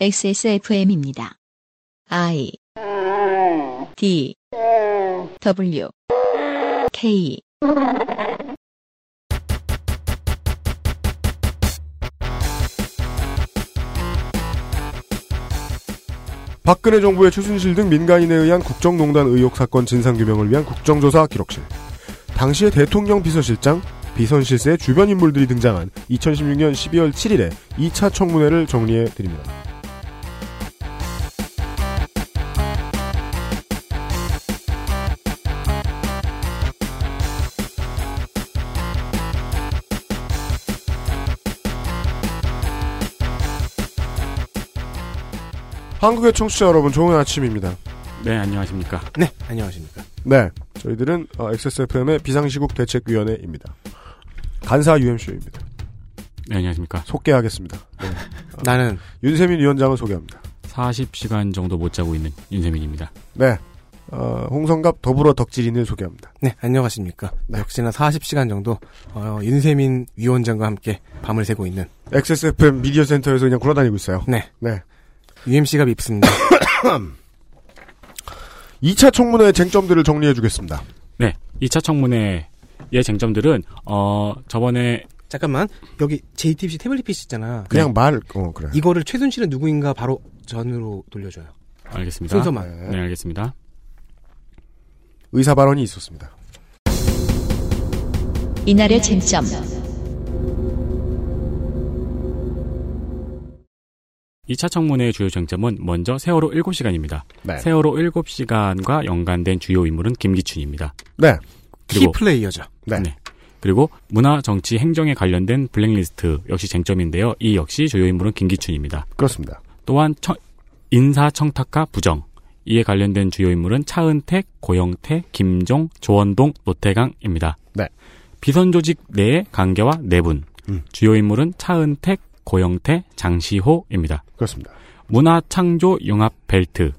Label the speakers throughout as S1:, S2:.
S1: XSFM입니다. I D W K
S2: 박근혜 정부의 최순실 등 민간인에 의한 국정농단 의혹 사건 진상규명을 위한 국정조사 기록실. 당시의 대통령 비서실장, 비선실세 주변 인물들이 등장한 2016년 12월 7일에 2차 청문회를 정리해 드립니다. 한국의 청취자 여러분, 좋은 아침입니다.
S3: 네, 안녕하십니까.
S4: 네, 안녕하십니까.
S2: 네, 저희들은 어, XSFM의 비상시국 대책위원회입니다. 간사 UMC입니다.
S3: 네, 안녕하십니까.
S2: 속개하겠습니다.
S4: 어, 나는
S2: 윤세민 위원장을 소개합니다.
S3: 40시간 정도 못 자고 있는 윤세민입니다.
S2: 네, 어, 홍성갑 더불어 덕질인을 소개합니다.
S4: 네, 안녕하십니까. 역시나 40시간 정도 어, 윤세민 위원장과 함께 밤을 새고 있는
S2: XSFM 미디어 센터에서 그냥 굴러다니고 있어요.
S4: 네,
S2: 네.
S4: UMC가 밉습니다.
S2: 2차 청문회 쟁점들을 정리해 주겠습니다.
S3: 네, 2차 청문회의 쟁점들은, 어, 저번에,
S4: 잠깐만. 여기 JTBC 태블릿 PC 있잖아.
S2: 그냥 말, 어, 그래.
S4: 이거를 최순실은 누구인가 바로 전으로 돌려줘요.
S3: 알겠습니다.
S4: 순서만.
S2: 네.
S3: 네, 알겠습니다.
S2: 의사 발언이 있었습니다.
S1: 이날의 쟁점
S3: 2차 청문회의 주요 쟁점은 먼저 세월호 7시간입니다.
S2: 네.
S3: 세월호 7시간과 연관된 주요 인물은 김기춘입니다.
S2: 네.
S3: 그리고-
S4: 키플레이어죠.
S2: 네.
S3: 네. 그리고 문화, 정치, 행정에 관련된 블랙리스트 역시 쟁점인데요. 이 역시 주요 인물은 김기춘입니다.
S2: 그렇습니다.
S3: 또한 청- 인사청탁과 부정 이에 관련된 주요 인물은 차은택, 고영태, 김종, 조원동, 노태강입니다.
S2: 네.
S3: 비선조직 내의 관계와 내분
S2: 음.
S3: 주요 인물은 차은택, 고영태, 장시호입니다.
S2: 그렇습니다.
S3: 문화창조융합벨트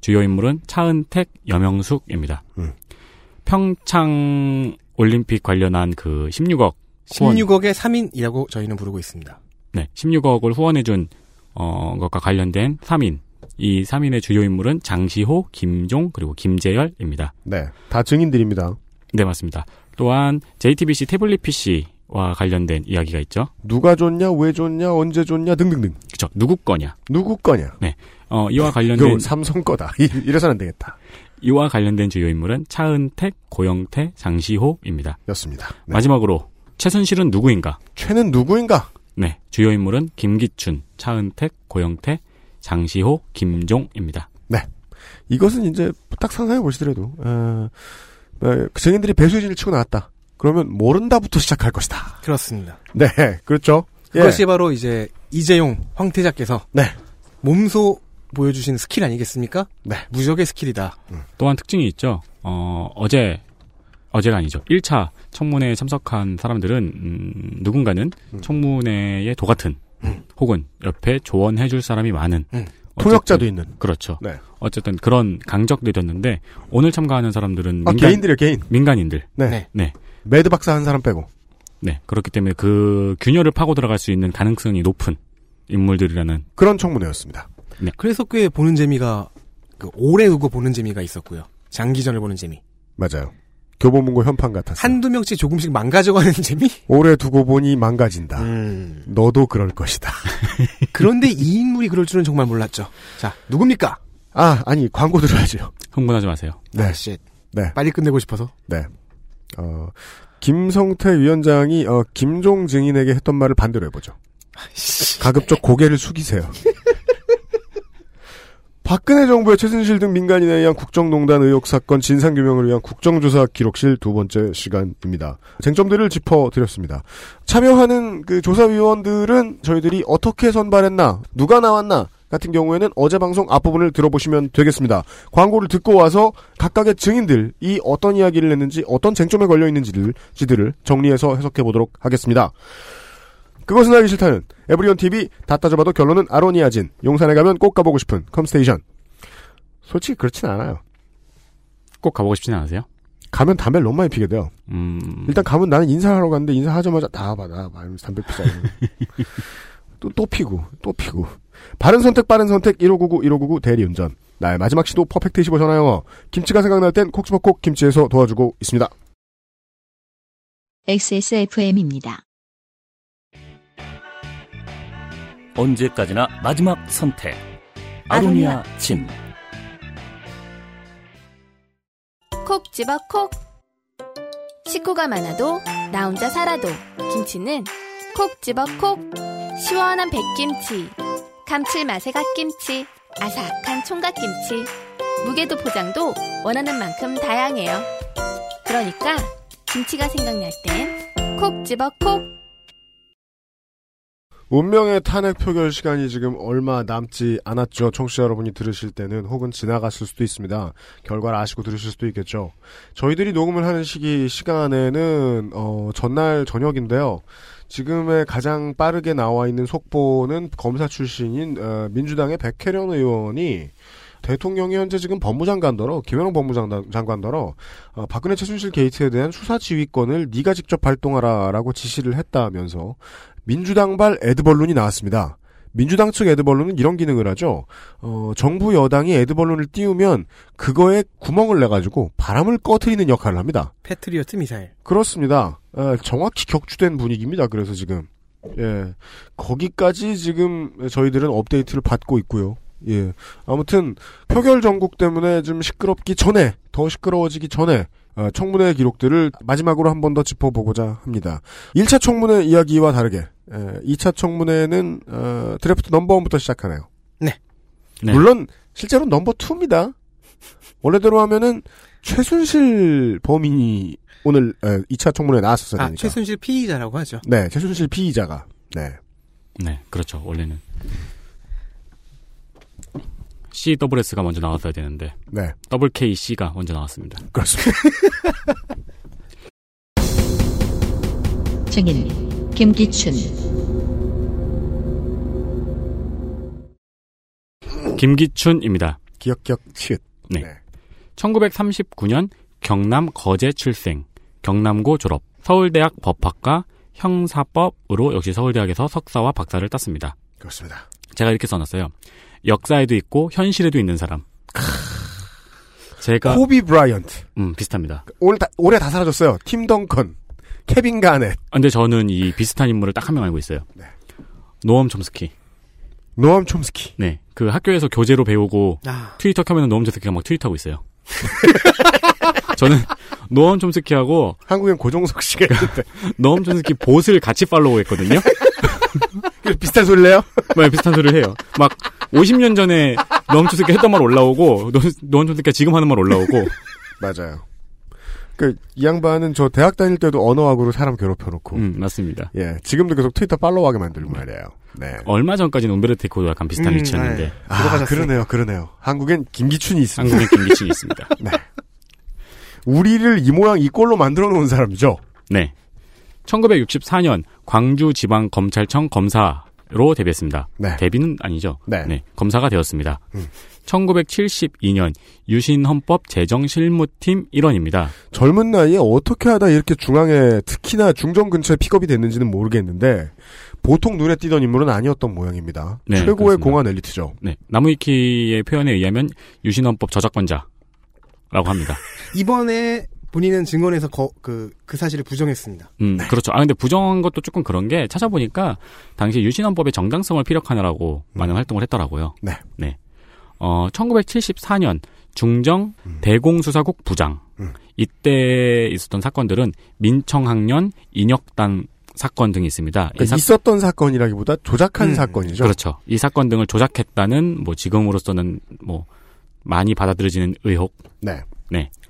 S3: 주요 인물은 차은택, 여명숙입니다.
S2: 음.
S3: 평창 올림픽 관련한 그 16억 후원
S4: 16억의 3인이라고 저희는 부르고 있습니다.
S3: 네, 16억을 후원해준 어, 것과 관련된 3인. 이 3인의 주요 인물은 장시호, 김종, 그리고 김재열입니다.
S2: 네. 다 증인들입니다.
S3: 네, 맞습니다. 또한 JTBC 태블릿 PC와 관련된 이야기가 있죠.
S2: 누가 줬냐, 왜 줬냐, 언제 줬냐, 등등등.
S3: 그쵸. 누구 거냐.
S2: 누구 거냐.
S3: 어, 이와 관련된,
S2: 이거 삼성 거다. 이- 이래서는 안 되겠다.
S3: 이와 관련된 주요 인물은 차은택, 고영태, 장시호입니다.
S2: 였습니다. 네.
S3: 마지막으로, 최순실은 누구인가?
S2: 최는 누구인가?
S3: 네, 주요 인물은 김기춘, 차은택, 고영태, 장시호, 김종입니다.
S2: 이것은 이제 딱 상상해 보시더라도 어, 어, 증인들이 배수진을 치고 나왔다. 그러면 모른다부터 시작할 것이다.
S4: 그렇습니다.
S2: 네, 그렇죠. 예.
S4: 그것이 바로 이제 이재용 황태자께서
S2: 네.
S4: 몸소 보여주신 스킬 아니겠습니까?
S2: 네.
S4: 무적의 스킬이다.
S3: 또한 특징이 있죠. 어, 어제, 어제가 아니죠. 1차 청문회에 참석한 사람들은, 음, 누군가는 청문회의 도 같은, 혹은 옆에 조언해줄 사람이 많은.
S4: 음.
S2: 음.
S3: 어쨌든-
S2: 통역자도 있는.
S3: 그렇죠.
S2: 네.
S3: 어쨌든 그런 강적들이었는데, 오늘 참가하는 사람들은
S2: 아,
S3: 민간,
S2: 개인들이요, 개인.
S3: 민간인들.
S2: 네.
S4: 네.
S3: 네.
S2: 매드 박사 한 사람 빼고.
S3: 네. 그렇기 때문에 그 균열을 파고 들어갈 수 있는 가능성이 높은 인물들이라는,
S2: 그런 청문회였습니다.
S4: 그래서 꽤 보는 재미가 그 오래 두고 보는 재미가 있었고요. 장기전을 보는 재미.
S2: 맞아요. 교보문고 현판 같았어요.
S4: 한두 명씩 조금씩 망가져가는 재미?
S2: 오래 두고 보니 망가진다.
S4: 음.
S2: 너도 그럴 것이다.
S4: 그런데 이 인물이 그럴 줄은 정말 몰랐죠. 자, 누굽니까?
S2: 아, 아니, 광고 들어야죠.
S3: 흥분하지 마세요.
S2: 네,
S4: 씨.
S2: 네.
S4: 빨리 끝내고 싶어서.
S2: 네.
S4: 아.
S2: 어, 김성태 위원장이, 어, 김종 증인에게 했던 말을 반대로 해보죠. 가급적 고개를 숙이세요. 박근혜 정부의 최순실 등 민간인에 의한 국정농단 의혹 사건 진상규명을 위한 국정조사 기록실 두 번째 시간입니다. 쟁점들을 짚어드렸습니다. 참여하는 그 조사위원들은 저희들이 어떻게 선발했나, 누가 나왔나, 같은 경우에는 어제 방송 앞부분을 들어보시면 되겠습니다. 광고를 듣고 와서 각각의 증인들이 어떤 이야기를 했는지 어떤 쟁점에 걸려 있는지를 지들을 정리해서 해석해 보도록 하겠습니다. 그것은 알기 싫다는 에브리온 TV 다 따져봐도 결론은 아로니아진 용산에 가면 꼭 가보고 싶은 컴스테이션 솔직히 그렇진 않아요.
S3: 꼭 가보고 싶진 않으세요?
S2: 가면 담배를 너무 많이 피게 돼요.
S3: 음.
S2: 일단 가면 나는 인사하러 갔는데 인사하자마자 다 봐, 나 봐. 이러면서 담배 피자. 이러고. 또, 또 피고, 또 피고. 바른 선택, 빠른 선택, 1599, 1599 대리운전. 나의 마지막 시도 퍼펙트 25 전화영어. 김치가 생각날 땐 콕스버콕 김치에서 도와주고 있습니다.
S1: XSFM입니다.
S5: 언제까지나 마지막 선택. 아로니아 침.
S6: 콕 집어 콕. 식구가 많아도 나 혼자 살아도 김치는 콕 집어 콕. 시원한 백김치, 감칠맛의 갓김치, 아삭한 총각김치. 무게도 포장도 원하는 만큼 다양해요. 그러니까 김치가 생각날 땐 콕 집어 콕.
S2: 운명의 탄핵 표결 시간이 지금 얼마 남지 않았죠. 청취자 여러분이 들으실 때는 혹은 지나갔을 수도 있습니다. 결과를 아시고 들으실 수도 있겠죠. 저희들이 녹음을 하는 시기 시간에는 어, 전날 저녁인데요. 지금의 가장 빠르게 나와 있는 속보는 검사 출신인 어, 민주당의 백혜련 의원이 대통령이 현재 지금 법무장관더러 김현웅 법무장관더러 어, 박근혜 최순실 게이트에 대한 수사 지휘권을 네가 직접 발동하라라고 지시를 했다면서 민주당발 에드벌룬이 나왔습니다. 민주당 측 에드벌룬은 이런 기능을 하죠. 어, 정부 여당이 에드벌룬을 띄우면 그거에 구멍을 내가지고 바람을 꺼트리는 역할을 합니다.
S4: 패트리어트 미사일. 아,
S2: 그렇습니다. 에, 정확히 격추된 분위기입니다. 그래서 지금 예 거기까지 지금 저희들은 업데이트를 받고 있고요. 예 아무튼 표결 전국 때문에 좀 시끄럽기 전에 더 시끄러워지기 전에 어, 청문회 기록들을 마지막으로 한 번 더 짚어보고자 합니다. 1차 청문회 이야기와 다르게 에, 2차 청문회는 어, 드래프트 넘버 1부터 시작하네요.
S3: 네.
S2: 물론 실제로 넘버 2입니다. 원래대로 하면은 최순실 범인이 오늘 에, 2차 청문회에 나왔었어야
S4: 아,
S2: 되니까.
S4: 최순실 피의자라고 하죠.
S2: 네, 최순실 피의자가. 네.
S3: 네, 그렇죠. 원래는 CWS가 먼저 나왔어야 되는데
S2: 네.
S3: WKC가 먼저 나왔습니다.
S2: 그렇습니다.
S1: 증인 김기춘
S3: 김기춘입니다.
S2: 기억 기억 쉿.
S3: 네. 1939년 경남 거제 출생, 경남고 졸업, 서울대학 법학과 형사법으로 역시 서울대학에서 석사와 박사를 땄습니다.
S2: 그렇습니다.
S3: 제가 이렇게 써놨어요. 역사에도 있고 현실에도 있는 사람. 제가
S2: 코비 브라이언트.
S3: 음, 비슷합니다.
S2: 오늘 다, 올해 다 사라졌어요. 팀 덩컨. 케빈 가넷.
S3: 근데 저는 이 비슷한 인물을 딱 한 명 알고 있어요. 노엄 촘스키.
S2: 노암 촘스키.
S3: 네, 그 학교에서 교재로 배우고
S4: 아,
S3: 트위터 켜면은 노엄 촘스키가 막 트윗하고 있어요. 저는 노엄 촘스키하고
S2: 한국엔 고종석 씨가 있는데.
S3: 노엄 촘스키 보스를 같이 팔로우했거든요.
S2: 비슷한 소리래요?
S3: 막 비슷한 소리를 해요. 막 50년 전에 노엄 촘스키가 했던 말 올라오고 노- 노엄 촘스키가 지금 하는 말 올라오고
S2: 맞아요. 그, 이 양반은 저 대학 다닐 때도 언어학으로 사람 괴롭혀놓고.
S3: 음, 맞습니다.
S2: 예, 지금도 계속 트위터 팔로우하게 만들고 말이에요. 네.
S3: 얼마 전까지는 온베르테코도 약간 비슷한
S4: 음,
S3: 위치였는데
S4: 네.
S2: 아,
S4: 들어가셨으니까.
S2: 그러네요, 그러네요. 한국엔 김기춘이 있습니다.
S3: 한국의 김기춘이 있습니다.
S2: 아, 그 우리를 이 모양 이 꼴로 만들어 놓은 사람이죠.
S3: 네. 1964년 광주지방검찰청 검사로 데뷔했습니다.
S2: 네.
S3: 데뷔는 아니죠.
S2: 네. 음.
S3: 검사가 되었습니다. 1972년 유신헌법 재정실무팀 일원입니다.
S2: 젊은 나이에 어떻게 하다 이렇게 중앙에 특히나 중정 근처에 픽업이 됐는지는 모르겠는데 보통 눈에 띄던 인물은 아니었던 모양입니다.
S3: 네,
S2: 최고의
S3: 그렇습니다.
S2: 공안 엘리트죠.
S3: 네. 나무위키의 표현에 의하면 유신헌법 저작권자라고 합니다.
S4: 이번에 본인은 증언에서 거- 그, 그 사실을 부정했습니다.
S3: 음,
S2: 네.
S3: 그렇죠. 아, 근데 부정한 것도 조금 그런 게 찾아보니까 당시 유신헌법의 정당성을 피력하느라고 많은 활동을 했더라고요.
S2: 음. 네.
S3: 어, 1974년 중정
S2: 음.
S3: 대공수사국 부장. 이때 있었던 사건들은 민청학년 인혁당 사건 등이 있습니다. 이
S2: 그러니까
S3: 사-
S2: 있었던 사건이라기보다 조작한
S4: 음,
S2: 사건이죠.
S3: 그렇죠. 이 사건 등을 조작했다는 뭐 지금으로서는 뭐 많이 받아들여지는 의혹.
S2: 네.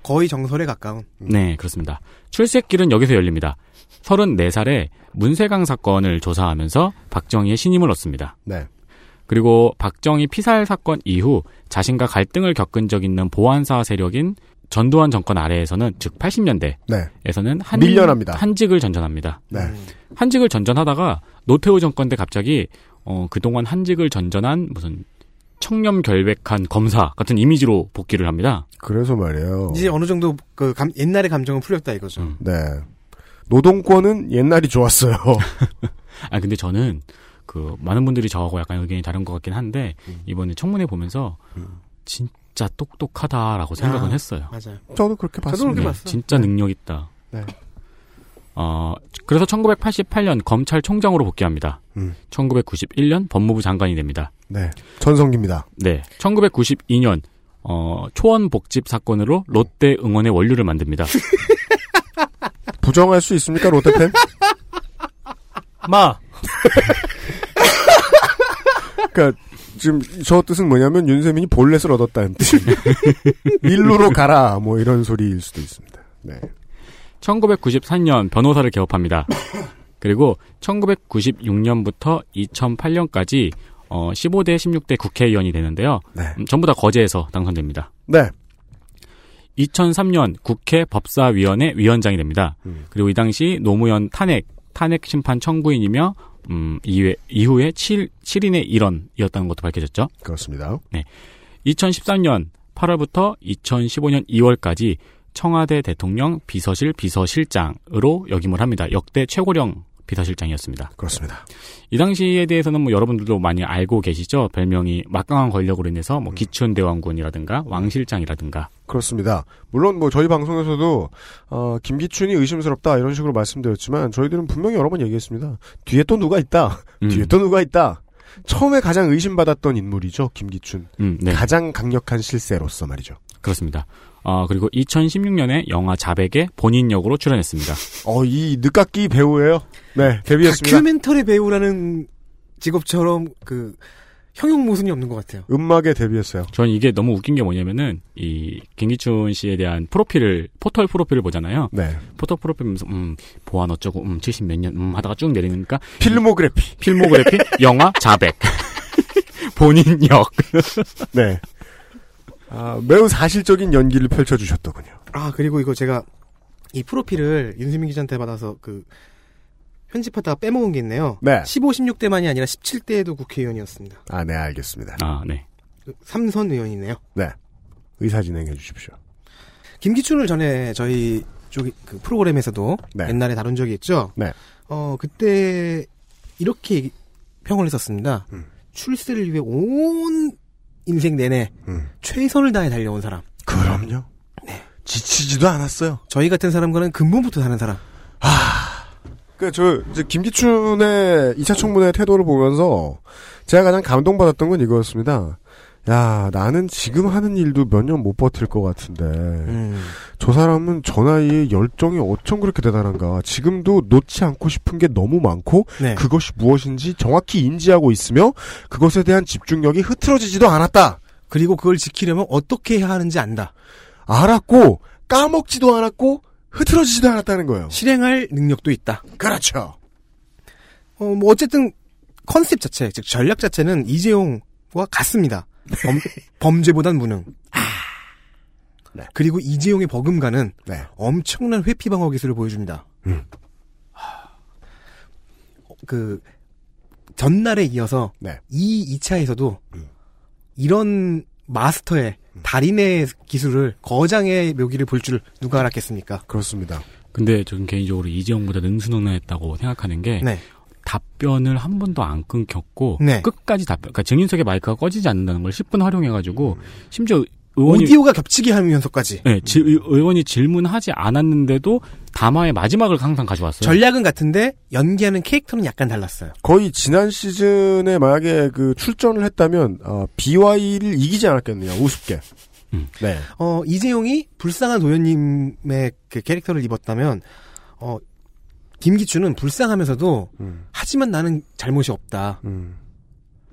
S4: 거의 정설에 가까운.
S3: 네, 그렇습니다. 출세길은 여기서 열립니다. 34살에 문세강 사건을 조사하면서 박정희의 신임을 얻습니다.
S2: 네.
S3: 그리고 박정희 피살 사건 이후 자신과 갈등을 겪은 적 있는 보안사 세력인 전두환 정권 아래에서는 즉 80년대에서는
S2: 네.
S3: 한,
S2: 밀려납니다.
S3: 한직을 전전합니다.
S2: 네.
S4: 음.
S3: 한직을 전전하다가 노태우 정권 때 갑자기 어, 그동안 한직을 전전한 무슨 청렴 결백한 검사 같은 이미지로 복귀를 합니다.
S2: 그래서 말이에요.
S4: 이제 어느 정도 그 감- 옛날의 감정은 풀렸다 이거죠.
S3: 음.
S2: 네. 노동권은 옛날이 좋았어요.
S3: 아 근데 저는 그 많은 분들이 저하고 약간 의견이 다른 것 같긴 한데
S2: 음.
S3: 이번에 청문회 보면서 진짜 똑똑하다라고 생각은
S4: 아.
S3: 했어요. 네,
S4: 맞아요.
S2: 저도 그렇게
S4: 저도 그렇게
S2: 봤습니다.
S4: 봤어요.
S3: 진짜 능력 있다.
S2: 네.
S3: 어, 그래서 1988년 검찰총장으로 복귀합니다.
S2: 음.
S3: 1991년 법무부 장관이 됩니다.
S2: 네. 전성기입니다.
S3: 네. 1992년 어, 초원 복집 사건으로 롯데 응원의 원류를 만듭니다.
S2: 부정할 수 있습니까, 롯데팬?
S5: 마
S2: 그러니까 지금 저 뜻은 뭐냐면 윤세민이 볼넷을 얻었다는 뜻. 일루로 가라 뭐 이런 소리일 수도 있습니다. 네.
S3: 1993년 변호사를 개업합니다. 그리고 1996년부터 2008년까지 어, 15대 16대 국회의원이 되는데요.
S2: 네.
S3: 음, 전부 다 거제에서 당선됩니다.
S2: 네.
S3: 2003년 국회 법사위원회 위원장이 됩니다.
S2: 음.
S3: 그리고 이 당시 노무현 탄핵, 탄핵 심판 청구인이며, 음, 이후에, 이후에 7, 7인의 1원이었다는 것도 밝혀졌죠.
S2: 그렇습니다.
S3: 2013년 8월부터 2015년 2월까지 청와대 대통령 비서실 비서실장으로 역임을 합니다. 역대 최고령 비서실장이었습니다.
S2: 그렇습니다.
S3: 이 당시에 대해서는 뭐 여러분들도 많이 알고 계시죠? 별명이 막강한 권력으로 인해서 뭐 기춘대왕군이라든가 왕실장이라든가
S2: 그렇습니다. 물론 뭐 저희 방송에서도 어, 김기춘이 의심스럽다 이런 식으로 말씀드렸지만 저희들은 분명히 여러 번 얘기했습니다. 뒤에 또 누가 있다.
S3: 음,
S2: 뒤에 또 누가 있다. 처음에 가장 의심받았던 인물이죠, 김기춘.
S3: 음, 네.
S2: 가장 강력한 실세로서 말이죠.
S3: 그렇습니다. 아, 그리고 2016년에 영화 자백에 본인 역으로 출연했습니다.
S2: 어, 이 늦깎이 배우예요. 네, 데뷔했습니다.
S4: 다큐멘터리 배우라는 직업처럼 그 형용 모순이 없는 것 같아요.
S2: 음악에 데뷔했어요.
S3: 전 이게 너무 웃긴 게 뭐냐면은 이 김기춘 씨에 대한 프로필을 포털 프로필을 보잖아요.
S2: 네.
S3: 포털 프로필 보면서 음, 보안 어쩌고 음, 70 몇 년 음, 하다가 쭉 내리니까
S2: 필모그래피.
S3: 필모그래피 영화 자백 본인 역
S2: 네. 아, 매우 사실적인 연기를 펼쳐주셨더군요.
S4: 아 그리고 이거 제가 이 프로필을 윤수민 기자한테 받아서 그 편집하다가 빼먹은 게 있네요.
S2: 네.
S4: 15, 16대만이 아니라 17대에도 국회의원이었습니다.
S2: 아, 네, 알겠습니다.
S3: 아, 네.
S4: 그 삼선 의원이네요.
S2: 의사 진행해 주십시오.
S4: 김기춘을 전에 저희 쪽이 그 프로그램에서도
S2: 네.
S4: 옛날에 다룬 적이 있죠.
S2: 네.
S4: 어 그때 이렇게 얘기- 평을 했었습니다.
S2: 음.
S4: 출세를 위해 온 인생 내내
S2: 음.
S4: 최선을 다해 달려온 사람. 네.
S2: 그럼요. 지치지도 않았어요.
S4: 저희 같은 사람과는 근본부터 다른 사람.
S2: 그, 저, 이제 김기춘의 2차 청문회 태도를 보면서 제가 가장 감동받았던 건 이거였습니다. 야, 나는 지금 하는 일도 몇 년 못 버틸 것 같은데.
S4: 음.
S2: 저 사람은 저 나이에 열정이 어쩜 그렇게 대단한가. 지금도 놓지 않고 싶은 게 너무 많고
S4: 네.
S2: 그것이 무엇인지 정확히 인지하고 있으며 그것에 대한 집중력이 흐트러지지도 않았다.
S4: 그리고 그걸 지키려면 어떻게 해야 하는지 안다.
S2: 알았고 까먹지도 않았고 흐트러지지도 않았다는 거예요.
S4: 실행할 능력도 있다.
S2: 그렇죠.
S4: 어, 뭐 어쨌든 컨셉 자체, 즉 전략 자체는 이재용과 같습니다. 범, 범죄보단 무능.
S2: 아. 네.
S4: 그리고 이재용의 버금가는
S2: 네.
S4: 엄청난 회피 방어 기술을 보여줍니다.
S2: 음.
S4: 어, 그 전날에 이어서
S2: 네.
S4: 이 2차에서도
S2: 음.
S4: 이런 마스터의 달인의 기술을 거장의 묘기를 볼 줄 누가 알았겠습니까?
S2: 그렇습니다.
S3: 근데 저는 개인적으로 이재용보다 능수능란했다고 생각하는 게
S4: 네.
S3: 답변을 한 번도 안 끊겼고
S4: 네.
S3: 끝까지 답변. 그러니까 증인석의 마이크가 꺼지지 않는다는 걸 10분 활용해 가지고 심지어 의원이
S4: 음. 오디오가 음. 겹치게 하면서까지
S3: 네, 지- 의- 의원이 질문하지 않았는데도 담화의 마지막을 항상
S2: 네.
S3: 가져왔어요.
S4: 전략은 같은데 연기하는 캐릭터는 약간 달랐어요.
S2: 거의 지난 시즌에 만약에 그 출전을 했다면 어, BY를 이기지 않았겠느냐 우습게.
S3: 음.
S2: 네.
S4: 어, 이재용이 불쌍한 도현님의 그 캐릭터를 입었다면, 어, 김기춘은 불쌍하면서도,
S2: 음.
S4: 하지만 나는 잘못이 없다.
S2: 음.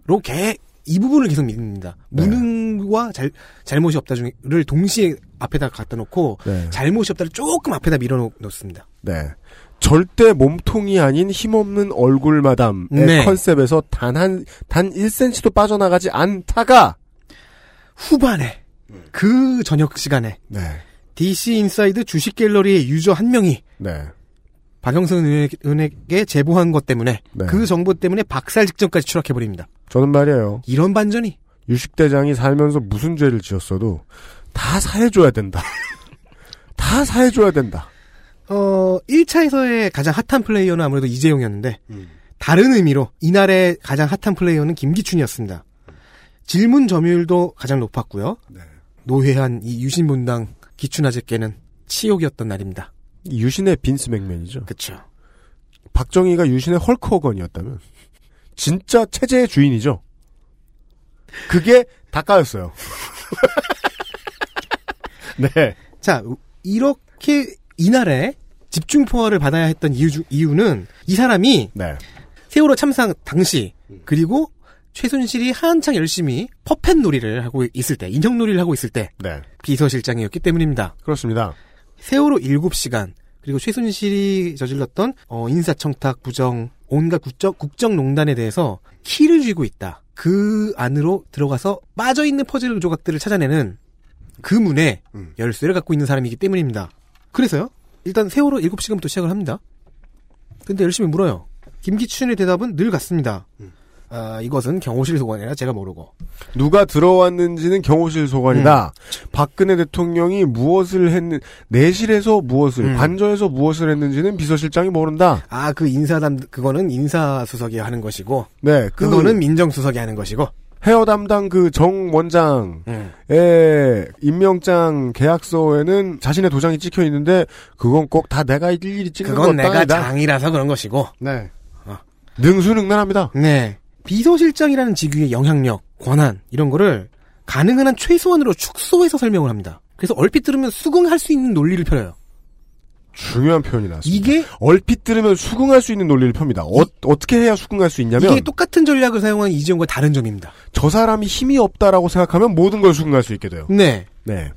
S4: 로 개, 이 부분을 계속 믿습니다.
S2: 네.
S4: 무능과 잘, 잘못이 없다 중을 동시에 앞에다 갖다 놓고,
S2: 네.
S4: 잘못이 없다를 조금 앞에다 밀어놓습니다.
S2: 네. 절대 몸통이 아닌 힘없는 얼굴 마담의
S4: 네.
S2: 컨셉에서 단 한, 단 1cm도 빠져나가지 않다가,
S4: 후반에,
S2: 음.
S4: 그 저녁 시간에,
S2: 네.
S4: DC 인사이드 주식 갤러리의 유저 한 명이,
S2: 네.
S4: 박영선 의원에게 제보한 것 때문에,
S2: 네.
S4: 그 정보 때문에 박살 직전까지 추락해버립니다.
S2: 저는 말이에요.
S4: 이런 반전이,
S2: 유식대장이 살면서 무슨 죄를 지었어도 다 사해줘야 된다. 다 사해줘야 된다.
S4: 어, 1차에서의 가장 핫한 플레이어는 아무래도 이재용이었는데, 다른 의미로 이날의 가장 핫한 플레이어는 김기춘이었습니다. 질문 점유율도 가장 높았고요. 노회한 이 유신문당 기춘아재께는 치욕이었던 날입니다.
S2: 유신의 빈스 맥맨이죠.
S4: 그렇죠.
S2: 박정희가 유신의 헐크 호건이었다면 진짜 체제의 주인이죠. 그게 다 까였어요. 네.
S4: 자, 이렇게 이날에 집중 포화를 받아야 했던 이유 중, 이유는 이 사람이
S2: 네.
S4: 세월호 참상 당시 그리고 최순실이 한창 열심히 퍼펫 놀이를 하고 있을 때 인형 놀이를 하고 있을 때
S2: 네.
S4: 비서실장이었기 때문입니다.
S2: 그렇습니다.
S4: 세월호 7시간 그리고 최순실이 저질렀던 어, 인사청탁 부정 온갖 국정, 국정농단에 대해서 키를 쥐고 있다. 그 안으로 들어가서 빠져있는 퍼즐 조각들을 찾아내는 그 문에
S2: 음.
S4: 열쇠를 갖고 있는 사람이기 때문입니다. 그래서요. 일단 세월호 7시간부터 시작을 합니다. 근데 열심히 물어요. 김기춘의 대답은 늘 같습니다. 아, 이것은 경호실 소관이라 제가 모르고.
S2: 누가 들어왔는지는 경호실 소관이다. 박근혜 대통령이 무엇을 했는 내실에서 무엇을
S4: 음.
S2: 관저에서 무엇을 했는지는 비서실장이 모른다.
S4: 아, 그 인사담, 그거는 인사수석이 하는 것이고,
S2: 네. 그
S4: 그거는 민정수석이 하는 것이고,
S2: 헤어 담당 그 정 원장
S4: 음.
S2: 예, 임명장 계약서에는 자신의 도장이 찍혀 있는데 그건 꼭 다 내가 일일이 찍은 것도
S4: 그건 내가
S2: 아니다.
S4: 장이라서 그런 것이고.
S2: 네.
S4: 아.
S2: 능수능란합니다.
S4: 네. 비서실장이라는 직위의 영향력, 권한 이런 거를 가능한 한 최소한으로 축소해서 설명을 합니다. 그래서 얼핏 들으면 수긍할 수 있는 논리를 펴요.
S2: 중요한 표현이 나왔습니다.
S4: 이게
S2: 얼핏 들으면 수긍할 수 있는 논리를 펴니다. 어, 어떻게 해야 수긍할 수 있냐면
S4: 이게 똑같은 전략을 사용한 이재용과 다른 점입니다.
S2: 저 사람이 힘이 없다라고 생각하면 모든 걸 수긍할 수 있게 돼요.
S4: 네.
S2: 네.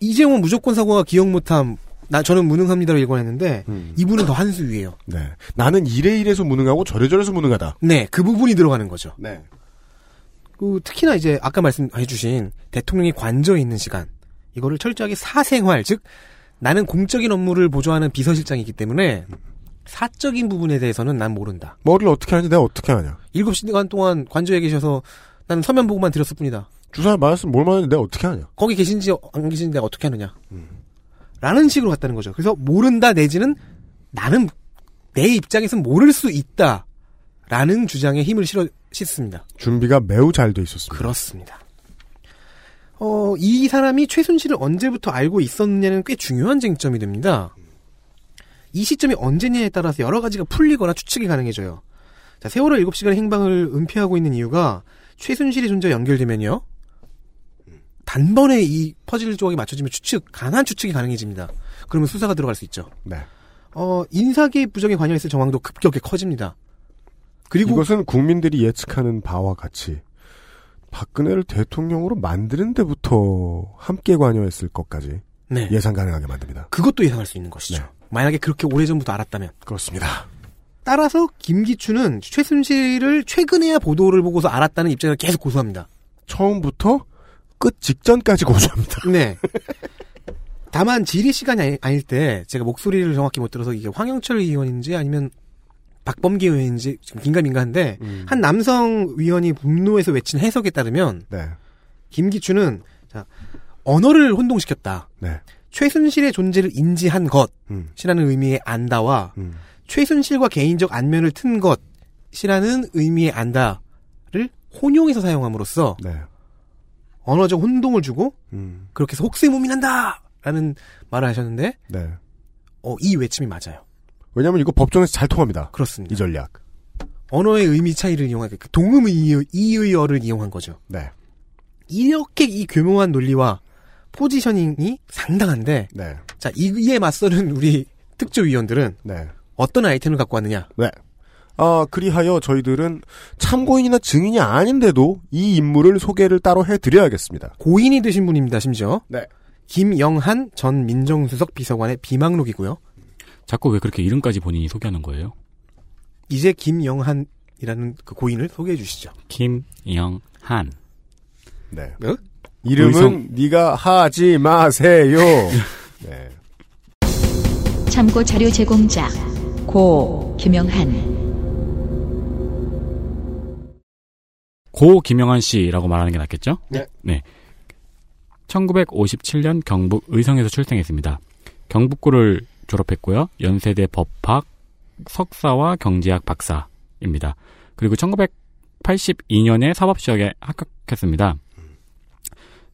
S4: 이재용은 무조건 사고가 기억 못함. 나 저는 무능합니다로 일관했는데
S2: 음.
S4: 이분은 더 한 수 위에요.
S2: 네. 나는 이래 이래서 무능하고 저래 저래서 무능하다.
S4: 네, 그 부분이 들어가는 거죠.
S2: 네.
S4: 그 특히나 이제 아까 말씀해주신 대통령이 관저에 있는 시간 이거를 철저하게 사생활 즉 나는 공적인 업무를 보조하는 비서실장이기 때문에 사적인 부분에 대해서는 난 모른다.
S2: 머리를 어떻게 하는지 내가 어떻게 하냐.
S4: 7시간 동안 관저에 계셔서 나는 서면 보고만 드렸을 뿐이다.
S2: 주사를 맞았으면 뭘 맞았는지 내가 어떻게 하냐.
S4: 거기 계신지 안 계신지 내가 어떻게 하느냐. 라는 식으로 갔다는 거죠. 그래서 모른다 내지는 나는 내 입장에선 모를 수 있다. 라는 주장에 힘을 실어 씻습니다.
S2: 준비가 매우 잘 돼 있었습니다.
S4: 그렇습니다. 어, 이 사람이 최순실을 언제부터 알고 있었느냐는 꽤 중요한 쟁점이 됩니다. 이 시점이 언제냐에 따라서 여러 가지가 풀리거나 추측이 가능해져요. 자, 세월호 7시간 행방을 은폐하고 있는 이유가 최순실의 존재와 연결되면요. 단번에 이 퍼즐 조각이 맞춰지면 추측, 강한 추측이 가능해집니다. 그러면 수사가 들어갈 수 있죠.
S2: 네.
S4: 어, 인사계 부정에 관여했을 정황도 급격히 커집니다. 그리고
S2: 이것은 국민들이 예측하는 바와 같이 박근혜를 대통령으로 만드는 데부터 함께 관여했을 것까지
S4: 네.
S2: 예상 가능하게 만듭니다.
S4: 그것도 예상할 수 있는 것이죠.
S2: 네.
S4: 만약에 그렇게 오래전부터 알았다면.
S2: 그렇습니다.
S4: 따라서 김기춘은 최순실을 최근에야 보도를 보고서 알았다는 입장을 계속 고수합니다.
S2: 처음부터 끝 직전까지 고수합니다.
S4: 네. 다만 질의 시간이 아니- 아닐 때 제가 목소리를 정확히 못 들어서 이게 황영철 의원인지 아니면 박범계 의원인지 지금 긴가민가한데
S2: 음.
S4: 한 남성 의원이 분노해서 외친 해석에 따르면
S2: 네.
S4: 김기춘은 자, 언어를 혼동시켰다.
S2: 네.
S4: 최순실의 존재를 인지한 것이라는
S2: 음.
S4: 의미의 안다와
S2: 음.
S4: 최순실과 개인적 안면을 튼 것이라는 의미의 안다를 혼용해서 사용함으로써
S2: 네.
S4: 언어적 혼동을 주고
S2: 음.
S4: 그렇게 해서 혹세무민한다라는 말을 하셨는데
S2: 네.
S4: 어, 이 외침이 맞아요.
S2: 왜냐면 하 이거 법정에서 잘 통합니다.
S4: 그렇습니다.
S2: 이 전략.
S4: 언어의 의미 차이를 이용한 그 동음의 이의- 이의어를 이용한 거죠.
S2: 네.
S4: 이렇게 이 교묘한 논리와 포지셔닝이 상당한데
S2: 네.
S4: 자 이- 이에 맞서는 우리 특조위원들은
S2: 네.
S4: 어떤 아이템을 갖고 왔느냐?
S2: 네. 아, 그리하여 저희들은 참고인이나 증인이 아닌데도 이 인물을 소개를 따로 해드려야겠습니다.
S4: 고인이 되신 분입니다. 심지어
S2: 네.
S4: 김영한 전 민정수석 비서관의 비망록이고요.
S3: 자꾸 왜 그렇게 이름까지 본인이 소개하는 거예요?
S4: 이제 김영한이라는 그 고인을 소개해 주시죠.
S3: 김영한.
S2: 네.
S4: 어?
S2: 이름은
S3: 의성-
S2: 네가 하지 마세요. 네.
S1: 참고 자료 제공자 고 김영한
S3: 고 김영한 씨라고 말하는 게 낫겠죠?
S4: 네.
S3: 1957년 경북 의성에서 출생했습니다. 경북고를 졸업했고요. 연세대 법학, 석사와 경제학 박사입니다. 그리고 1982년에 사법시험에 합격했습니다.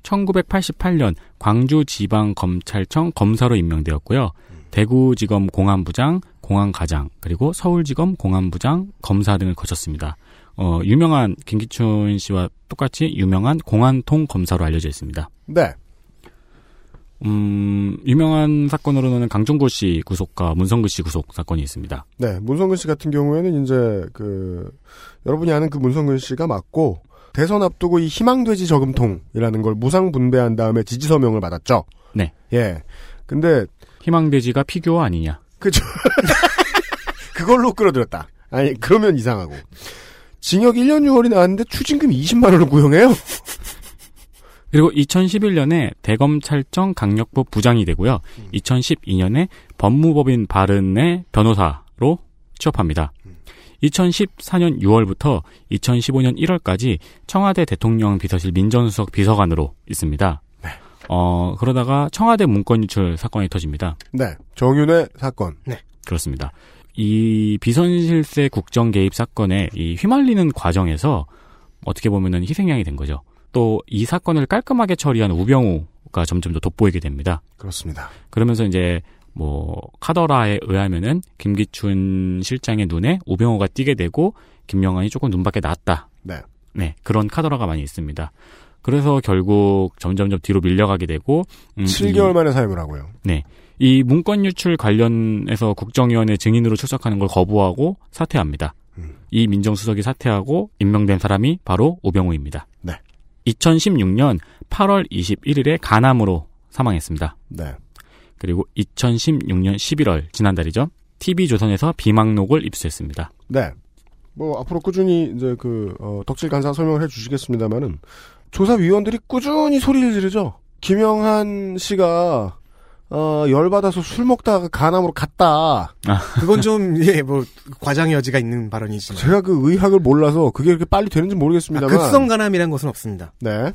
S3: 1988년 광주지방검찰청 검사로 임명되었고요. 대구지검 공안부장, 공안가장, 그리고 서울지검 공안부장, 검사 등을 거쳤습니다. 어, 유명한 김기춘 씨와 똑같이 유명한 공안통 검사로 알려져 있습니다.
S2: 네.
S3: 음, 유명한 사건으로는 강정구 씨 구속과 문성근 씨 구속 사건이 있습니다.
S2: 네. 문성근 씨 같은 경우에는 이제 그 여러분이 아는 그 문성근 씨가 맞고 대선 앞두고 이 희망돼지 저금통이라는 걸 무상 분배한 다음에 지지 서명을 받았죠.
S3: 네.
S2: 예. 근데
S3: 희망돼지가 피규어 아니냐.
S2: 그죠. 그걸로 끌어들였다. 아니, 그러면 이상하고. 징역 1년 6월이 나왔는데 추징금 20만원을 구형해요?
S3: 그리고 2011년에 대검찰청 강력법 부장이 되고요. 2012년에 법무법인 바른의 변호사로 취업합니다. 2014년 6월부터 2015년 1월까지 청와대 대통령 비서실 민정수석 비서관으로 있습니다. 어, 그러다가 청와대 문건 유출 사건이 터집니다.
S2: 네. 정윤의 사건.
S3: 그렇습니다. 이 비선실세 국정 개입 사건에 이 휘말리는 과정에서 어떻게 보면은 희생양이 된 거죠. 또 이 사건을 깔끔하게 처리한 우병우가 점점 더 돋보이게 됩니다.
S2: 그렇습니다.
S3: 그러면서 이제 뭐 카더라에 의하면은 김기춘 실장의 눈에 우병우가 띄게 되고 김영환이 조금 눈밖에 났다.
S2: 네.
S3: 네 그런 카더라가 많이 있습니다. 그래서 결국 점점점 뒤로 밀려가게 되고 음,
S2: 7개월 만에 사임을 하고요.
S3: 이 문건 유출 관련해서 국정위원회 증인으로 출석하는 걸 거부하고 사퇴합니다.
S2: 음.
S3: 이 민정수석이 사퇴하고 임명된 사람이 바로 오병우입니다.
S2: 네.
S3: 2016년 8월 21일에 간암으로 사망했습니다.
S2: 네.
S3: 그리고 2016년 11월 지난달이죠. TV조선에서 비망록을 입수했습니다.
S2: 네. 뭐, 앞으로 꾸준히 이제 그, 어, 덕질 간사 설명을 해주시겠습니다마는 조사위원들이 꾸준히 소리를 지르죠. 김영한 씨가, 어, 열받아서 술 먹다가 간암으로 갔다.
S4: 그건 좀, 예, 뭐, 과장의 여지가 있는 발언이지만.
S2: 제가 그 의학을 몰라서 그게 그렇게 빨리 되는지
S4: 네. 아,
S2: 모르겠습니다만.
S4: 급성 간암이란 것은 없습니다.
S2: 네.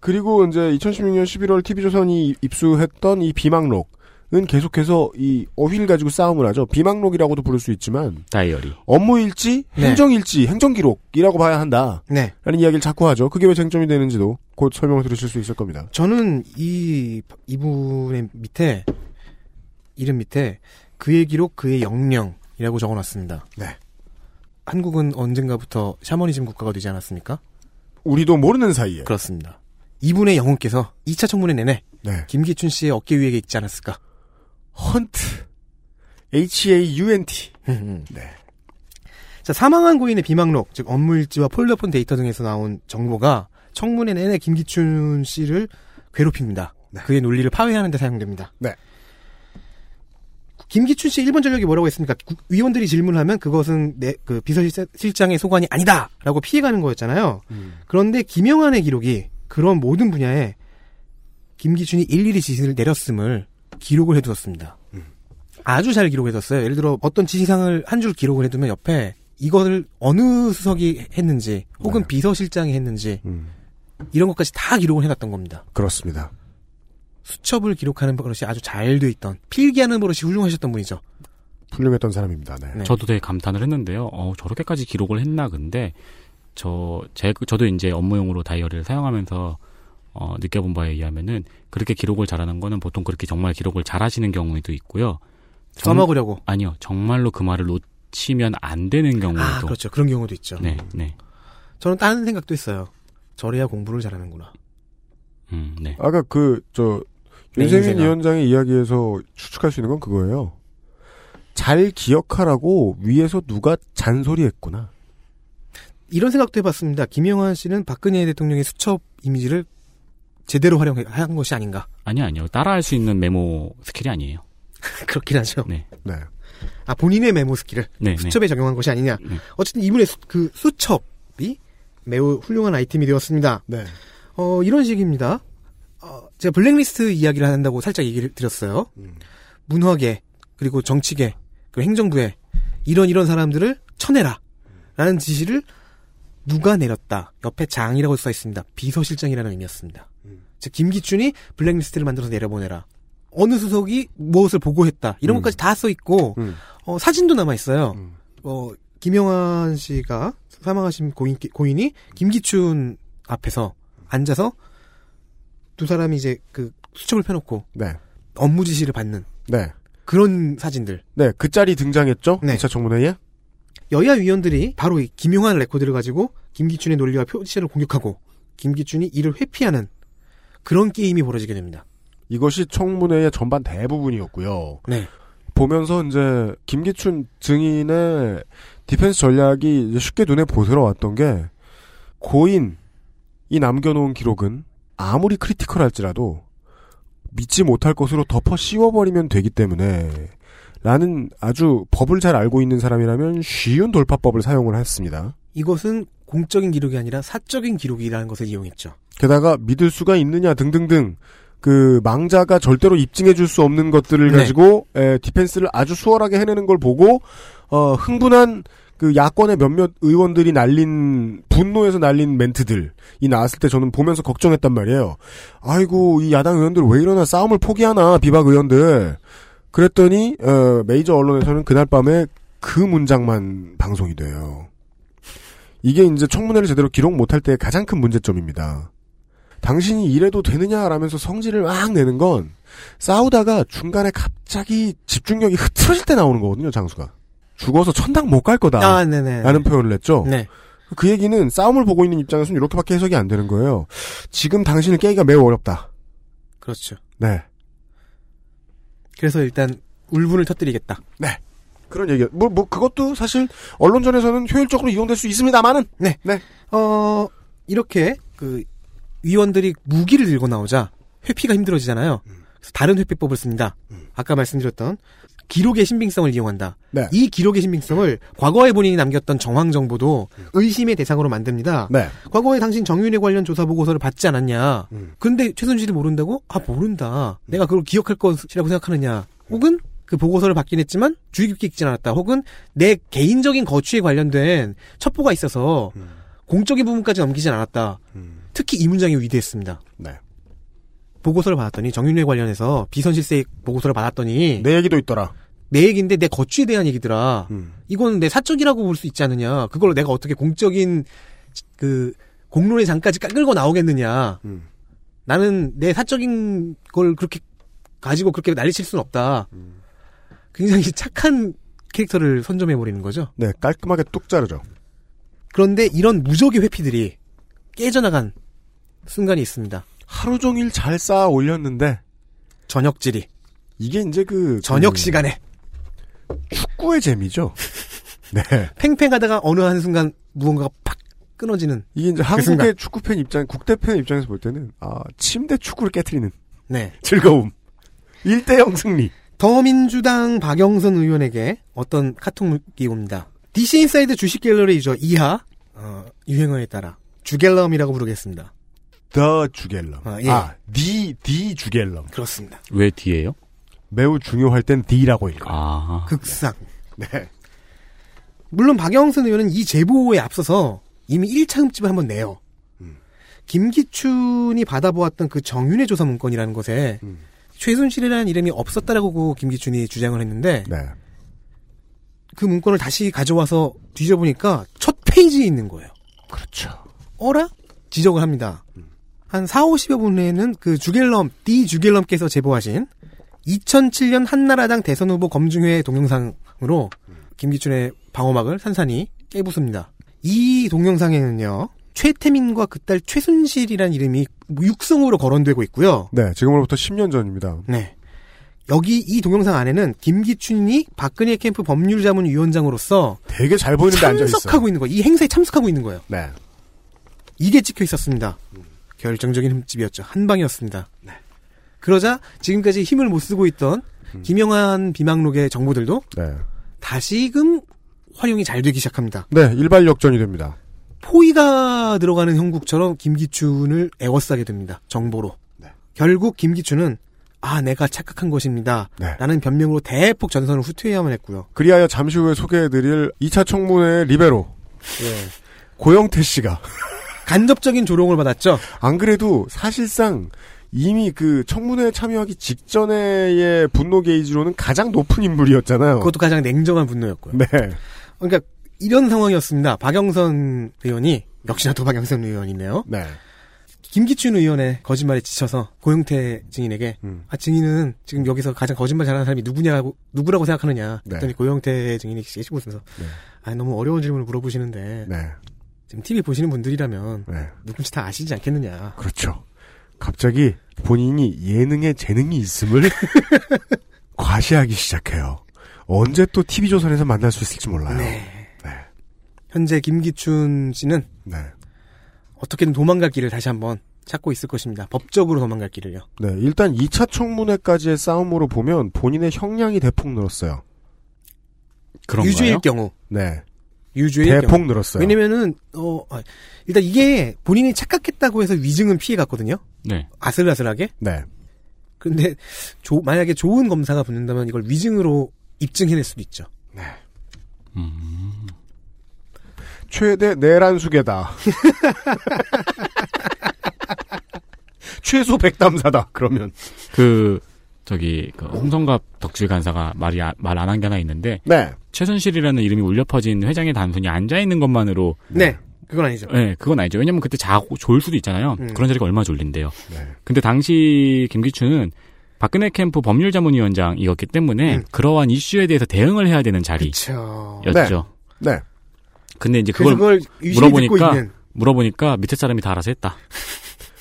S2: 그리고 이제 2016년 11월 TV조선이 입수했던 이 비망록은 계속해서 이 어휘를 가지고 싸움을 하죠. 비망록이라고도 부를 수 있지만
S3: 다이어리.
S2: 업무일지,
S4: 네.
S2: 행정일지, 행정기록이라고 봐야 한다라는
S4: 네.
S2: 이야기를 자꾸 하죠. 그게 왜 쟁점이 되는지도 곧 설명을 들으실 수 있을 겁니다.
S4: 저는 이, 이분의 밑에, 이름 밑에, 그의 기록, 그의 영령이라고 적어놨습니다.
S2: 네.
S4: 한국은 언젠가부터 샤머니즘 국가가 되지 않았습니까?
S2: 우리도 모르는 사이에
S4: 그렇습니다. 이분의 영혼께서 2차 청문회 내내
S2: 네.
S4: 김기춘 씨의 어깨 위에 있지 않았을까?
S2: 헌트 H A U N T 네.
S4: 자, 사망한 고인의 비망록, 즉 업무일지와 폴더폰 데이터 등에서 나온 정보가 청문회 내내 김기춘 씨를 괴롭힙니다. 그의 논리를 파괴하는 데 사용됩니다.
S2: 네.
S4: 김기춘 씨 일본 전력이 뭐라고 했습니까? 구- 위원들이 질문하면 그것은 내, 그 비서실장의 소관이 아니다! 라고 피해가는 거였잖아요.
S2: 음.
S4: 그런데 김영환의 기록이 그런 모든 분야에 김기춘이 일일이 지시를 내렸음을 기록을 해두었습니다. 아주 잘 기록해뒀어요. 예를 들어 어떤 지시상을 한 줄 기록을 해두면 옆에 이거를 어느 수석이 했는지 혹은
S3: 네.
S4: 비서실장이 했는지
S2: 음.
S4: 이런 것까지 다 기록을 해놨던 겁니다.
S2: 그렇습니다.
S4: 수첩을 기록하는 버릇이 아주 잘 돼 있던 필기하는 버릇이 훌륭하셨던 분이죠.
S2: 훌륭했던 사람입니다. 네.
S4: 네.
S3: 저도 되게 감탄을 했는데요. 어, 저렇게까지 기록을 했나 근데 저, 제, 저도 이제 업무용으로 다이어리를 사용하면서 어, 느껴본 바에 의하면은 그렇게 기록을 잘하는 거는 보통 그렇게 정말 기록을 잘하시는 경우도 있고요. 정-
S4: 써먹으려고.
S3: 아니요, 정말로 그 말을 놓치면 안 되는 경우도.
S4: 아 그렇죠. 그런 경우도 있죠.
S3: 음, 네, 네,
S4: 저는 다른 생각도 했어요. 저래야 공부를 잘하는구나.
S3: 음, 네.
S2: 아까 그, 저,
S4: 내
S2: 윤세민
S4: 인생아.
S2: 위원장의 이야기에서 추측할 수 있는 건 그거예요. 잘 기억하라고 위에서 누가 잔소리 했구나.
S4: 이런 생각도 해봤습니다. 김영환 씨는 박근혜 대통령의 수첩 이미지를 제대로 활용한 것이 아닌가.
S3: 아니요, 아니요. 따라할 수 있는 메모 스킬이 아니에요.
S4: 그렇긴 하죠.
S3: 네,
S2: 네.
S4: 아 본인의 메모 스킬을
S3: 네, 네.
S4: 수첩에 적용한 것이 아니냐.
S3: 네.
S4: 어쨌든 이분의 수, 그 수첩이 매우 훌륭한 아이템이 되었습니다.
S2: 네.
S4: 어, 이런 식입니다. 어, 제가 블랙리스트 이야기를 한다고 살짝 얘기를 드렸어요.
S2: 음.
S4: 문화계, 그리고 정치계, 그리고 행정부에 이런 이런 사람들을 쳐내라. 라는 지시를 누가 내렸다. 옆에 장이라고
S2: 음.
S4: 써 있습니다. 비서실장이라는 의미였습니다. 즉, 김기춘이 블랙리스트를 만들어서 내려보내라. 어느 수석이 무엇을 보고했다 이런
S2: 음.
S4: 것까지 다 써 있고
S2: 음.
S4: 어, 사진도 남아 있어요.
S2: 음.
S4: 어, 김영환 씨가 사망하신 고인, 고인이 김기춘 앞에서 앉아서 두 사람이 이제 그 수첩을 펴놓고
S2: 네.
S4: 업무 지시를 받는
S2: 네.
S4: 그런 사진들.
S2: 네. 그 짤이 등장했죠?
S4: 네.
S2: 2차 청문회에?
S4: 여야 위원들이 바로 이 김용환 레코드를 가지고 김기춘의 논리와 표시를 공격하고 김기춘이 이를 회피하는 그런 게임이 벌어지게 됩니다.
S2: 이것이 청문회의 전반 대부분이었고요.
S4: 네.
S2: 보면서 이제 김기춘 증인의 디펜스 전략이 이제 쉽게 눈에 보들어왔던 게 고인이 남겨놓은 기록은 아무리 크리티컬할지라도 믿지 못할 것으로 덮어 씌워버리면 되기 때문에 라는 아주 법을 잘 알고 있는 사람이라면 쉬운 돌파법을 사용을 했습니다.
S4: 이것은 공적인 기록이 아니라 사적인 기록이라는 것을 이용했죠.
S2: 게다가 믿을 수가 있느냐 등등등 그 망자가 절대로 입증해 줄 수 없는 것들을
S4: 네.
S2: 가지고 에, 디펜스를 아주 수월하게 해내는 걸 보고 어, 흥분한 그 야권의 몇몇 의원들이 날린 분노에서 날린 멘트들이 나왔을 때 저는 보면서 걱정했단 말이에요. 아이고 이 야당 의원들 왜 이러나 싸움을 포기하나 비박 의원들. 그랬더니 어, 메이저 언론에서는 그날 밤에 그 문장만 방송이 돼요. 이게 이제 청문회를 제대로 기록 못할 때의 가장 큰 문제점입니다. 당신이 이래도 되느냐라면서 성질을 막 내는 건 싸우다가 중간에 갑자기 집중력이 흐트러질 때 나오는 거거든요, 장수가. 죽어서 천당 못 갈 거다.
S4: 아, 네네.
S2: 라는 표현을 했죠.
S4: 네.
S2: 그 얘기는 싸움을 보고 있는 입장에서는 이렇게밖에 해석이 안 되는 거예요. 지금 당신을 깨기가 매우 어렵다.
S4: 그렇죠.
S2: 네.
S4: 그래서 일단 울분을 터뜨리겠다.
S2: 그런 얘기. 뭐, 뭐, 그것도 사실 언론전에서는 효율적으로 이용될 수 있습니다만은.
S4: 어, 이렇게 그 위원들이 무기를 들고 나오자 회피가 힘들어지잖아요. 그래서 다른 회피법을 씁니다. 아까 말씀드렸던 기록의 신빙성을 이용한다.
S2: 네.
S4: 이 기록의 신빙성을 과거에 본인이 남겼던 정황 정보도 의심의 대상으로 만듭니다.
S2: 네.
S4: 과거에 당신 정윤회 관련 조사 보고서를 받지 않았냐.
S2: 음.
S4: 근데 최순실이 모른다고? 아 모른다. 내가 그걸 기억할 것이라고 생각하느냐. 혹은 그 보고서를 받긴 했지만 주의 깊게 읽진 않았다. 혹은 내 개인적인 거취에 관련된 첩보가 있어서
S2: 음.
S4: 공적인 부분까지 넘기진 않았다. 특히 이 문장이 위대했습니다.
S2: 네.
S4: 보고서를 받았더니 정윤회 관련해서 비선실세 보고서를 받았더니
S2: 내 얘기도 있더라.
S4: 내 얘기인데 내 거취에 대한 얘기더라.
S2: 음.
S4: 이건 내 사적이라고 볼 수 있지 않느냐. 그걸 내가 어떻게 공적인 그 공론의 장까지 끌고 나오겠느냐.
S2: 음.
S4: 나는 내 사적인 걸 그렇게 가지고 그렇게 난리칠 수는 없다. 굉장히 착한 캐릭터를 선점해 버리는 거죠.
S2: 네, 깔끔하게 뚝 자르죠.
S4: 그런데 이런 무적의 회피들이 깨져나간 순간이 있습니다.
S2: 하루 종일 잘 쌓아 올렸는데
S4: 저녁질이
S2: 이게 이제 그
S4: 저녁
S2: 그
S4: 시간에
S2: 축구의 재미죠. 네,
S4: 팽팽하다가 어느 한 순간 무언가가 팍 끊어지는
S2: 이게 이제 한국의
S4: 순간.
S2: 축구팬 입장, 국대팬 입장에서 볼 때는 아 침대 축구를 깨뜨리는
S4: 네
S2: 즐거움. 1대0 승리.
S4: 더민주당 박영선 의원에게 어떤 카톡이 옵니다. DC 인사이드 주식 갤러리죠. 이하 어, 유행어에 따라 주갤럼이라고 부르겠습니다.
S2: The 주겔럼.
S4: 아, 예.
S2: 아, the, the 주겔럼.
S4: 그렇습니다.
S3: 왜 뒤에요?
S2: 매우 중요할 땐 the라고 읽어.
S3: 아,
S4: 극상.
S2: 네.
S4: 물론 박영선 의원은 이 제보에 앞서서 이미 1차 흠집을 한번 내요. 김기춘이 받아보았던 그 정윤회 조사 문건이라는 것에
S2: 음.
S4: 최순실이라는 이름이 없었다라고 그 김기춘이 주장을 했는데
S2: 네.
S4: 그 문건을 다시 가져와서 뒤져보니까 첫 페이지에 있는 거예요.
S2: 그렇죠.
S4: 어라? 지적을 합니다. 한 4, 50여 분에는 그 주길럼, D 주길럼께서 제보하신 2007년 한나라당 대선 후보 검증회 동영상으로 김기춘의 방어막을 산산히 깨부숩니다. 이 동영상에는요, 최태민과 그 딸 최순실이라는 이름이 육성으로 거론되고 있고요.
S2: 네, 지금으로부터 10년 전입니다.
S4: 네. 여기 이 동영상 안에는 김기춘이 박근혜 캠프 법률자문위원장으로서
S2: 되게 잘 보이는데 앉아있어요.
S4: 참석하고 있는 거예요. 이 행사에 참석하고 있는 거예요.
S2: 네.
S4: 이게 찍혀 있었습니다. 결정적인 흠집이었죠. 한 방이었습니다. 그러자 지금까지 힘을 못 쓰고 있던 김영환 비망록의 정보들도
S2: 네.
S4: 다시금 활용이 잘 되기 시작합니다.
S2: 네, 일발 역전이 됩니다.
S4: 포위가 들어가는 형국처럼 김기춘을 애워싸게 됩니다. 정보로. 결국 김기춘은 아 내가 착각한 것입니다.
S2: 네.
S4: 라는 변명으로 대폭 전선을 후퇴해야만 했고요.
S2: 그리하여 잠시 후에 소개해드릴 2차 청문회 리베로. 예. 고영태 씨가. 어.
S4: 간접적인 조롱을 받았죠.
S2: 안 그래도 사실상 이미 그 청문회에 참여하기 직전에의 분노 게이지로는 가장 높은 인물이었잖아요.
S4: 그것도 가장 냉정한 분노였고요.
S2: 네.
S4: 그러니까 이런 상황이었습니다. 박영선 의원이 역시나 또 박영선 의원이네요.
S2: 네.
S4: 김기춘 의원의 거짓말에 지쳐서 고용태 증인에게
S2: 음.
S4: 아 증인은 지금 여기서 가장 거짓말 잘하는 사람이 누구냐고 누구라고 생각하느냐
S2: 네.
S4: 그랬더니 고용태 증인이 계시고 웃으면서
S2: 네.
S4: 아 너무 어려운 질문을 물어보시는데
S2: 네.
S4: 지금 TV 보시는 분들이라면
S2: 네.
S4: 누군지 다 아시지 않겠느냐
S2: 그렇죠. 갑자기 본인이 예능에 재능이 있음을 과시하기 시작해요. 언제 또 TV조선에서 만날 수 있을지 몰라요.
S4: 네.
S2: 네.
S4: 현재 김기춘 씨는
S2: 네.
S4: 어떻게든 도망갈 길을 다시 한번 찾고 있을 것입니다 법적으로 도망갈 길을요
S2: 네, 일단 2차 청문회까지의 싸움으로 보면 본인의 형량이 대폭 늘었어요.
S3: 그런가요?
S4: 유죄일 경우
S2: 네.
S4: 유죄일 경우
S2: 대폭 늘었어요.
S4: 왜냐면은 어 아, 일단 이게 본인이 착각했다고 해서 위증은 피해 갔거든요
S3: 네.
S4: 아슬아슬하게
S2: 네.
S4: 근데 조- 만약에 좋은 검사가 붙는다면 이걸 위증으로 입증해낼 수도 있죠.
S3: 음.
S2: 최대 내란수계다. 최소 백담사다. 그러면.
S3: 그 저기 그 홍성갑 덕질 간사가 말이 아, 말 안 한 게 하나 있는데
S2: 네.
S3: 최순실이라는 이름이 울려 퍼진 회장이 단순히 앉아 있는 것만으로
S4: 네, 그건 아니죠.
S3: 네, 그건 아니죠. 왜냐면 그때 자고 졸 수도 있잖아요.
S4: 음. 네.
S3: 그런 자리가 얼마나 졸린데요. 근데 당시 김기춘은 박근혜 캠프 법률자문위원장이었기 때문에
S4: 음.
S3: 그러한 이슈에 대해서 대응을 해야 되는 자리였죠.
S4: 그렇죠.
S2: 네.
S3: 근데 이제
S4: 그걸,
S3: 그걸
S4: 그걸 유심히 듣고
S3: 물어보니까
S4: 있는
S3: 물어보니까 밑에 사람이 다 알아서 했다.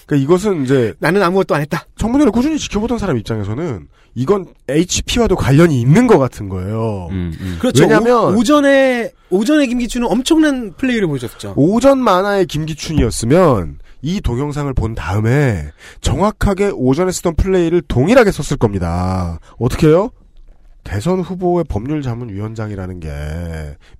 S2: 그러니까 이것은 이제
S4: 나는 아무것도 안 했다.
S2: 청문회를 꾸준히 지켜보던 사람 입장에서는 이건 HP와도 관련이 있는 것 같은 거예요.
S3: 음, 음.
S4: 그렇죠.
S2: 왜냐면-
S4: 오, 전에 오전에 김기춘은 엄청난 플레이를 보여줬죠.
S2: 오전 만화의 김기춘이었으면 이 동영상을 본 다음에 정확하게 오전에 쓰던 플레이를 동일하게 썼을 겁니다. 어떻게요? 대선 후보의 법률자문위원장이라는 게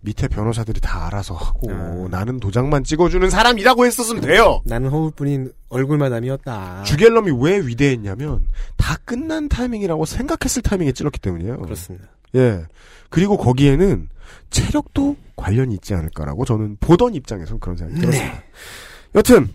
S2: 밑에 변호사들이 다 알아서 하고
S4: 음.
S2: 나는 도장만 찍어주는 사람이라고 했었으면 돼요.
S4: 나는 허울뿐인 얼굴마담이었다.
S2: 주겔럼이 왜 위대했냐면 다 끝난 타이밍이라고 생각했을 타이밍에 찔렀기 때문이에요.
S4: 그렇습니다.
S2: 예. 그리고 거기에는 체력도 관련이 있지 않을까라고 저는 보던 입장에선 그런 생각이 들었습니다. 여튼
S3: 네.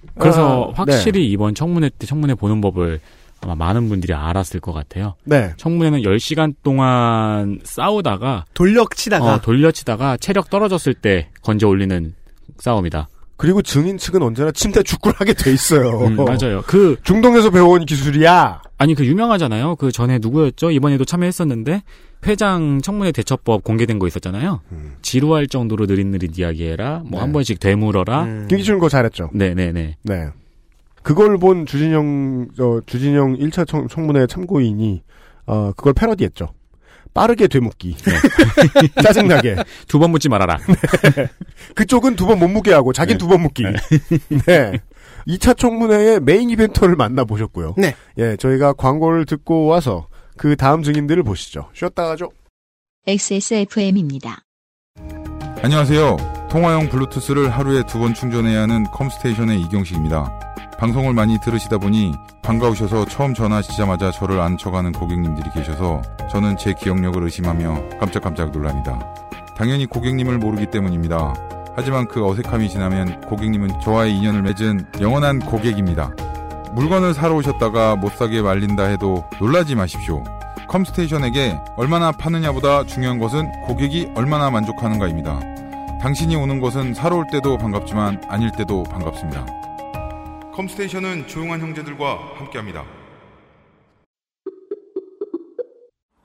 S2: 아,
S3: 그래서
S4: 네.
S3: 확실히 이번 청문회 때 청문회 보는 법을 아마 많은 분들이 알았을 것 같아요.
S2: 네. 네.
S3: 청문회는 10시간 동안 싸우다가
S4: 돌려치다가
S3: 어, 돌려치다가 체력 떨어졌을 때 건져 올리는 싸움이다.
S2: 그리고 증인 측은 언제나 침대 축구를 하게 돼 있어요.
S3: 음, 맞아요. 그
S2: 중동에서 배워온 기술이야.
S3: 아니 그 유명하잖아요. 그 전에 누구였죠? 이번에도 참여했었는데 회장 청문회 대처법 공개된 거 있었잖아요.
S2: 음.
S3: 지루할 정도로 느릿느릿 이야기해라. 뭐 한
S2: 네.
S3: 번씩 되물어라.
S4: 음,
S2: 김기춘 그거 잘했죠.
S3: 네네네.
S2: 네. 그걸 본 주진영 어, 주진영 1차 청, 청문회 참고인이 어, 그걸 패러디했죠. 빠르게 되묻기. 네. 짜증나게.
S3: 두 번 묻지 말아라.
S2: 그쪽은 두 번 못 묻게 하고 자긴
S3: 네.
S2: 두 번 묻기. 네. 2차 청문회의 메인 이벤터를 만나보셨고요.
S4: 네.
S2: 예, 저희가 광고를 듣고 와서 그 다음 증인들을 보시죠. 쉬었다 가죠.
S1: XSFM입니다.
S7: 안녕하세요. 통화용 블루투스를 하루에 두 번 충전해야 하는 컴스테이션의 이경식입니다. 방송을 많이 들으시다 보니 반가우셔서 처음 전화하시자마자 저를 안쳐가는 고객님들이 계셔서 저는 제 기억력을 의심하며 깜짝깜짝 놀랍니다. 당연히 고객님을 모르기 때문입니다. 하지만 그 어색함이 지나면 고객님은 저와의 인연을 맺은 영원한 고객입니다. 물건을 사러 오셨다가 못 사게 말린다 해도 놀라지 마십시오. 컴스테이션에게 얼마나 파느냐보다 중요한 것은 고객이 얼마나 만족하는가입니다. 당신이 오는 것은 사러 올 때도 반갑지만 아닐 때도 반갑습니다. 컴스테이션은 조용한 형제들과 함께합니다.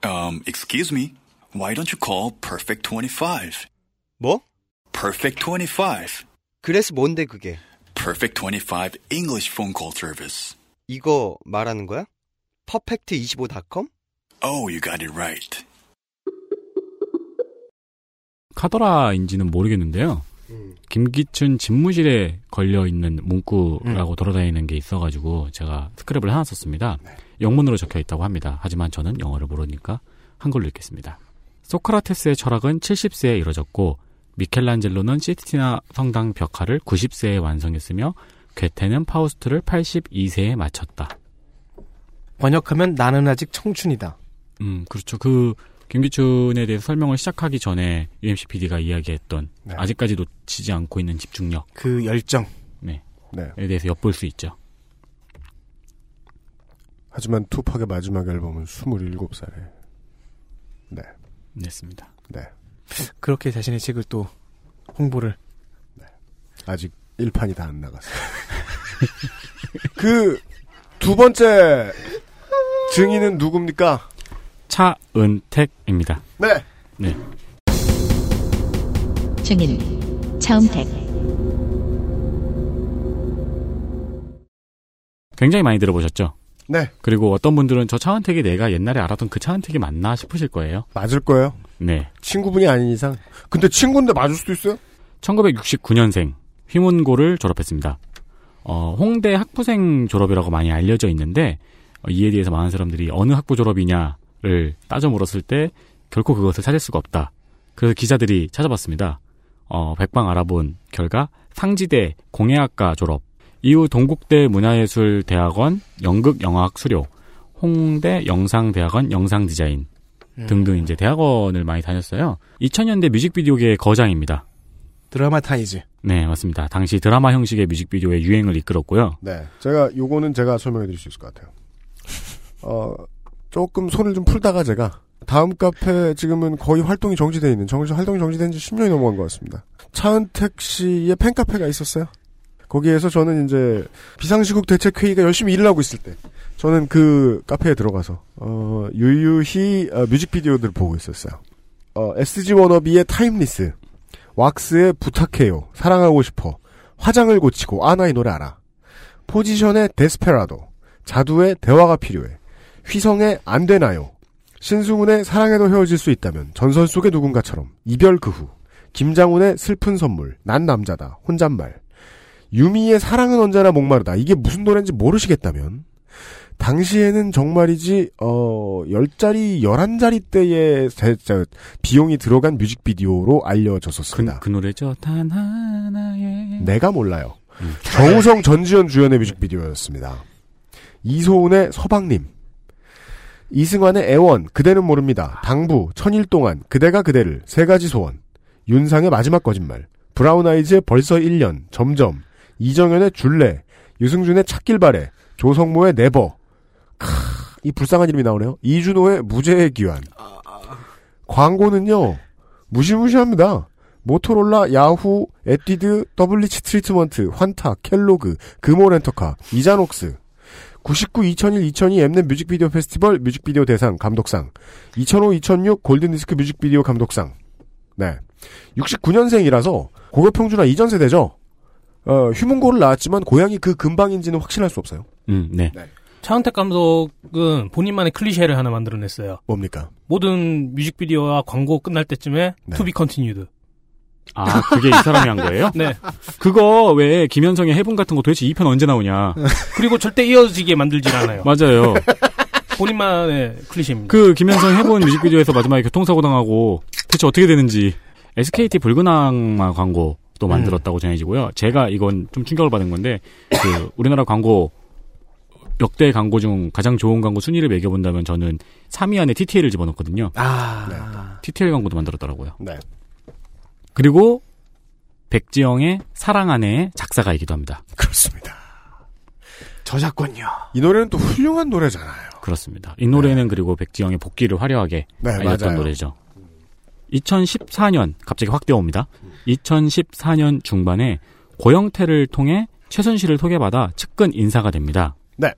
S8: Um, excuse me. Why don't you call Perfect 25?
S9: 뭐?
S8: Perfect 25.
S9: 그래서 뭔데 그게?
S8: Perfect 25 English phone call service.
S9: 이거 말하는 거야? 퍼펙트25.com?
S8: Oh, you got it right.
S3: 카더라인지는 모르겠는데요. 김기춘 집무실에 걸려 있는 문구라고 돌아다니는 게 있어가지고 제가 스크랩을 하나 썼습니다. 영문으로 적혀 있다고 합니다. 하지만 저는 영어를 모르니까 한글로 읽겠습니다. 소크라테스의 철학은 70세에 이뤄졌고 미켈란젤로는 시스티나 성당 벽화를 90세에 완성했으며 괴테는 파우스트를 82세에 마쳤다.
S4: 번역하면 나는 아직 청춘이다.
S3: 음, 그렇죠. 그 김기춘에 대해서 설명을 시작하기 전에 UMC PD가 이야기했던
S2: 네.
S3: 아직까지 놓치지 않고 있는 집중력에
S4: 그 열정.
S2: 네.
S3: 대해서 엿볼 수 있죠.
S2: 하지만 투팍의 마지막 앨범은 27살에. 네,
S3: 냈습니다.
S2: 네.
S4: 그렇게 자신의 책을 또 홍보를
S2: 아직 1판이 다 안 나갔어요. 그, 두 번째 증인은 누굽니까?
S3: 차은택입니다.
S2: 네.
S3: 네.
S1: 증인 차은택
S3: 굉장히 많이 들어보셨죠?
S2: 네.
S3: 그리고 어떤 분들은 저 차은택이 내가 옛날에 알았던 그 차은택이 맞나 싶으실 거예요.
S2: 맞을 거예요.
S3: 네.
S2: 친구분이 아닌 이상. 근데 친구인데 맞을 수도 있어요?
S3: 1969년생 휘문고를 졸업했습니다. 어, 홍대 학부생 졸업이라고 많이 알려져 있는데 어, 이에 대해서 많은 사람들이 어느 학부 졸업이냐를 따져 물었을 때 결코 그것을 찾을 수가 없다. 그래서 기자들이 찾아봤습니다. 어, 백방 알아본 결과 상지대 공예학과 졸업, 이후 동국대 문화예술대학원 연극영화학 수료, 홍대 영상대학원 영상디자인
S2: 음.
S3: 등등 이제 대학원을 많이 다녔어요. 2000년대 뮤직비디오계의 거장입니다.
S4: 드라마타이즈.
S3: 네, 맞습니다. 당시 드라마 형식의 뮤직비디오의 유행을 이끌었고요.
S2: 네. 제가, 요거는 제가 설명해 드릴 수 있을 것 같아요. 어, 조금 손을 좀 풀다가 제가, 다음 카페 지금은 거의 활동이 정지되어 있는, 정지, 활동이 정지된 지 10년이 넘어간 것 같습니다. 차은택 씨의 팬카페가 있었어요. 거기에서 저는 이제 비상시국 대책회의가 열심히 일을 하고 있을 때, 저는 그 카페에 들어가서, 어, 유유히 어, 뮤직비디오들을 보고 있었어요. 어, SG 워너비의 타임리스, 왁스의 부탁해요, 사랑하고 싶어, 화장을 고치고, 아, 나 이 노래 알아. 포지션의 데스페라도, 자두의 대화가 필요해, 휘성의 안 되나요, 신승훈의 사랑해도 헤어질 수 있다면, 전설 속의 누군가처럼, 이별 그 후, 김장훈의 슬픈 선물, 난 남자다, 혼잣말, 유미의 사랑은 언제나 목마르다, 이게 무슨 노래인지 모르시겠다면, 당시에는 정말이지, 어, 10자리, 11자리 때의 대- 저, 비용이 들어간 뮤직비디오로
S3: 그,
S2: 알려졌었습니다. 네.
S3: 그 노래죠. 단 하나의.
S2: 내가 몰라요.
S3: 음.
S2: 정우성 전지현 주연의 뮤직비디오였습니다. 이소은의 서방님. 이승환의 애원, 그대는 모릅니다. 당부, 천일 동안, 그대가 그대를, 세 가지 소원. 윤상의 마지막 거짓말. 브라운 아이즈의 벌써 1년, 점점. 이정현의 줄래. 유승준의 찾길 바래. 조성모의 네버. 크, 이 불쌍한 이름이 나오네요. 이준호의 무죄의 귀환. 광고는요, 무시무시합니다. 모토롤라, 야후, 에뛰드, WH 트리트먼트, 환타, 켈로그, 금호렌터카, 이자녹스. 99, 2001, 2002 엠넷 뮤직비디오 페스티벌 뮤직비디오 대상 감독상. 2005, 2006 골든디스크 뮤직비디오 감독상. 네. 69년생이라서 고교평준화 이전 세대죠. 어, 휴문고를 나왔지만 고향이 그 근방인지는 확신할 수 없어요.
S3: 음, 네.
S10: 차은택 감독은 본인만의 클리셰를 하나 만들어냈어요.
S2: 뭡니까?
S10: 모든 뮤직비디오와 광고 끝날 때쯤에
S2: 네.
S10: To Be Continued.
S3: 아, 그게 이 사람이 한 거예요?
S10: 네.
S3: 그거 왜 김현성의 해분 같은 거 도대체 2편 언제 나오냐.
S2: 네.
S10: 그리고 절대 이어지게 만들질 않아요.
S3: 맞아요.
S10: 본인만의 클리셰입니다.
S3: 그 김현성 해본 뮤직비디오에서 마지막에 교통사고 당하고 대체 어떻게 되는지 SKT 붉은 악마 광고 도 만들었다고 전해지고요. 제가 이건 좀 충격을 받은 건데 그 우리나라 광고 역대 광고 중 가장 좋은 광고 순위를 매겨본다면 저는 3위 안에 TTL을 집어넣거든요.
S4: 아.
S3: TTL 광고도 만들었더라고요.
S2: 네.
S3: 그리고 백지영의 사랑 안에 작사가이기도 합니다.
S2: 그렇습니다.
S4: 저작권요.
S2: 이 노래는 또 훌륭한 노래잖아요.
S3: 그렇습니다. 이 노래는 그리고 백지영의 복귀를 화려하게
S2: 네,
S3: 알렸던 아, 노래죠. 2014년 갑자기 확 뛰어옵니다. 2014년 중반에 고영태를 통해 최순실을 소개받아 측근 인사가 됩니다.
S2: 네.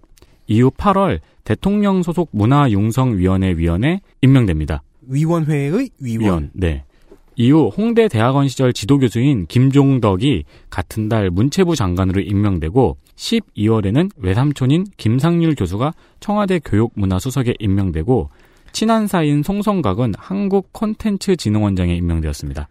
S3: 이후 8월 대통령 소속 문화융성위원회 위원에 임명됩니다.
S4: 위원회의 위원.
S3: 네. 이후 홍대 대학원 시절 지도 교수인 김종덕이 같은 달 문체부 장관으로 임명되고 12월에는 외삼촌인 김상률 교수가 청와대 교육문화수석에 임명되고 친한 사이인 송성각은 한국 콘텐츠 진흥원장에 임명되었습니다.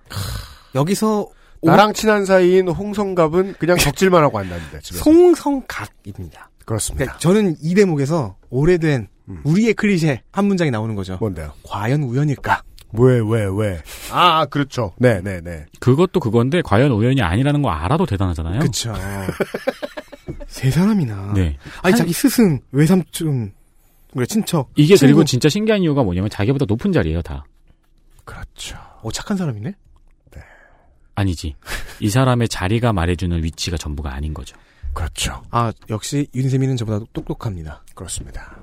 S4: 여기서
S2: 나랑 친한 사이인 홍성갑은 그냥 적질만 하고 앉았는데 집에서.
S4: 송성각입니다.
S2: 그렇습니다.
S4: 그러니까 저는 이 대목에서 오래된
S2: 음. 뭐.
S4: 우리의 클리셰 한 문장이 나오는 거죠.
S2: 뭔데요?
S4: 과연 우연일까?
S2: 왜, 왜, 왜? 아, 그렇죠. 네, 네, 네.
S3: 그것도 그건데 과연 우연이 아니라는 거 알아도 대단하잖아요.
S4: 그쵸. 예. 세 사람이나.
S3: 네.
S4: 아니 자기 스승, 외삼촌, 그래 친척.
S3: 이게
S4: 친구.
S3: 그리고 진짜 신기한 이유가 뭐냐면 자기보다 높은 자리예요, 다.
S2: 그렇죠.
S4: 어 착한 사람이네.
S3: 아니지. 이 사람의 자리가 말해주는 위치가 전부가 아닌 거죠.
S2: 그렇죠.
S4: 아 역시 윤세민은 저보다 똑똑합니다.
S2: 그렇습니다.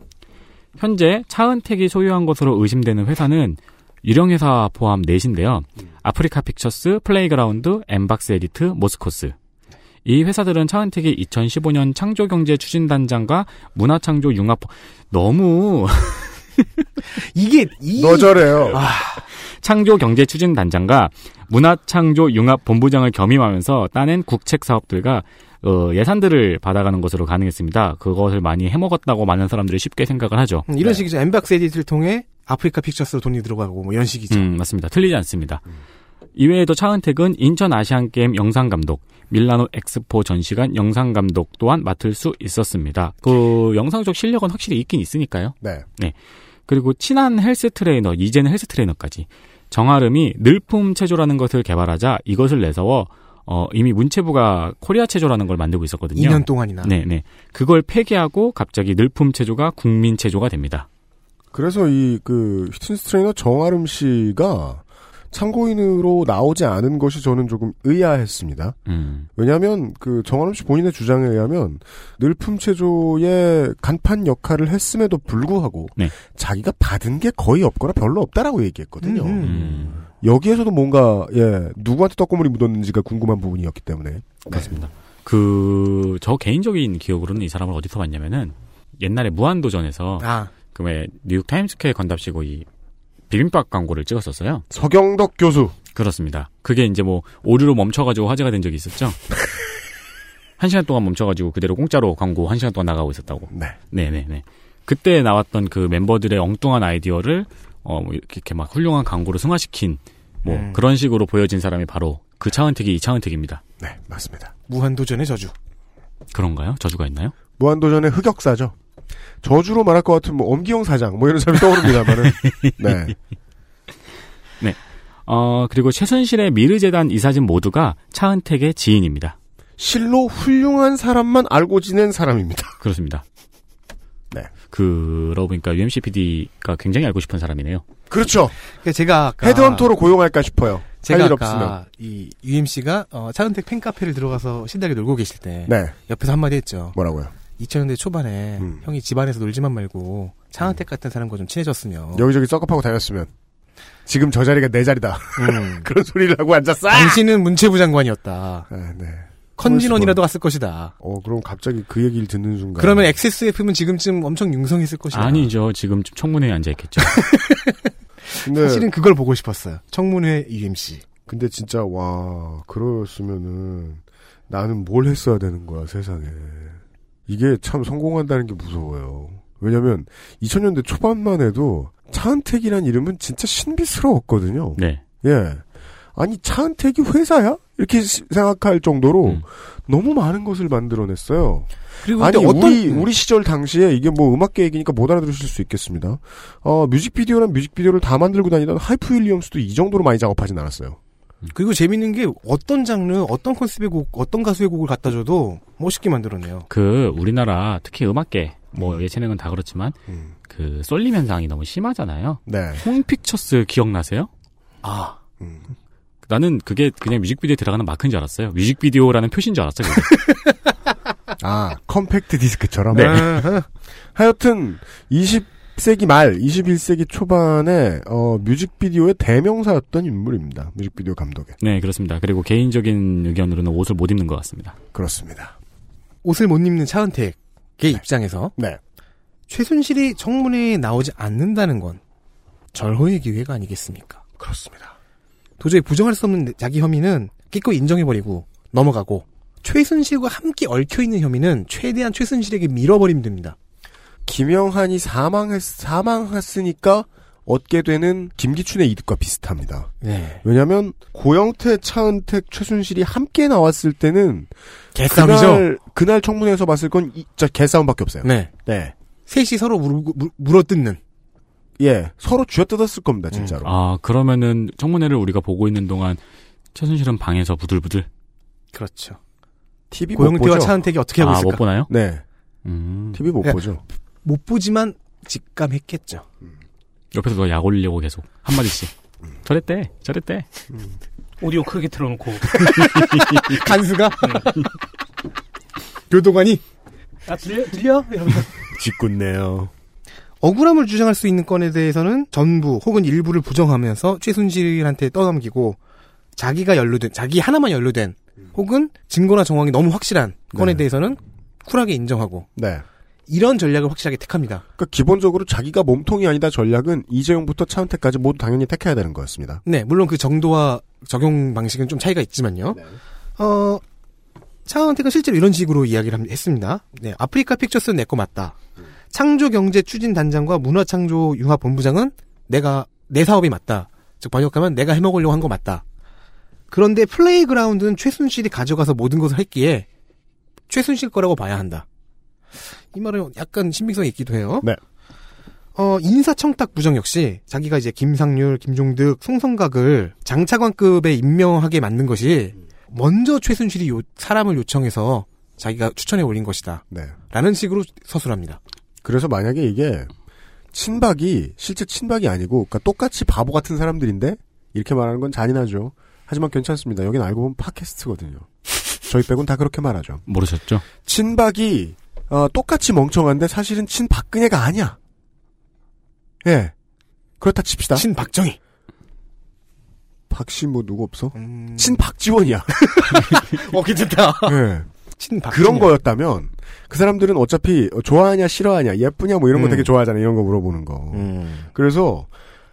S3: 현재 차은택이 소유한 것으로 의심되는 회사는 유령회사 포함 넷인데요. 아프리카 픽처스, 플레이그라운드, 엠박스 에디트, 모스코스. 이 회사들은 차은택이 2015년 창조경제추진단장과 문화창조 융합 너무
S4: 이게 이
S2: 너절해요.
S3: 창조경제추진단장과 문화창조융합본부장을 겸임하면서 따낸 국책사업들과 어, 예산들을 받아가는 것으로 가능했습니다. 그것을 많이 해먹었다고 많은 사람들이 쉽게 생각을 하죠.
S4: 음, 이런 식이죠. 엠박스 에디트를 통해 아프리카 픽처스로 돈이 들어가고 뭐 이런 식이죠.
S3: 음, 맞습니다. 틀리지 않습니다. 이외에도 차은택은 인천 아시안게임 영상감독, 밀라노 엑스포 전시관 영상감독 또한 맡을 수 있었습니다. 그 영상적 실력은 확실히 있긴 있으니까요.
S2: 네.
S3: 그리고 친한 헬스 트레이너, 이제는 헬스 트레이너까지 정아름이 늘품 체조라는 것을 개발하자 이것을 내세워 어, 이미 문체부가 코리아 체조라는 걸 만들고 있었거든요.
S4: 2년 동안이나.
S3: 네, 네. 그걸 폐기하고 갑자기 늘품 체조가 국민 체조가 됩니다.
S2: 그래서 이 그 휘트니스 트레이너 정아름 씨가 참고인으로 나오지 않은 것이 저는 조금 의아했습니다.
S3: 음.
S2: 왜냐하면 그 정아름 씨 본인의 주장에 의하면 늘품 체조의 간판 역할을 했음에도 불구하고
S3: 네.
S2: 자기가 받은 게 거의 없거나 별로 없다라고 얘기했거든요.
S4: 음.
S3: 음.
S2: 여기에서도 뭔가 예 누구한테 떡고물이 묻었는지가 궁금한 부분이었기 때문에
S3: 맞습니다. 네. 그, 저 개인적인 기억으로는 이 사람을 어디서 봤냐면은 옛날에 무한도전에서
S4: 아,
S3: 그왜 뉴욕 타임스퀘어 건답시고 이 비빔밥 광고를 찍었었어요.
S2: 서경덕 네. 교수
S3: 그렇습니다. 그게 이제 뭐 오류로 멈춰가지고 화제가 된 적이 있었죠. 한 시간 동안 멈춰가지고 그대로 공짜로 광고 한 시간 동안 나가고 있었다고.
S2: 네.
S3: 네네네. 그때 나왔던 그 멤버들의 엉뚱한 아이디어를 어뭐 이렇게 막 훌륭한 광고로 승화시킨 뭐
S4: 음.
S3: 그런 식으로 보여진 사람이 바로 그 차은택이 이 차은택입니다.
S2: 네 맞습니다.
S4: 무한도전의 저주.
S3: 그런가요? 저주가 있나요?
S2: 무한도전의 흑역사죠. 저주로 말할 것 같은 뭐 엄기영 사장 뭐 이런 사람이 떠오릅니다만은 네
S3: 어 그리고 최순실의 미르재단 이사진 모두가 차은택의 지인입니다.
S2: 실로 훌륭한 사람만 알고 지낸 사람입니다.
S3: 그렇습니다.
S2: 네.
S3: 그러고 보니까 UMC PD가 굉장히 알고 싶은 사람이네요.
S2: 그렇죠.
S4: 그러니까 제가 아까
S2: 헤드헌터로 고용할까 싶어요. 할
S4: 제가
S2: 일 없으면
S4: 아까 이 UMC가 어, 차은택 팬카페를 들어가서 신나게 놀고 계실 때
S2: 네
S4: 옆에서 한마디 했죠.
S2: 뭐라고요?
S4: 2000년대 초반에
S2: 음.
S4: 형이 집안에서 놀지만 말고 차은택 같은 사람과 좀 친해졌으면
S2: 여기저기 썩업하고 다녔으면 지금 저 자리가 내 자리다
S4: 음,
S2: 그런 소리를 하고 앉았어.
S4: 당신은 문체부 장관이었다.
S2: 아, 네.
S4: 컨디런이라도 갔을 것이다.
S2: 어 그럼 갑자기 그 얘기를 듣는 순간
S4: 그러면 XSFM은 지금쯤 엄청 융성했을 것이다.
S3: 아니죠. 지금 좀 청문회에 앉아 있겠죠.
S2: 근데
S4: 사실은 그걸 보고 싶었어요. 청문회 UMC.
S2: 근데 진짜 와 그랬으면은 나는 뭘 했어야 되는 거야 세상에 이게 참 성공한다는 게 무서워요 왜냐면 2000년대 초반만 해도 차은택이란 이름은 진짜 신비스러웠거든요
S3: 네.
S2: 예 아니 차은택이 회사야 이렇게 시- 생각할 정도로
S3: 음.
S2: 너무 많은 것을 만들어냈어요
S4: 그리고
S2: 아니
S4: 근데
S2: 우리 우리 시절 당시에 이게 뭐 음악계 얘기니까 못 알아들으실 수 있겠습니다 어 뮤직비디오란 뮤직비디오를 다 만들고 다니던 하이프 윌리엄스도 이 정도로 많이 작업하진 않았어요
S4: 그리고 재밌는 게 어떤 장르, 어떤 컨셉의 곡, 어떤 가수의 곡을 갖다 줘도 멋있게 만들었네요.
S3: 그 우리나라 특히 음악계 뭐 예체능은 다 그렇지만
S2: 음.
S3: 그 쏠림 현상이 너무 심하잖아요.
S2: 네
S3: 홈픽처스 기억나세요?
S4: 아,
S2: 음.
S3: 나는 그게 그냥 뮤직비디오에 들어가는 마크인 줄 알았어요. 뮤직비디오라는 표시인 줄 알았어요. 그게.
S2: 아, 컴팩트 디스크처럼?
S3: 네.
S2: 하여튼, 20세기 말, 21세기 초반에, 어, 뮤직비디오의 대명사였던 인물입니다. 뮤직비디오 감독의.
S3: 네, 그렇습니다. 그리고 개인적인 의견으로는 옷을 못 입는 것 같습니다.
S2: 그렇습니다.
S4: 옷을 못 입는 차은택의 입장에서
S2: 네.
S4: 최순실이 청문회에 나오지 않는다는 건 절호의 기회가 아니겠습니까?
S2: 그렇습니다.
S4: 도저히 부정할 수 없는 자기 혐의는 기꺼이 인정해버리고 넘어가고 최순실과 함께 얽혀있는 혐의는 최대한 최순실에게 밀어버리면 됩니다.
S2: 김영한이 사망했, 사망했으니까 얻게 되는 김기춘의 이득과 비슷합니다.
S4: 네.
S2: 왜냐면, 고영태, 차은택, 최순실이 함께 나왔을 때는,
S4: 개싸움이죠?
S2: 그날, 그날 청문회에서 봤을 건, 이, 진짜 개싸움밖에 없어요.
S4: 네.
S2: 네.
S4: 셋이 서로 물고- 물, 물어뜯는.
S2: 예. 서로 쥐어뜯었을 겁니다,
S4: 음.
S2: 진짜로.
S3: 아, 그러면은 청문회를 우리가 보고 있는 동안 최순실은 방에서 부들부들
S4: 그렇죠.
S2: TV 못
S4: 고영태와
S2: 뭐 보죠?
S4: 차은택이 어떻게 하고
S3: 아, 못
S4: 있을까?
S3: 보나요?
S2: 네.
S3: 음.
S2: TV 못
S4: 예.
S2: 보죠.
S4: 못 보지만 직감했겠죠.
S3: 옆에서 너 약 올리려고 계속 한 마디씩. 저랬대. 저랬대.
S10: 오디오 크게 틀어놓고
S4: 간수가? 교도관이?
S10: 아 들려 들려 이러면서
S2: 짓궂네요.
S4: 억울함을 주장할 수 있는 건에 대해서는 전부 혹은 일부를 부정하면서 최순실한테 떠넘기고 자기가 연루된 자기 하나만 연루된 혹은 증거나 정황이 너무 확실한 건에
S2: 네.
S4: 대해서는 쿨하게 인정하고
S2: 네.
S4: 이런 전략을 확실하게 택합니다.
S2: 그러니까 기본적으로 자기가 몸통이 아니다 전략은 이재용부터 차은택까지 모두 당연히 택해야 되는 거였습니다.
S4: 네, 물론 그 정도와 적용 방식은 좀 차이가 있지만요.
S2: 네.
S4: 어, 차은택은 실제로 이런 식으로 이야기를 함- 했습니다. 네, 아프리카 픽처스는 내 거 맞다. 창조경제추진단장과 문화창조융합본부장은 내가 내 사업이 맞다. 즉 번역하면 내가 해먹으려고 한 거 맞다. 그런데 플레이그라운드는 최순실이 가져가서 모든 것을 했기에 최순실 거라고 봐야 한다. 이 말은 약간 신빙성이 있기도 해요.
S2: 네.
S4: 어, 인사청탁 부정 역시 자기가 이제 김상률, 김종득, 송성각을 장차관급에 임명하게 만든 것이 먼저 최순실이 요- 사람을 요청해서 자기가 추천해 올린 것이다.
S2: 네.
S4: 라는 식으로 서술합니다.
S2: 그래서 만약에 이게 친박이 실제 친박이 아니고 그러니까 똑같이 바보 같은 사람들인데 이렇게 말하는 건 잔인하죠. 하지만 괜찮습니다. 여긴 알고 보면 팟캐스트거든요. 저희 빼곤 다 그렇게 말하죠.
S3: 모르셨죠?
S2: 친박이 어, 똑같이 멍청한데 사실은 친박근혜가 아니야. 예. 그렇다 칩시다.
S4: 친박정희.
S2: 박씨 뭐 누구 없어? 친박지원이야.
S4: 어, 괜찮다.
S2: 예.
S4: 친박정희.
S2: 그런 거였다면 그 사람들은 어차피 좋아하냐 싫어하냐 예쁘냐 뭐 이런 거
S4: 음.
S2: 되게 좋아하잖아요. 이런 거 물어보는 거.
S4: 음.
S2: 그래서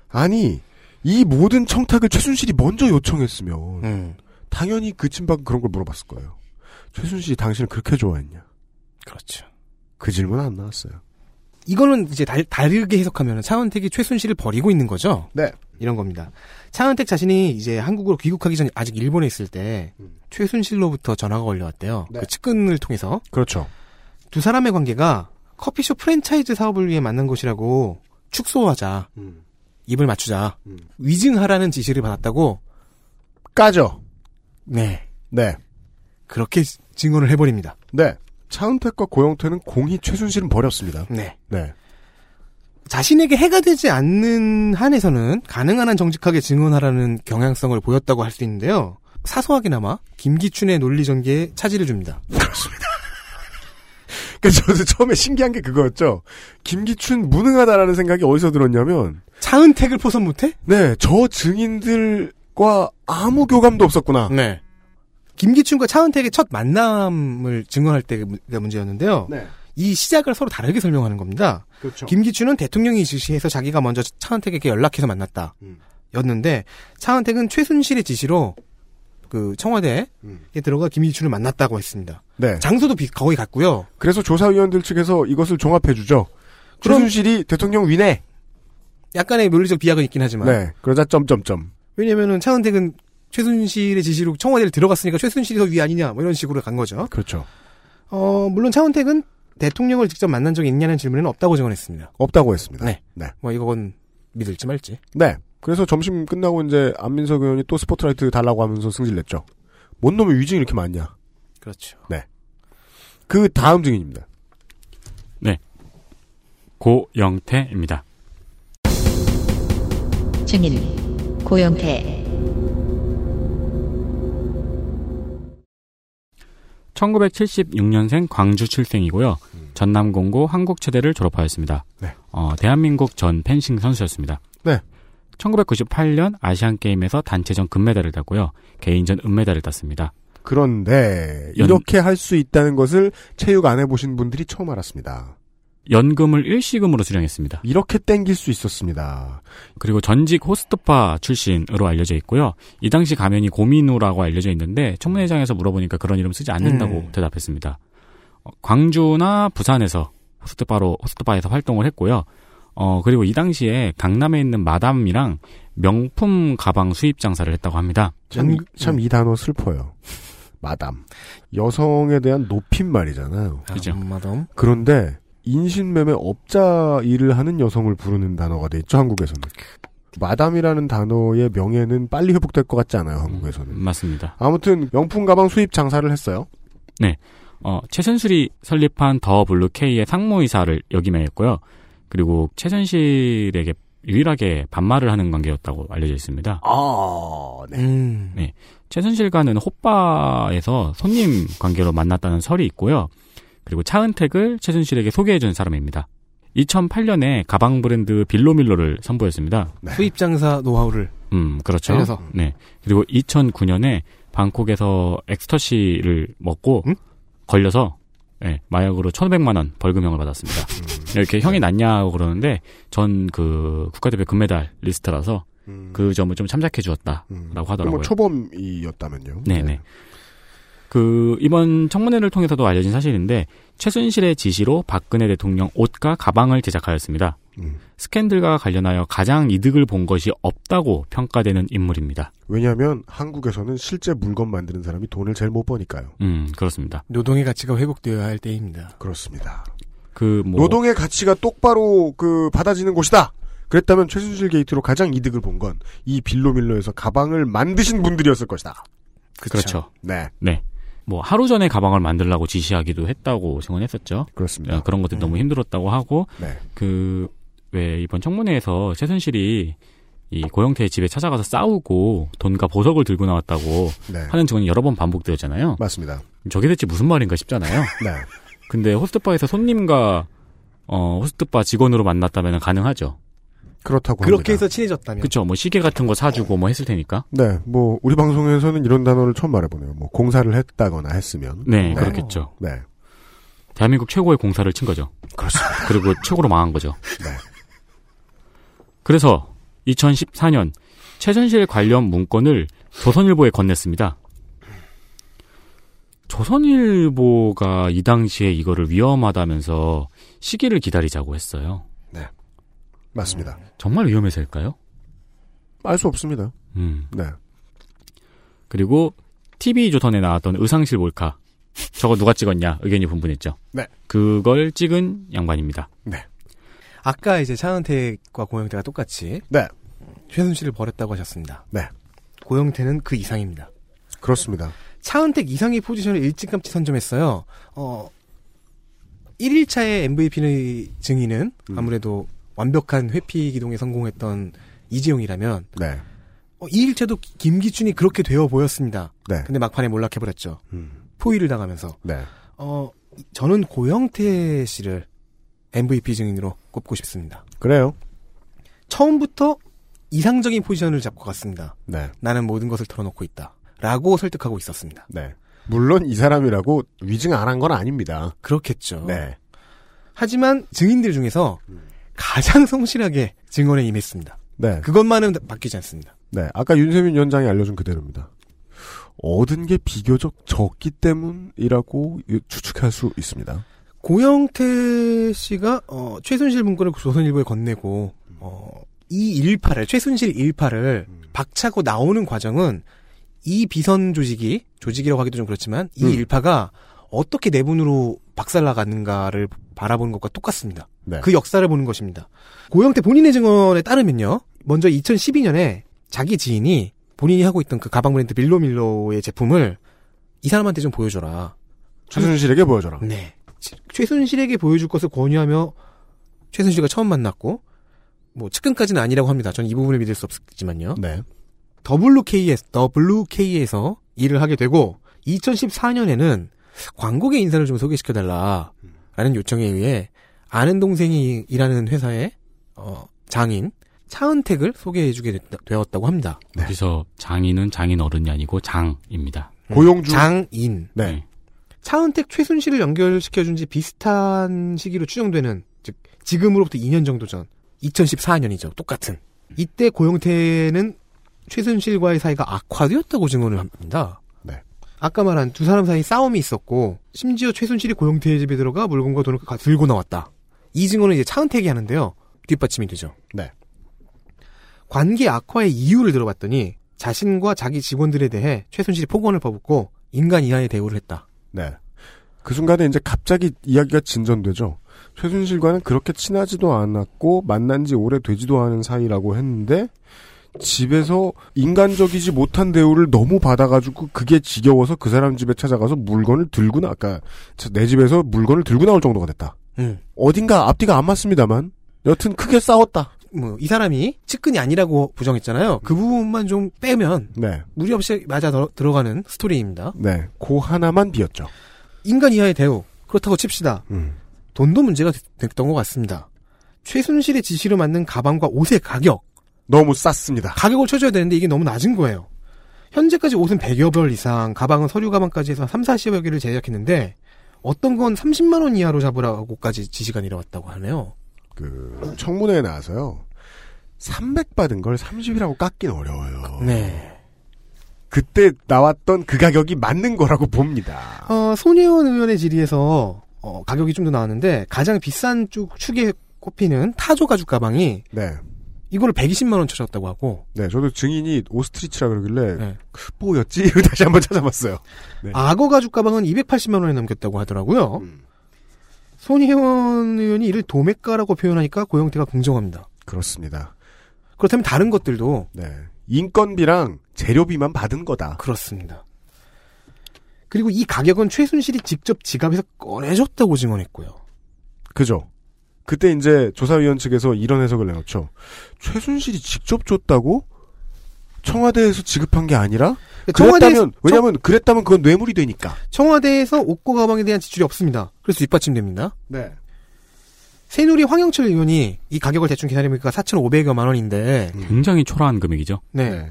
S2: 아니 이 모든 청탁을 최순실이 먼저 요청했으면
S4: 음.
S2: 당연히 그 친박은 그런 걸 물어봤을 거예요. 최순실이 당신을 그렇게 좋아했냐?
S4: 그렇죠.
S2: 그 질문 안 나왔어요.
S4: 이거는 이제 달, 다르게 해석하면 차은택이 최순실을 버리고 있는 거죠.
S2: 네.
S4: 이런 겁니다. 차은택 자신이 이제 한국으로 귀국하기 전에 아직 일본에 있을 때 최순실로부터 전화가 걸려왔대요.
S2: 음. 네.
S4: 그 측근을 통해서
S2: 그렇죠.
S4: 두 사람의 관계가 커피숍 프랜차이즈 사업을 위해 만난 것이라고 축소하자. 입을 맞추자. 위증하라는 지시를 받았다고.
S2: 까죠.
S4: 네.
S2: 네.
S4: 그렇게 증언을 해버립니다.
S2: 네. 차은택과 고영태는 공히 최순실은 버렸습니다.
S4: 네.
S2: 네.
S4: 자신에게 해가 되지 않는 한에서는 가능한 한 정직하게 증언하라는 경향성을 보였다고 할 수 있는데요. 사소하게나마 김기춘의 논리 전개에 차질을 줍니다.
S2: 그러니까 저도 처음에 신기한 게 그거였죠. 김기춘 무능하다라는 생각이 어디서 들었냐면
S4: 차은택을 포섭 못해?
S2: 네, 저 증인들과 아무 교감도 없었구나.
S4: 네. 김기춘과 차은택의 첫 만남을 증언할 때가 문제였는데요.
S2: 네.
S4: 이 시작을 서로 다르게 설명하는 겁니다.
S2: 그렇죠.
S4: 김기춘은 대통령이 지시해서 자기가 먼저 차은택에게 연락해서 만났다. 였는데 차은택은 최순실의 지시로 그 청와대에 들어가 김기춘을 만났다고 했습니다.
S2: 네.
S4: 장소도 비- 거의 같고요.
S2: 그래서 조사위원들 측에서 이것을 종합해 주죠.
S4: 그럼-
S2: 최순실이 대통령 위네.
S4: 약간의 논리적 비약은 있긴 하지만
S2: 네. 그러자 점점점.
S4: 왜냐면은 차은택은 최순실의 지시로 청와대를 들어갔으니까 최순실이 더 위 아니냐 뭐 이런 식으로 간 거죠.
S2: 그렇죠.
S4: 어, 물론 차은택은 대통령을 직접 만난 적이 있냐는 질문에는 없다고 증언했습니다.
S2: 없다고 했습니다.
S4: 네.
S2: 네.
S4: 뭐 이건 믿을지 말지.
S2: 네. 그래서 점심 끝나고 이제 안민석 의원이 또 스포트라이트 달라고 하면서 승질냈죠. 뭔 놈의 위증이 이렇게 많냐.
S4: 그렇죠.
S2: 그 다음 증인입니다.
S3: 고영태입니다.
S1: 증인 고영태
S3: 1976년생 광주 출생이고요. 전남공고 한국체대를 졸업하였습니다.
S2: 네.
S3: 어, 대한민국 전 펜싱 선수였습니다.
S2: 네.
S3: 1998년 아시안게임에서 단체전 금메달을 땄고요. 개인전 은메달을 땄습니다.
S2: 그런데
S3: 연-
S2: 이렇게 할 수 있다는 것을 체육 안 해보신 분들이 처음 알았습니다.
S3: 연금을 일시금으로 수령했습니다.
S2: 이렇게 땡길 수 있었습니다.
S3: 그리고 전직 호스트파 출신으로 알려져 있고요. 이 당시 가면이 고민우라고 알려져 있는데 청문회장에서 물어보니까 그런 이름 쓰지 않는다고
S4: 음.
S3: 대답했습니다. 어, 광주나 부산에서 호스트바로 호스트바에서 활동을 했고요. 어 그리고 이 당시에 강남에 있는 마담이랑 명품 가방 수입 장사를 했다고 합니다.
S2: 참 이
S3: 음.
S2: 단어 슬퍼요. 마담. 여성에 대한 높임말이잖아요.
S3: 그죠.
S4: 마덤.
S2: 그런데 인신매매 업자 일을 하는 여성을 부르는 단어가 돼 있죠 한국에서는 마담이라는 단어의 명예는 빨리 회복될 것 같지 않아요 한국에서는
S3: 음. 맞습니다.
S2: 아무튼 명품 가방 수입 장사를 했어요
S3: 어, 최순실이 설립한 더 블루 K의 상무이사를 역임해 했고요. 그리고 최순실에게 유일하게 반말을 하는 관계였다고 알려져 있습니다.
S2: 아네
S4: 음.
S3: 네. 최순실과는 호빠에서 손님 관계로 만났다는 설이 있고요. 그리고 차은택을 최순실에게 소개해준 사람입니다. 2008년에 가방 브랜드 빌로밀러를 선보였습니다.
S4: 수입 장사 노하우를
S3: 음, 그렇죠.
S4: 알려서.
S3: 네. 그리고 2009년에 방콕에서 엑스터시를 먹고 걸려서 예, 마약으로 1,500만 원 벌금형을
S4: 음.
S3: 받았습니다. 이렇게 형이 낫냐고 그러는데 전 그 국가대표 금메달 리스트라서
S2: 음,
S3: 그 점을 좀 참작해 주었다라고 하더라고요.
S2: 뭐 초범이었다면요.
S3: 네네. 그 이번 청문회를 통해서도 알려진 사실인데 최순실의 지시로 박근혜 대통령 옷과 가방을 제작하였습니다. 스캔들과 관련하여 가장 이득을 본 것이 없다고 평가되는 인물입니다.
S2: 왜냐하면 한국에서는 실제 물건 만드는 사람이 돈을 제일 못 버니까요.
S3: 음 그렇습니다.
S4: 노동의 가치가 회복되어야 할 때입니다.
S2: 그렇습니다.
S3: 그 뭐,
S2: 노동의 가치가 똑바로 그 받아지는 곳이다. 그랬다면 최순실 게이트로 가장 이득을 본 건 이 빌로밀러에서 가방을 만드신 분들이었을 것이다.
S3: 그렇죠.
S2: 네,
S3: 네. 뭐 하루 전에 가방을 만들라고 지시하기도 했다고 증언했었죠.
S2: 그렇습니다.
S3: 어, 그런 것들 너무 힘들었다고 하고
S2: 네.
S3: 그 왜 이번 청문회에서 최순실이 이 고영태의 집에 찾아가서 싸우고 돈과 보석을 들고 나왔다고
S2: 네.
S3: 하는 증언이 여러 번 반복되었잖아요.
S2: 맞습니다.
S3: 저게 대체 무슨 말인가 싶잖아요.
S2: 네.
S3: 근데 호스트바에서 손님과 어, 호스트바 직원으로 만났다면 가능하죠.
S2: 그렇다고 합니다.
S4: 그렇게 해서 친해졌다면.
S3: 그쵸. 뭐 시계 같은 거 사주고 뭐 했을 테니까.
S2: 네, 뭐 우리 방송에서는 이런 단어를 처음 말해보네요. 뭐 공사를 했다거나 했으면.
S3: 네, 그렇겠죠.
S2: 네,
S3: 대한민국 최고의 공사를 친 거죠.
S2: 그렇습니다.
S3: 그리고 최고로 망한 거죠.
S2: 네.
S3: 그래서 2014년 최순실 관련 문건을 조선일보에 건넸습니다. 조선일보가 이 당시에 이거를 위험하다면서 시기를 기다리자고 했어요.
S2: 맞습니다.
S3: 정말 위험해서일까요?
S2: 알 수 없습니다.
S3: 음.
S2: 네,
S3: 그리고 TV조선에 나왔던 의상실 몰카. 저거 누가 찍었냐 의견이 분분했죠.
S2: 네.
S3: 그걸 찍은 양반입니다.
S4: 아까 이제 차은택과 고영태가 똑같이
S2: 네.
S4: 최순실을 버렸다고 하셨습니다.
S2: 네.
S4: 고영태는 그 이상입니다.
S2: 그렇습니다.
S4: 차은택 이상의 포지션을 일찌감치 선점했어요. 어, 1일차의 MVP의 증인은 아무래도 완벽한 회피 기동에 성공했던 이재용이라면
S2: 네,
S4: 어, 2일차도 김기춘이 그렇게 되어 보였습니다.
S2: 네,
S4: 근데 막판에 몰락해버렸죠.
S2: 음,
S4: 포위를 당하면서.
S2: 네.
S4: 어, 저는 고영태 씨를 MVP 증인으로 꼽고 싶습니다.
S2: 그래요.
S4: 처음부터 이상적인 포지션을 잡고 갔습니다.
S2: 네,
S4: 나는 모든 것을 털어놓고 있다. 라고 설득하고 있었습니다.
S2: 네. 물론 이 사람이라고 위증 안 한 건 아닙니다.
S4: 그렇겠죠.
S2: 네,
S4: 하지만 증인들 중에서 가장 성실하게 증언에 임했습니다.
S2: 네,
S4: 그것만은 바뀌지 않습니다.
S2: 네. 아까 윤세민 위원장이 알려준 그대로입니다. 얻은 게 비교적 적기 때문이라고 추측할 수 있습니다.
S4: 고영태 씨가 어, 최순실 문건을 조선일보에 건네고 어, 이 일파를 최순실 일파를
S2: 음.
S4: 박차고 나오는 과정은 이 비선 조직이 조직이라고 하기도 좀 그렇지만 이
S2: 음.
S4: 일파가 어떻게 내분으로 박살나갔는가를 바라보는 것과 똑같습니다.
S2: 네.
S4: 그 역사를 보는 것입니다. 고영태 본인의 증언에 따르면요. 먼저 2012년에 자기 지인이 본인이 하고 있던 그 가방 브랜드 밀로밀로의 제품을 이 사람한테 좀 보여줘라.
S2: 최순실에게 보여줘라.
S4: 네. 치- 최순실에게 보여줄 것을 권유하며 최순실과 처음 만났고 뭐 측근까지는 아니라고 합니다. 저는 이 부분을 믿을 수 없지만요.
S2: 네.
S4: WK에서 WK에서 일을 하게 되고 2014년에는 광고계 인사를 좀 소개시켜 달라라는 요청에 의해 아는 동생이 일하는 회사의 어, 장인 차은택을 소개해주게 됐다- 되었다고 합니다.
S2: 네.
S3: 여기서 장인은 장인 어른이 아니고 장입니다. 음.
S2: 고용주.
S4: 장인
S2: 네.
S4: 차은택 최순실을 연결시켜준 지 비슷한 시기로 추정되는 즉 지금으로부터 2년 정도 전 2014년이죠 똑같은 이때 고영태는 최순실과의 사이가 악화되었다고 증언을 합니다
S2: 네.
S4: 아까 말한 두 사람 사이 싸움이 있었고 심지어 최순실이 고영태의 집에 들어가 물건과 돈을 가- 들고 나왔다 이 증언은 이제 차은택이 하는데요 뒷받침이 되죠
S2: 네.
S4: 관계 악화의 이유를 들어봤더니 자신과 자기 직원들에 대해 최순실이 폭언을 퍼붓고 인간 이하의 대우를 했다
S2: 네. 그 순간에 이제 갑자기 이야기가 진전되죠. 최순실과는 그렇게 친하지도 않았고 만난 지 오래되지도 않은 사이라고 했는데 집에서 인간적이지 못한 대우를 너무 받아가지고 그게 지겨워서 그 사람 집에 찾아가서 물건을 들고 나, 아까 내 집에서 물건을 들고 나올 정도가 됐다.
S4: 음.
S2: 어딘가 앞뒤가 안 맞습니다만 여튼 크게 싸웠다.
S4: 뭐 이 사람이 측근이 아니라고 부정했잖아요.
S2: 음.
S4: 그 부분만 좀 빼면
S2: 네.
S4: 무리 없이 맞아 들- 들어가는 스토리입니다.
S2: 네. 그 하나만 비었죠.
S4: 인간 이하의 대우 그렇다고 칩시다.
S2: 음.
S4: 돈도 문제가 됐- 됐던 것 같습니다. 최순실의 지시로 만든 가방과 옷의 가격.
S2: 너무 쌌습니다.
S4: 가격을 쳐줘야 되는데 이게 너무 낮은 거예요. 현재까지 옷은 100여 벌 이상, 가방은 서류 가방까지 해서 3, 40여 개를 제작했는데 어떤 건 30만 원 이하로 잡으라고까지 지시가 내려왔다고 하네요.
S2: 그 청문회에 나와서요. 300 받은 걸 30이라고 깎긴 어려워요.
S4: 네.
S2: 그때 나왔던 그 가격이 맞는 거라고 봅니다.
S4: 어, 손혜원 의원의 질의에서 어, 가격이 좀 더 나왔는데 가장 비싼 쪽 축에 꼽히는 타조 가죽 가방이
S2: 네.
S4: 이거를 120만 원 쳐줬다고 하고
S2: 네, 저도 증인이 오스트리치라 그러길래 뭐였지? 다시 한번 찾아봤어요. 네. 음.
S4: 악어 가죽 가방은 280만 원에 넘겼다고 하더라고요. 손혜원 의원이 이를 도매가라고 표현하니까 고영태가 긍정합니다.
S2: 그렇습니다.
S4: 그렇다면 다른 것들도
S2: 네. 인건비랑 재료비만 받은 거다.
S4: 그렇습니다. 그리고 이 가격은 최순실이 직접 지갑에서 꺼내줬다고 증언했고요.
S2: 그죠? 그때 이제 조사위원 측에서 이런 해석을 내놓죠. 최순실이 직접 줬다고? 청와대에서 지급한 게 아니라?
S4: 그러니까 청와대에서-
S2: 그랬다면, 왜냐면 그랬다면 그건 뇌물이 되니까.
S4: 청와대에서 옷과 가방에 대한 지출이 없습니다. 그래서 뒷받침됩니다.
S2: 네.
S4: 새누리 황영철 의원이 이 가격을 대충 계산해보니까 4,500여만 원인데
S2: 음.
S3: 굉장히 초라한 금액이죠.
S4: 네.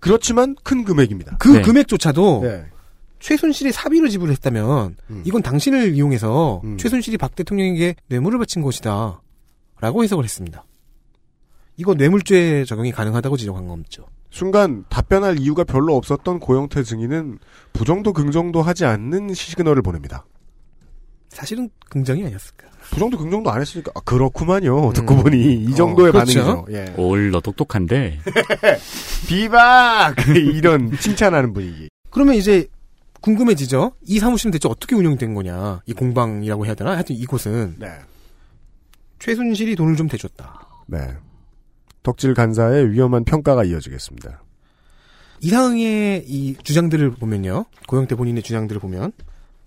S2: 그렇지만 큰 금액입니다.
S4: 그
S3: 네.
S4: 금액조차도
S2: 네.
S4: 최순실이 사비로 지불을 했다면 이건 당신을 이용해서 최순실이 박 대통령에게 뇌물을 바친 것이다 라고 해석을 했습니다. 이거 뇌물죄 적용이 가능하다고 지적한 겁죠.
S2: 순간 답변할 이유가 별로 없었던 고영태 증인은 부정도 긍정도 하지 않는 시그널을 보냅니다.
S4: 사실은 긍정이 아니었을까.
S2: 부정도 긍정도 안 했으니까 아, 그렇구만요. 듣고 보니 이 정도의
S4: 음. 어, 그렇죠.
S2: 반응이죠. 예.
S3: 올, 너 똑똑한데.
S2: 비박 이런 칭찬하는 분위기.
S4: 그러면 이제 궁금해지죠? 이 사무실은 대체 어떻게 운영된 거냐. 이 공방이라고 해야 되나? 하여튼 이곳은
S2: 네.
S4: 최순실이 돈을 좀 대줬다.
S2: 네. 덕질 간사의 위험한 평가가 이어지겠습니다.
S4: 이상의 이 주장들을 보면요. 고영태 본인의 주장들을 보면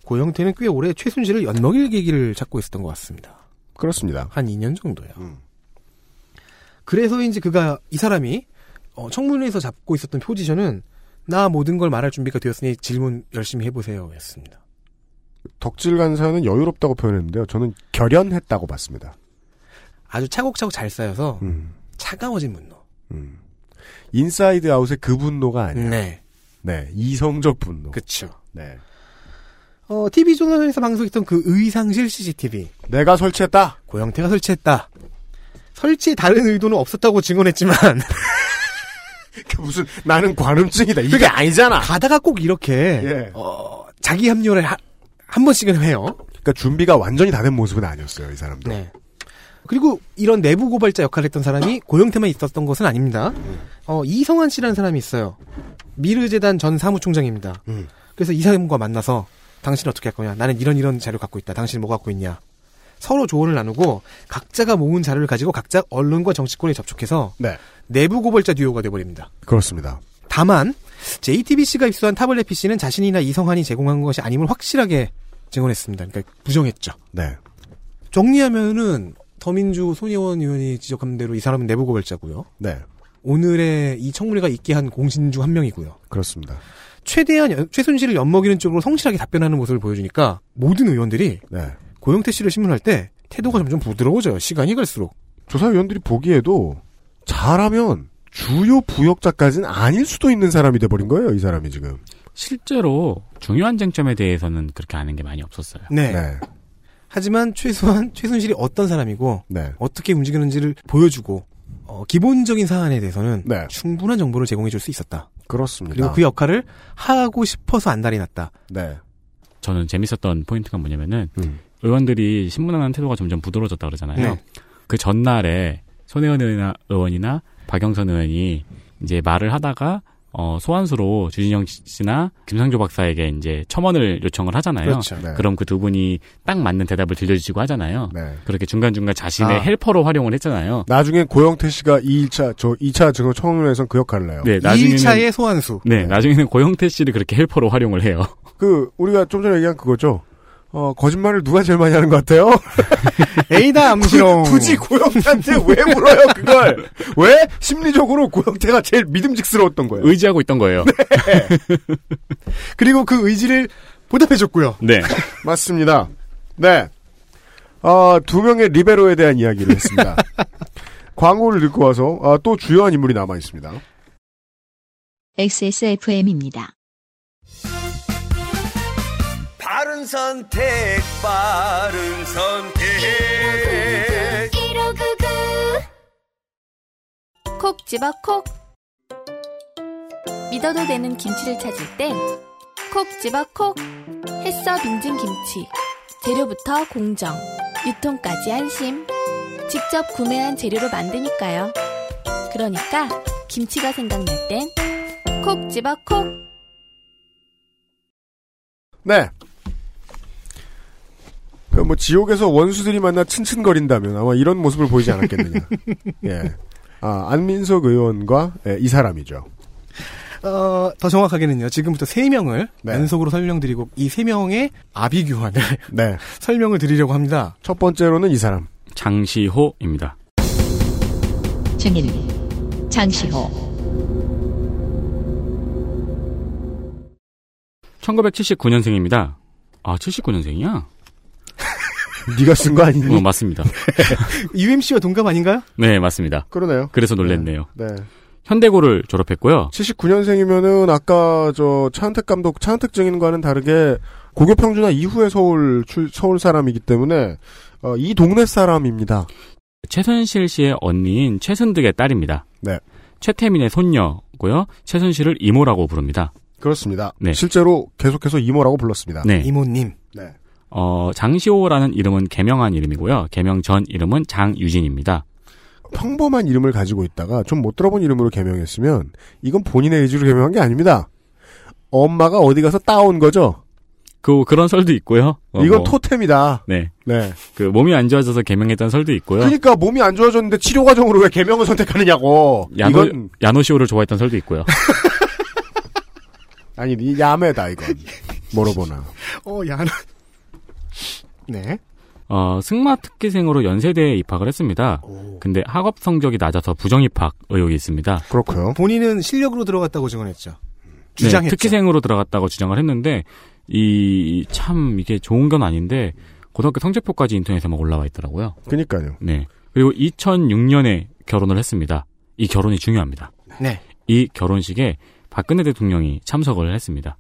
S4: 고영태는 꽤 오래 최순실을 엿먹일 계기를 찾고 있었던 것 같습니다.
S2: 그렇습니다.
S4: 한 2년 정도요.
S2: 음.
S4: 그래서 이제 그가 이 사람이 어, 청문회에서 잡고 있었던 포지션은 나 모든 걸 말할 준비가 되었으니 질문 열심히 해보세요였습니다.
S2: 덕질 간사는 여유롭다고 표현했는데요. 저는 결연했다고 봤습니다.
S4: 아주 차곡차곡 잘 쌓여서
S2: 음.
S4: 차가워진 분노.
S2: 음. 인사이드 아웃의 그 분노가 아니라
S4: 네,
S2: 네. 이성적 분노.
S4: 그렇죠.
S2: 네.
S4: 어, TV 조선에서 방송했던 그 의상실 CCTV
S2: 내가 설치했다.
S4: 고영태가 설치했다. 설치에 다른 의도는 없었다고 증언했지만
S2: 그 무슨 나는 관음증이다. 이게
S4: 그러니까
S2: 아니잖아.
S4: 가다가 꼭 이렇게
S2: 예.
S4: 어, 자기 합류를 하- 한 번씩은 해요.
S2: 그러니까 준비가 완전히 다 된 모습은 아니었어요. 이 사람도.
S4: 네. 그리고 이런 내부 고발자 역할을 했던 사람이 고영태만 있었던 것은 아닙니다.
S2: 예.
S4: 어, 이성환 씨라는 사람이 있어요. 미르재단 전 사무총장입니다.
S2: 음.
S4: 그래서 이 사람과 만나서 당신 어떻게 할 거냐? 나는 이런 이런 자료 갖고 있다. 당신 뭐 갖고 있냐? 서로 조언을 나누고 각자가 모은 자료를 가지고 각자 언론과 정치권에 접촉해서
S2: 네.
S4: 내부 고발자 듀오가 돼버립니다.
S2: 그렇습니다.
S4: 다만 JTBC가 입수한 타블렛 PC는 자신이나 이성환이 제공한 것이 아님을 확실하게 증언했습니다. 그러니까 부정했죠.
S2: 네.
S4: 정리하면은 더민주 손혜원 의원이 지적한 대로 이 사람은 내부 고발자고요.
S2: 네.
S4: 오늘의 이 청문회가 있게 한 공신 중 한 명이고요.
S2: 그렇습니다.
S4: 최대한 연- 최순실을 엿먹이는 쪽으로 성실하게 답변하는 모습을 보여주니까 모든 의원들이
S2: 네.
S4: 고영태 씨를 신문할 때 태도가 점점 부드러워져요. 시간이 갈수록.
S2: 조사위원들이 보기에도 잘하면 주요 부역자까지는 아닐 수도 있는 사람이 돼버린 거예요. 이 사람이 지금.
S3: 실제로 중요한 쟁점에 대해서는 그렇게 아는 게 많이 없었어요.
S4: 네.
S2: 네.
S4: 하지만 최소한 최순실이 어떤 사람이고
S2: 네.
S4: 어떻게 움직이는지를 보여주고 어, 기본적인 사안에 대해서는
S2: 네.
S4: 충분한 정보를 제공해 줄 수 있었다.
S2: 그렇습니다.
S4: 그리고 그 역할을 하고 싶어서 안달이 났다.
S2: 네.
S3: 저는 재밌었던 포인트가 뭐냐면은
S2: 음.
S3: 의원들이 신문하는 태도가 점점 부드러워졌다 그러잖아요.
S4: 네.
S3: 그 전날에 손혜원 의원이나, 의원이나 박영선 의원이 이제 말을 하다가 어, 소환수로 주진영 씨나 김상조 박사에게 이제 첨언을 요청을 하잖아요.
S4: 그렇죠.
S2: 네.
S3: 럼 그 두 분이 딱 맞는 대답을 들려주시고 하잖아요.
S2: 네.
S3: 그렇게 중간중간 자신의
S2: 아.
S3: 헬퍼로 활용을 했잖아요.
S2: 나중에 고영태 씨가 2일차, 저 2차 증언 청문회에선 그 역할을 해요.
S3: 네, 나중에는
S4: 2차의 소환수.
S3: 네,
S2: 네.
S3: 나중에는 고영태 씨를 그렇게 헬퍼로 활용을 해요.
S2: 그, 우리가 좀 전에 얘기한 그거죠. 어, 거짓말을 누가 제일 많이 하는 것 같아요?
S4: 에이다 암시롱.
S2: 굳이 고영태한테 왜 물어요, 그걸? 왜? 심리적으로 고영태가 제일 믿음직스러웠던 거예요.
S3: 의지하고 있던 거예요.
S4: 그리고 그 의지를 보답해줬고요.
S3: 네.
S2: 맞습니다. 네. 아, 두 명의 리베로에 대한 이야기를 했습니다. 광고를 듣고 와서 아, 또 주요한 인물이 남아 있습니다.
S1: XSFM입니다.
S11: 바른 선택, 바른 선택.
S6: 콕 집어 콕 믿어도 되는 김치를 찾을 땐 콕 집어 콕 햇서 빈증 김치 재료부터 공정 유통까지 안심 직접 구매한 재료로 만드니까요 그러니까 김치가 생각날 땐 콕 집어 콕
S2: 네. 그뭐 지옥에서 원수들이 만나 츤츤거린다면 아마 이런 모습을 보이지 않았겠느냐. 예. 아, 안민석 의원과 예, 이 사람이죠.
S4: 어, 더 정확하게는요. 지금부터 세 명을 연속으로 설명드리고 이 세 명의 아비규환을
S2: 네.
S4: 설명을 드리려고 합니다.
S2: 첫 번째로는 이 사람.
S3: 장시호입니다.
S1: 증인 장시호
S3: 1979년생입니다. 아, 79년생이야?
S2: 네가 쓴 거 아니니?
S3: 어, 맞습니다.
S4: UMC와 동갑 아닌가요?
S3: 네, 맞습니다.
S2: 그러네요.
S3: 그래서 놀랬네요.
S2: 네.
S3: 현대고를 졸업했고요.
S2: 79년생이면은 아까 저 차은택 감독 차은택 증인과는 다르게 고교 평준화 이후에 서울 출, 서울 사람이기 때문에 어, 이 동네 사람입니다.
S3: 최순실 씨의 언니인 최순득의 딸입니다.
S2: 네.
S3: 최태민의 손녀고요. 최순실을 이모라고 부릅니다.
S2: 그렇습니다.
S3: 네.
S2: 실제로 계속해서 아, 이모라고 불렀습니다.
S3: 네.
S4: 이모님.
S2: 네.
S3: 어, 장시호라는 이름은 개명한 이름이고요. 개명 전 이름은 장유진입니다.
S2: 평범한 이름을 가지고 있다가 좀 못 들어본 이름으로 개명했으면 이건 본인의 의지로 개명한 게 아닙니다. 엄마가 어디 가서 따온 거죠.
S3: 그 그런 설도 있고요. 어,
S2: 이건
S3: 뭐,
S2: 토템이다.
S3: 네.
S2: 네.
S3: 그 몸이 안 좋아져서 개명했던 설도 있고요.
S2: 그러니까 몸이 안 좋아졌는데 치료 과정으로 왜 개명을 선택하느냐고.
S3: 야노
S2: 이건
S3: 야노시오를 좋아했던 설도 있고요.
S2: 아니 이 야매다 이건. 물어보나.
S4: 어, 야. 네.
S3: 어, 승마 특기생으로 연세대에 입학을 했습니다. 근데 학업 성적이 낮아서 부정 입학 의혹이 있습니다.
S2: 그렇고요.
S4: 본인은 실력으로 들어갔다고 증언했죠. 주장했죠.
S3: 네, 특기생으로 들어갔다고 주장을 했는데 이 참 이게 좋은 건 아닌데 고등학교 성적표까지 인터넷에 막 올라와 있더라고요.
S2: 그러니까요.
S3: 네. 그리고 2006년에 결혼을 했습니다. 이 결혼이 중요합니다.
S4: 네.
S3: 이 결혼식에 박근혜 대통령이 참석을 했습니다.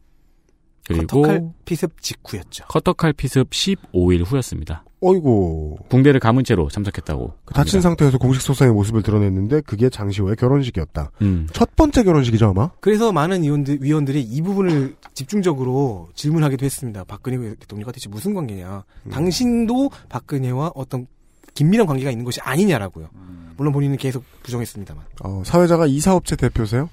S3: 그리고
S4: 커터칼 피습 직후였죠.
S3: 커터칼 피습 15일 후였습니다.
S2: 어이고.
S3: 붕대를 감은 채로 참석했다고.
S2: 다친
S3: 합니다.
S2: 상태에서 공식 소상의 모습을 드러냈는데 그게 장시호의 결혼식이었다.
S3: 음.
S2: 첫 번째 결혼식이죠 아마?
S4: 그래서 많은 위원들, 위원들이 이 부분을 집중적으로 질문하기도 했습니다. 박근혜 대통령과 대체 무슨 관계냐.
S3: 음.
S4: 당신도 박근혜와 어떤 긴밀한 관계가 있는 것이 아니냐라고요.
S3: 음.
S4: 물론 본인은 계속 부정했습니다만.
S2: 어, 사회자가 이사업체 대표세요?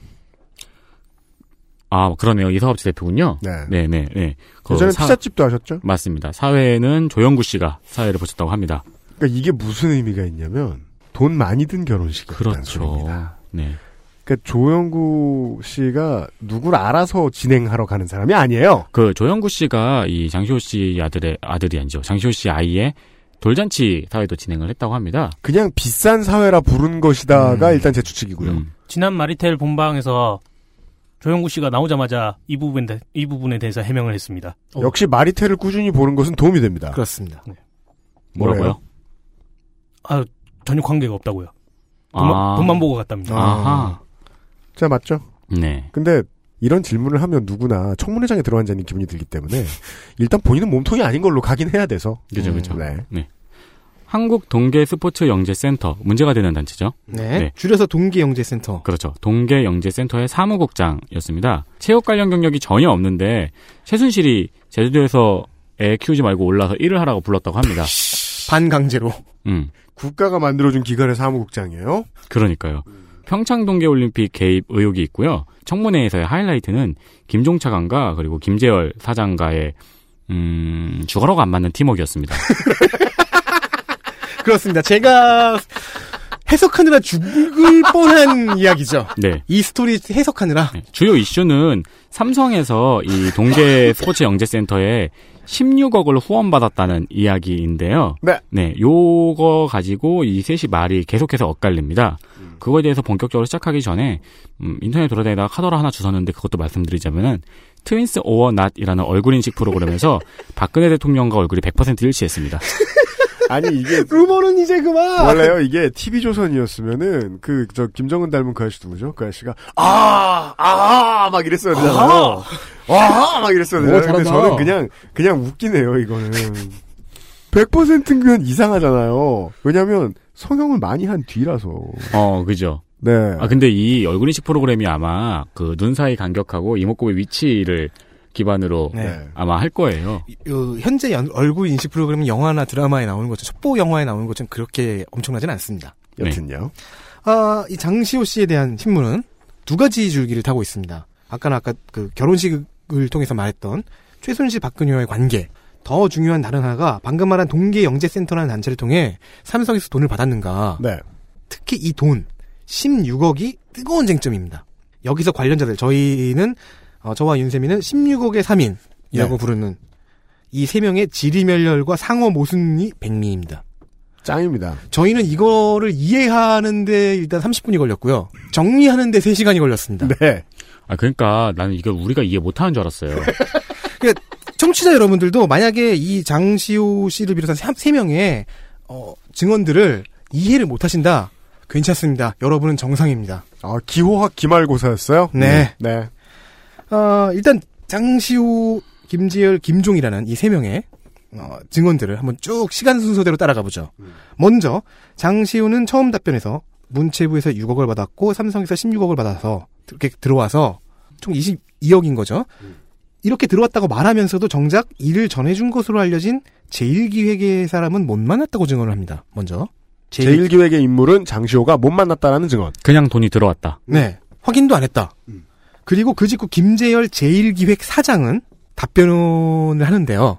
S3: 아, 그러네요. 이사업체 대표군요.
S2: 네.
S3: 네, 네, 네. 그
S2: 예전에
S3: 사-
S2: 피자집도 하셨죠?
S3: 맞습니다. 사회는 조영구 씨가 사회를 보셨다고 합니다.
S2: 그러니까 이게 무슨 의미가 있냐면 돈 많이 든 결혼식이었다는
S3: 그렇죠.
S2: 소리입니다.
S3: 네.
S2: 그러니까 조영구 씨가 누굴 알아서 진행하러 가는 사람이 아니에요.
S3: 그 조영구 씨가 이 장시호 씨 아들의 아들이 아니죠. 장시호 씨 아이의 돌잔치 사회도 진행을 했다고 합니다.
S2: 그냥 비싼 사회라 부른 것이다가
S3: 음.
S2: 일단 제 추측이고요.
S3: 음.
S10: 지난 마리텔 본방에서 조영구 씨가 나오자마자 이 부분에, 대- 이 부분에 대해서 해명을 했습니다.
S2: 역시 마리텔을 꾸준히 보는 것은 도움이 됩니다.
S3: 아.
S4: 그렇습니다.
S3: 뭐라고요?
S10: 아, 전혀 관계가 없다고요. 돈만,
S3: 아.
S10: 돈만 보고 갔답니다.
S3: 아하.
S2: 자 맞죠?
S3: 네.
S2: 근데 이런 질문을 하면 누구나 청문회장에 들어앉아 있는 기분이 들기 때문에 일단 본인은 몸통이 아닌 걸로 가긴 해야 돼서.
S3: 그죠, 그죠.
S2: 네.
S3: 한국 동계 스포츠 영재 센터 문제가 되는 단체죠.
S4: 네.
S3: 네.
S4: 줄여서 동기영재센터.
S3: 그렇죠. 동계 영재 센터의 사무국장이었습니다. 체육 관련 경력이 전혀 없는데 최순실이 제주도에서 애 키우지 말고 올라서 일을 하라고 불렀다고 합니다.
S4: 반강제로.
S3: 음.
S2: 국가가 만들어준 기관의 사무국장이에요.
S3: 그러니까요. 평창 동계올림픽 개입 의혹이 있고요. 청문회에서의 하이라이트는 김종차 관과 그리고 김재열 사장과의 음, 주거로가 안 맞는 팀워크였습니다.
S4: 그렇습니다. 제가 해석하느라 죽을 뻔한 이야기죠.
S3: 네.
S4: 이 스토리 해석하느라.
S3: 네. 주요 이슈는 삼성에서 이 동계 스포츠 영재센터에 16억을 후원받았다는 이야기인데요.
S2: 네.
S3: 요거 가지고 이 셋이 말이 계속해서 엇갈립니다.
S2: 음.
S3: 그거에 대해서 본격적으로 시작하기 전에 음, 인터넷 돌아다니다가 카더라 하나 주웠는데 그것도 말씀드리자면은 트윈스 오어 낫이라는 얼굴 인식 프로그램에서 박근혜 대통령과 얼굴이 100% 일치했습니다.
S2: 아니 이게
S4: 루머는 이제 그만. 뭐,
S2: 원래요 이게 TV 조선이었으면은 그 저 김정은 닮은 그 아저씨 누구죠? 그 아저씨가 아아막 이랬어야 되잖아요. 아막 이랬어야
S12: 오,
S2: 되잖아요. 근데
S12: 잘한다.
S2: 저는 그냥 그냥 웃기네요 이거는. 100%면 이상하잖아요. 왜냐면 성형을 많이 한 뒤라서.
S3: 어, 그죠.
S2: 네.
S3: 아, 근데 이 얼굴 인식 프로그램이 아마 그 눈 사이 간격하고 이목구비 위치를 기반으로
S4: 네.
S3: 아마 할 거예요.
S4: 요, 현재 연- 얼굴 인식 프로그램은 영화나 드라마에 나오는 것처럼 첩보 영화에 나오는 것처럼 그렇게 엄청나진 않습니다.
S3: 네.
S2: 여튼요.
S4: 아, 이 장시호 씨에 대한 신문은 두 가지 줄기를 타고 있습니다. 아까는 아까 그 결혼식을 통해서 말했던 최순실 박근혜와의 관계. 더 중요한 다른 하나가 방금 말한 동계영재센터라는 단체를 통해 삼성에서 돈을 받았는가.
S2: 네.
S4: 특히 이 돈, 16억이 뜨거운 쟁점입니다. 여기서 관련자들, 저희는, 어, 저와 윤세민은 16억의 3인이라고
S2: 네.
S4: 부르는 이 세 명의 지리멸렬과 상호 모순이 백미입니다.
S2: 짱입니다.
S4: 저희는 이거를 이해하는데 일단 30분이 걸렸고요. 정리하는데 3시간이 걸렸습니다.
S2: 네.
S3: 아, 그러니까 나는 이걸 우리가 이해 못하는 줄 알았어요.
S4: 청취자 여러분들도 만약에 이 장시호 씨를 비롯한 세- 세 명의 어, 증언들을 이해를 못하신다. 괜찮습니다. 여러분은 정상입니다.
S2: 아 기호학 기말고사였어요?
S4: 네.
S2: 네.
S4: 어, 일단 장시호, 김지열, 김종이라는 이 세 명의 어, 증언들을 한번 쭉 시간 순서대로 따라가 보죠. 먼저 장시호는 처음 답변에서 문체부에서 6억을 받았고 삼성에서 16억을 받아서 이렇게 들어와서 총 22억인 거죠. 이렇게 들어왔다고 말하면서도 정작 이를 전해준 것으로 알려진 제1기획의 사람은 못 만났다고 증언을 합니다. 먼저
S2: 제일 기획의 인물은 장시호가 못 만났다라는 증언.
S3: 그냥 돈이 들어왔다.
S4: 네. 확인도 안 했다. 그리고 그 직후 김재열 제1기획 사장은 답변을 하는데요.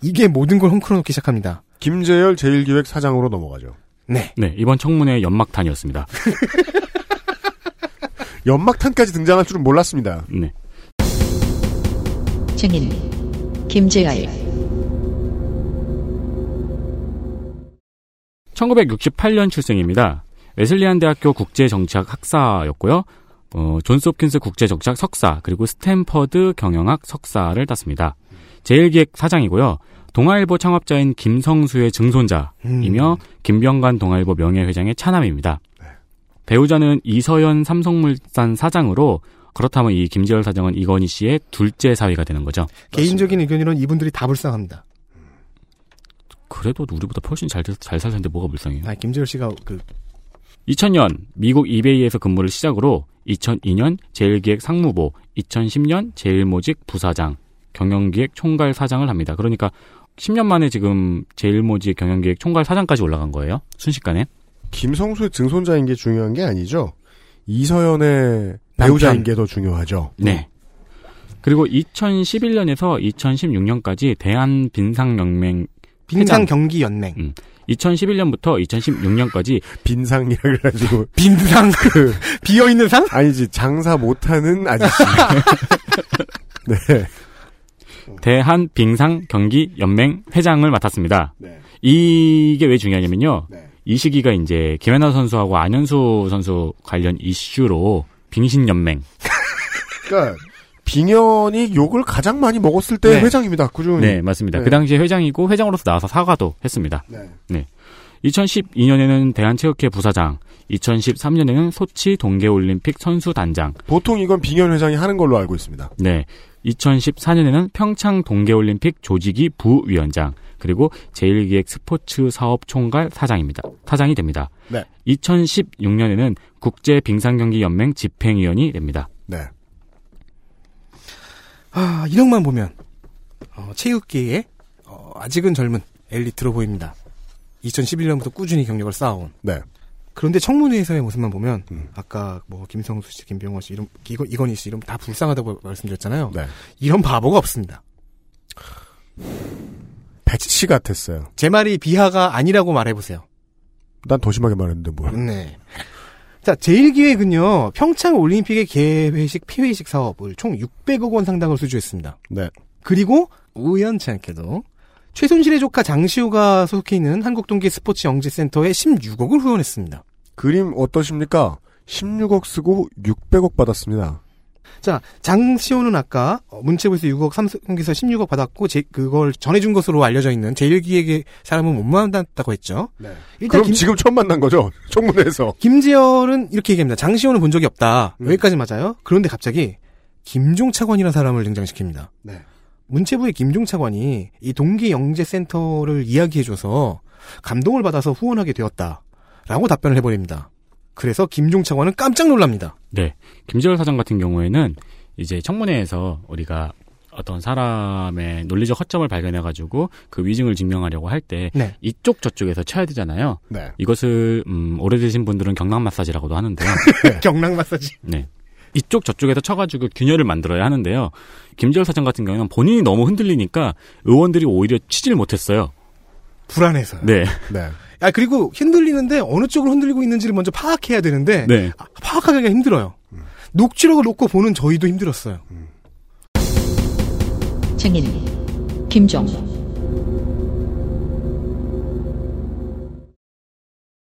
S4: 이게 모든 걸 헝클어놓기 시작합니다.
S2: 김재열 제1기획 사장으로 넘어가죠.
S4: 네.
S3: 네, 이번 청문회 연막탄이었습니다.
S2: 연막탄까지 등장할 줄은 몰랐습니다.
S3: 네.
S1: 증인 김재열
S3: 1968년 출생입니다. 웨슬리안 대학교 국제정치학 학사였고요. 어, 존스홉킨스 국제정치학 석사 그리고 스탠퍼드 경영학 석사를 땄습니다. 제일기획 사장이고요. 동아일보 창업자인 김성수의
S4: 음.
S3: 증손자이며 김병관 동아일보 명예회장의 차남입니다. 배우자는 이서연 삼성물산 사장으로 그렇다면 이 김재열 사장은 이건희 씨의 둘째 사위가 되는 거죠.
S4: 개인적인 의견으로는 이분들이 다 불쌍합니다.
S3: 그래도 우리보다 훨씬 잘, 돼서 잘 살았는데 뭐가 불쌍해요.
S4: 아, 김재열 씨가 그
S3: 2000년 미국 이베이에서 근무를 시작으로 2002년 제일기획 상무보, 2010년 제일모직 부사장, 경영기획 총괄 사장을 합니다. 그러니까 10년 만에 지금 제일모직 경영기획 총괄 사장까지 올라간 거예요. 순식간에.
S2: 김성수의 증손자인 게 중요한 게 아니죠. 이서연의 배우자인 게 더 중요하죠.
S3: 네. 그리고 2011년에서 2016년까지 대한 빈상연맹
S4: 빈상 경기 연맹.
S3: 2011년부터 2016년까지
S2: 빈상이라 그래가지고
S4: 빈상
S2: 그
S4: 비어 있는 상?
S2: 아니지 장사 못하는 아저씨. 네.
S3: 대한 빙상 경기 연맹 회장을 맡았습니다.
S2: 네.
S3: 이게 왜 중요하냐면요. 이 시기가 이제 김연아 선수하고 안현수 선수 관련 이슈로 빙신 연맹.
S2: 그러니까 빙현이 욕을 가장 많이 먹었을 때
S3: 네.
S2: 회장입니다. 꾸준히.
S3: 네, 맞습니다.
S2: 네.
S3: 그 당시에 회장이고 회장으로서 나와서 사과도 했습니다.
S2: 네.
S3: 2012년에는 대한체육회 부사장, 2013년에는 소치 동계올림픽 선수단장,
S2: 보통 이건 빙현 회장이 하는 걸로 알고 있습니다.
S3: 네. 2014년에는 평창 동계올림픽 조직위 부위원장, 그리고 제1기획 스포츠 사업 총괄 사장입니다. 사장이 됩니다.
S2: 네.
S3: 2016년에는 국제 빙상경기연맹 집행위원이 됩니다.
S2: 네.
S4: 아, 이력만 보면 어, 체육계의 어, 아직은 젊은 엘리트로 보입니다. 2011년부터 꾸준히 경력을 쌓아온.
S2: 네.
S4: 그런데 청문회에서의 모습만 보면 아까 뭐 김성수 씨, 김병호 씨, 이런 이건 이건희 씨 이런 다 불쌍하다고 말씀드렸잖아요.
S2: 네.
S4: 이런 바보가 없습니다.
S2: 배치 같았어요.
S4: 제 말이 비하가 아니라고 말해보세요.
S2: 난 더 심하게 말했는데 뭘.
S4: 네. 자, 제1기획은요, 평창 올림픽의 개회식, 폐회식 사업을 총 600억 원 상당을 수주했습니다.
S2: 네.
S4: 그리고, 우연치 않게도, 최순실의 조카 장시호가 소속해 있는 한국동계 스포츠 영재센터에 16억을 후원했습니다.
S2: 그림 어떠십니까? 16억 쓰고 600억 받았습니다.
S4: 자, 장시호는 아까 어, 문체부에서 6억, 삼성에서 16억 받았고 제- 그걸 전해준 것으로 알려져 있는 제1기에게 사람은 못 만났다고 했죠.
S2: 네. 그럼 지금 처음 만난 거죠? 청문회에서.
S4: 김지열은 이렇게 얘기합니다. 장시호는 본 적이 없다.
S2: 음.
S4: 여기까지 맞아요. 그런데 갑자기 김종 차관이라는 사람을 등장시킵니다.
S2: 네.
S4: 문체부의 김종 차관이 이 동기영재센터를 이야기해줘서 감동을 받아서 후원하게 되었다. 라고 답변을 해버립니다. 그래서 김종 차관은 깜짝 놀랍니다.
S3: 네. 김재열 사장 같은 경우에는 이제 청문회에서 우리가 어떤 사람의 논리적 허점을 발견해가지고 그 위증을 증명하려고 할 때
S4: 네.
S3: 이쪽 저쪽에서 쳐야 되잖아요.
S2: 네.
S3: 이것을 음, 오래되신 분들은 경락 마사지라고도 하는데요.
S4: 경락 마사지.
S3: 네. 이쪽 저쪽에서 쳐가지고 균열을 만들어야 하는데요. 김재열 사장 같은 경우는 본인이 너무 흔들리니까 의원들이 오히려 치질 못했어요.
S4: 불안해서.
S3: 네.
S2: 네.
S4: 아, 그리고 흔들리는데 어느 쪽으로 흔들리고 있는지를 먼저 파악해야 되는데 아,
S3: 네.
S4: 파악하기가 힘들어요. 녹취록을 놓고 보는 저희도 힘들었어요.
S1: 증인 김종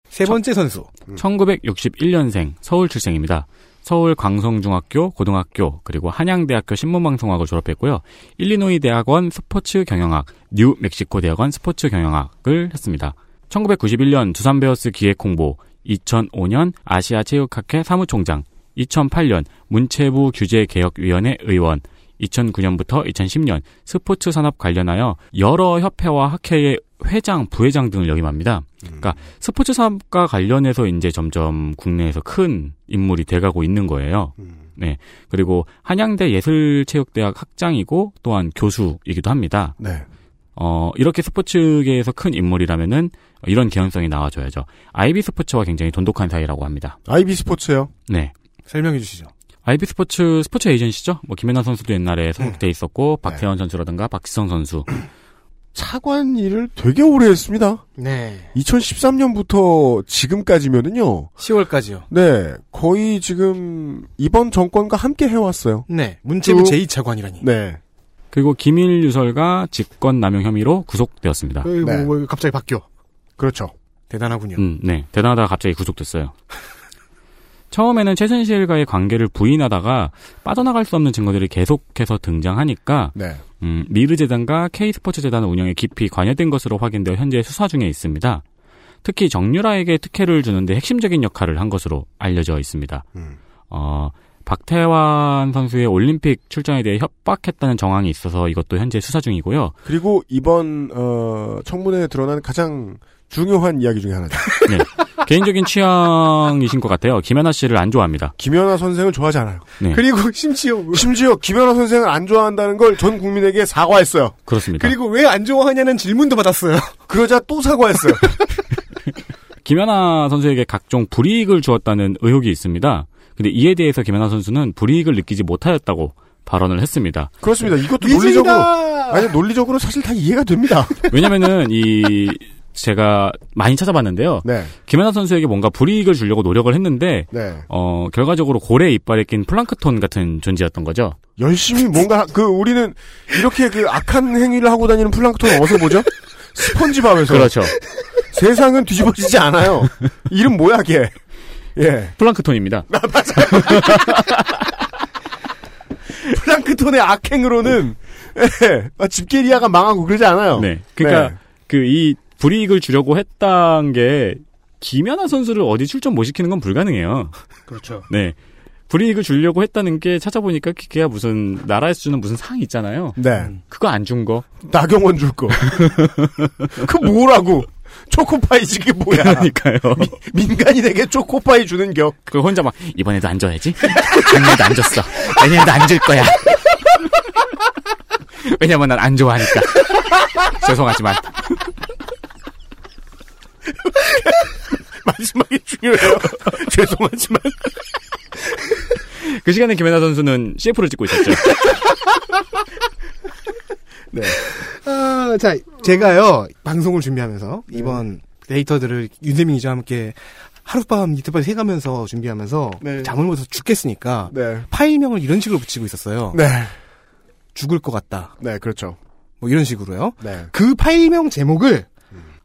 S4: 세 번째 선수.
S3: 1961년생 음. 서울 출생입니다. 서울 광성중학교, 고등학교, 그리고 한양대학교 신문방송학을 졸업했고요. 일리노이 대학원 스포츠 경영학, 뉴 멕시코 대학원 스포츠 경영학을 했습니다. 1991년 두산베어스 기획 홍보, 2005년 아시아 체육학회 사무총장, 2008년 문체부 규제개혁위원회 의원, 2009년부터 2010년 스포츠 산업 관련하여 여러 협회와 학회의 회장, 부회장 등을 역임합니다. 그러니까 스포츠 산업과 관련해서 이제 점점 국내에서 큰 인물이 돼가고 있는 거예요. 네. 그리고 한양대 예술체육대학 학장이고 또한 교수이기도 합니다.
S2: 네.
S3: 어, 이렇게 스포츠계에서 큰 인물이라면은 이런 개연성이 나와줘야죠. 아이비 스포츠와 굉장히 돈독한 사이라고 합니다.
S2: 아이비 스포츠요?
S3: 네.
S4: 설명해 주시죠.
S3: 아이비 스포츠 스포츠 에이전시죠. 뭐 김연아 선수도 옛날에 소속돼 있었고 박태현 선수라든가 박지성 선수.
S2: 차관 일을 되게 오래 했습니다.
S4: 네.
S2: 2013년부터 지금까지면은요.
S4: 10월까지요.
S2: 네. 거의 지금 이번 정권과 함께 해왔어요.
S4: 네. 문체부 제2차관이라니.
S2: 네.
S3: 그리고 김일 유설가 직권 남용 혐의로 구속되었습니다.
S4: 에이, 뭐, 뭐, 갑자기 바뀌어.
S2: 네. 그렇죠.
S4: 대단하군요.
S3: 음, 네. 대단하다가 갑자기 구속됐어요. 처음에는 최순실과의 관계를 부인하다가 빠져나갈 수 없는 증거들이 계속해서 등장하니까
S2: 네.
S3: 음, 미르재단과 K스포츠재단 운영에 깊이 관여된 것으로 확인되어 현재 수사 중에 있습니다. 특히 정유라에게 특혜를 주는데 핵심적인 역할을 한 것으로 알려져 있습니다. 어, 박태환 선수의 올림픽 출전에 대해 협박했다는 정황이 있어서 이것도 현재 수사 중이고요.
S2: 그리고 이번 어, 청문회에 드러난 가장 중요한 이야기 중에 하나죠.
S3: 네. 개인적인 취향이신 것 같아요. 김연아 씨를 안 좋아합니다.
S2: 김연아 선생을 좋아하지 않아요.
S3: 네.
S2: 그리고 심지어 심지어 김연아 선생을 안 좋아한다는 걸 전 국민에게 사과했어요.
S3: 그러니까. 그렇습니다.
S4: 왜 안 좋아하냐는 질문도 받았어요.
S2: 그러자 또 사과했어요.
S3: 김연아 선수에게 각종 불이익을 주었다는 의혹이 있습니다. 근데 이에 대해서 김연아 선수는 불이익을 느끼지 못하였다고 발언을 했습니다.
S2: 그렇습니다. 이것도
S3: 미진이다!
S2: 논리적으로 아니 논리적으로 사실 다 이해가 됩니다.
S3: 왜냐면은 이 제가 많이 찾아봤는데요.
S2: 네.
S3: 김연아 선수에게 뭔가 불이익을 주려고 노력을 했는데
S2: 네.
S3: 어, 결과적으로 고래 이빨에 낀 플랑크톤 같은 존재였던 거죠.
S2: 열심히 뭔가 그 우리는 이렇게 그 악한 행위를 하고 다니는 플랑크톤을 어디서 보죠? 스펀지밥에서
S3: 그렇죠.
S2: 세상은 뒤집어지지 않아요. 이름 뭐야 걔? 예.
S3: 플랑크톤입니다.
S2: 플랑크톤의 악행으로는 예. 아, 집게리아가 망하고 그러지
S10: 어.
S2: 않아요.
S3: 네. 그러니까 그 이 불이익을 주려고 했던 게 김연아 선수를 어디 출전 못 시키는 건 불가능해요.
S10: 그렇죠.
S3: 네. 불이익을 주려고 했다는 게 찾아보니까 걔가 무슨 나라에서 주는 무슨 상 있잖아요.
S2: 네.
S3: 그거 안 준 거.
S2: 나경원 줄 거. 그 뭐라고? 초코파이 이게 뭐야?
S3: 그러니까요.
S2: 민간인에게 초코파이 주는 격.
S3: 그 혼자 막 이번에도 안 줘야지. 작년에도 안 줬어. 내년에도 안 줄 거야. 왜냐면 난 안 좋아하니까. 죄송하지만
S2: 마지막이 중요해요. 죄송하지만
S3: 그 시간에 김연아 선수는 CF를 찍고 있었죠.
S4: 아, 자, 제가요, 방송을 준비하면서, 이번 데이터들을 윤세민 기자와 함께 하룻밤 이틀밤 새가면서 준비하면서,
S2: 네.
S4: 잠을 못해서 죽겠으니까,
S2: 네.
S4: 파일명을 이런 식으로 붙이고 있었어요.
S2: 네.
S4: 죽을 것 같다.
S2: 네, 그렇죠.
S4: 뭐 이런 식으로요.
S2: 네.
S4: 그 파일명 제목을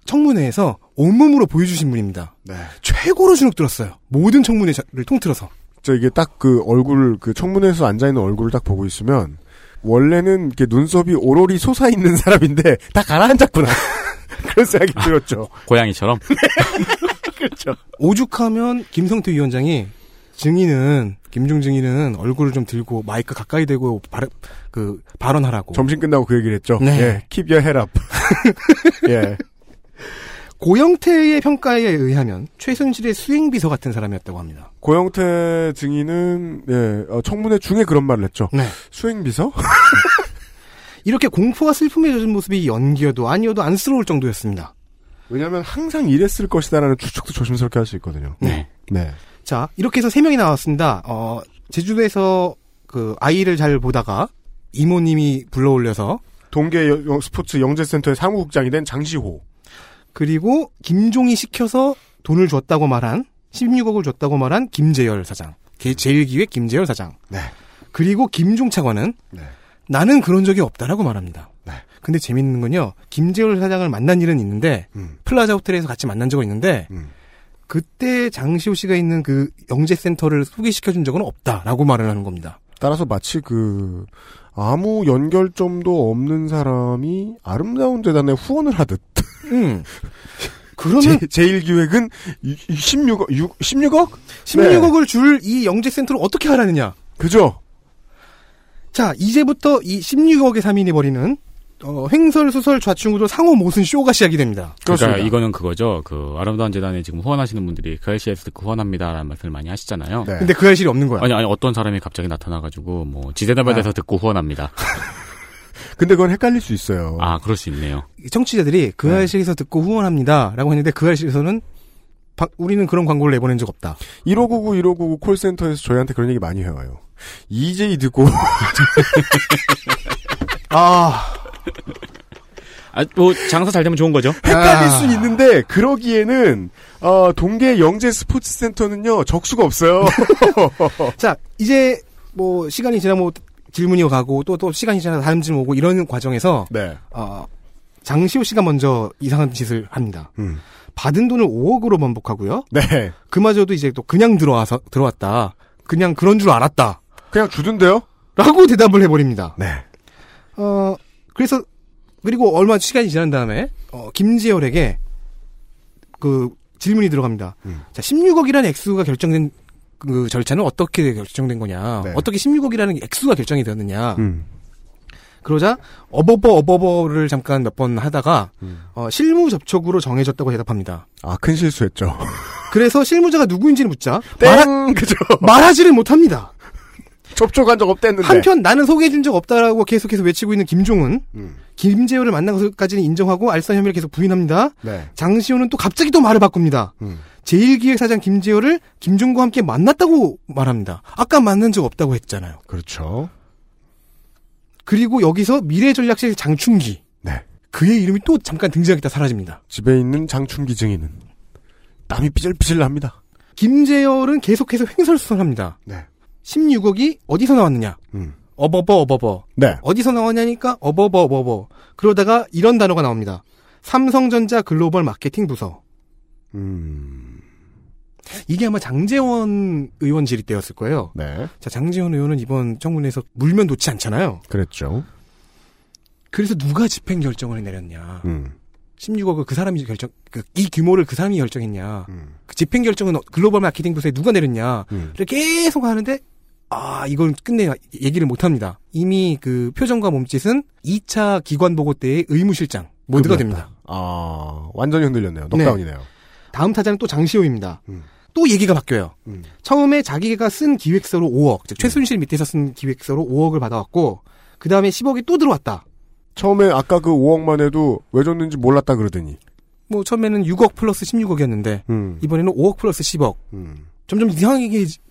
S4: 청문회에서 온몸으로 보여주신 분입니다.
S2: 네.
S4: 최고로 주눅 들었어요. 모든 청문회를 통틀어서.
S2: 저 이게 딱 그 얼굴 그 청문회에서 앉아 있는 얼굴을 딱 보고 있으면 원래는 이렇게 눈썹이 오롤이 솟아 있는 사람인데 다 가라앉았구나. 그런 생각이 들었죠.
S3: 고양이처럼.
S2: 그렇죠.
S4: 오죽하면 김성태 위원장이 증인은 김중 증인은 얼굴을 좀 들고 마이크 가까이 대고 발, 그 발언하라고.
S2: 점심 끝나고 그 얘기를 했죠.
S4: 네.
S2: 예, keep your head up. 예.
S4: 고영태의 평가에 의하면 최순실의 수행비서 같은 사람이었다고 합니다.
S2: 고영태 증인은 예, 어, 청문회 중에 그런 말을 했죠. 수행비서?
S4: 이렇게 공포와 슬픔에 젖은 모습이 연기여도 아니어도 안쓰러울 정도였습니다.
S2: 왜냐하면 항상 이랬을 것이다라는 추측도 조심스럽게 할 수 있거든요.
S4: 네.
S2: 네.
S4: 자, 이렇게 해서 세 명이 나왔습니다. 어, 제주도에서 그 아이를 잘 보다가 이모님이 불러올려서
S2: 동계 여- 여- 스포츠 영재센터의 사무국장이 된 장시호.
S4: 그리고 김종이 시켜서 돈을 줬다고 말한 16억을 줬다고 말한 김재열 사장. 게- 제일기획 김재열 사장.
S2: 네.
S4: 그리고 김종 차관은 나는 그런 적이 없다라고 말합니다. 근데 재밌는 건요. 김재열 사장을 만난 일은 있는데 플라자 호텔에서 같이 만난 적은 있는데 그때 장시호 씨가 있는 그 영재센터를 소개시켜 준 적은 없다라고 말을 하는 겁니다.
S2: 따라서 마치 그 아무 연결점도 없는 사람이 아름다운 재단에 후원을 하듯.
S4: 음. 그러면
S2: 제, 일 기획은 16억 16억
S4: 16억을 줄 이 영재센터를 어떻게 하라느냐?
S2: 그죠?
S4: 자, 이제부터 이 16억의 3인이 벌이는 어, 횡설 수설 좌충우돌 상호 모순 쇼가 시작이 됩니다.
S3: 그러니까 이거는 그거죠. 그 아름다운 재단에 지금 후원하시는 분들이 그 RCS 듣고 후원합니다라는 말씀을 많이 하시잖아요.
S2: 네.
S4: 근데 그 현실이 없는 거야.
S3: 네. 아니 아니 어떤 사람이 갑자기 나타나가지고 뭐
S2: 네.
S3: 지대다발에서
S4: 아.
S3: 듣고 후원합니다.
S2: 근데 그건 헷갈릴 수 있어요.
S3: 아 그럴 수 있네요.
S4: 이 청취자들이 그 알실에서 듣고 후원합니다라고 했는데 그 알실에서는 바- 우리는 그런 광고를 내보낸 적 없다.
S2: 1599 1599 콜센터에서 저희한테 그런 얘기 많이 해와요. EJ 듣고
S4: 아.
S3: 아뭐 장사 잘 되면 좋은 거죠.
S4: 아.
S2: 헷갈릴 순 있는데 그러기에는 어, 동계 영재 스포츠 센터는요 적수가 없어요.
S4: 자, 이제 뭐 시간이 지나면 질문이 가고 또 또 시간이 지나 다음 질문 오고 이런 과정에서
S2: 네.
S4: 어, 장시호 씨가 먼저 이상한 짓을 합니다.
S2: 음.
S4: 받은 돈을 5억으로 번복하고요.
S2: 네.
S4: 그마저도 이제 또 그냥 들어와서 들어왔다. 그냥 그런 줄 알았다.
S2: 그냥 주던데요?
S4: 라고 대답을 해버립니다.
S2: 네.
S4: 어 그래서 그리고 얼마 시간이 지난 다음에 어, 김지열에게 그 질문이 들어갑니다.
S2: 음.
S4: 자 16억이라는 액수가 결정된 그 절차는 어떻게 결정된 거냐? 어떻게 16억이라는 액수가 결정이 되었느냐?
S2: 네. 음.
S4: 그러자 어버버 어버버를 잠깐 몇 번 하다가
S2: 음.
S4: 어, 실무 접촉으로 정해졌다고 대답합니다.
S2: 아 큰 실수했죠.
S4: 그래서 실무자가 누구인지를 묻자
S2: 땡 그죠.
S4: 말하지를 못합니다.
S2: 접촉한 적 없댔는데.
S4: 한편 나는 소개해준 적 없다라고 계속해서 외치고 있는 김종은
S2: 음.
S4: 김재호를 만난 것까지는 인정하고 알선 혐의를 계속 부인합니다.
S2: 네.
S4: 장시호는 또 갑자기 또 말을 바꿉니다.
S2: 음.
S4: 제1기획사장 김재호를 김종과 함께 만났다고 말합니다. 아까 만난 적 없다고 했잖아요.
S2: 그렇죠.
S4: 그리고 여기서 미래전략실 장충기
S2: 네.
S4: 그의 이름이 또 잠깐 등장했다 사라집니다.
S2: 집에 있는 장충기 증인은 땀이 삐질삐질 납니다.
S4: 김재열은 계속해서 횡설수설합니다.
S2: 네.
S4: 16억이 어디서 나왔느냐?
S2: 음.
S4: 어버버 어버버.
S2: 네.
S4: 어디서 나왔냐니까 어버버 어버버. 그러다가 이런 단어가 나옵니다. 삼성전자 글로벌 마케팅 부서.
S2: 음.
S4: 이게 아마 장재원 의원 질의 때였을 거예요.
S2: 네.
S4: 자, 장재원 의원은 이번 청문회에서 물면 놓지 않잖아요.
S2: 그랬죠.
S4: 그래서 누가 집행 결정을 내렸냐.
S2: 음.
S4: 16억을 그 사람이 결정, 그, 이 규모를 그 사람이 결정했냐.
S2: 음.
S4: 그 집행 결정은 어- 글로벌 마케팅 부서에 누가 내렸냐.
S2: 음.
S4: 를 계속 하는데, 아, 이건 끝내 얘기를 못 합니다. 이미 그 표정과 몸짓은 2차 기관 보고 때의 의무실장 모드가 됩니다.
S2: 아 완전히 흔들렸네요. 넉다운이네요.
S4: 다음 타자는 또 장시호입니다.
S2: 음.
S4: 또 얘기가 바뀌어요.
S2: 음.
S4: 처음에 자기가 쓴 기획서로 5억, 즉 최순실 밑에서 쓴 기획서로 5억을 받아왔고, 그 다음에 10억이 또 들어왔다.
S2: 처음에 아까 그 5억만 해도 왜 줬는지 몰랐다 그러더니.
S4: 뭐 처음에는 6억 플러스 16억이었는데
S2: 음.
S4: 이번에는 5억 플러스 10억.
S2: 음.
S4: 점점 이상하게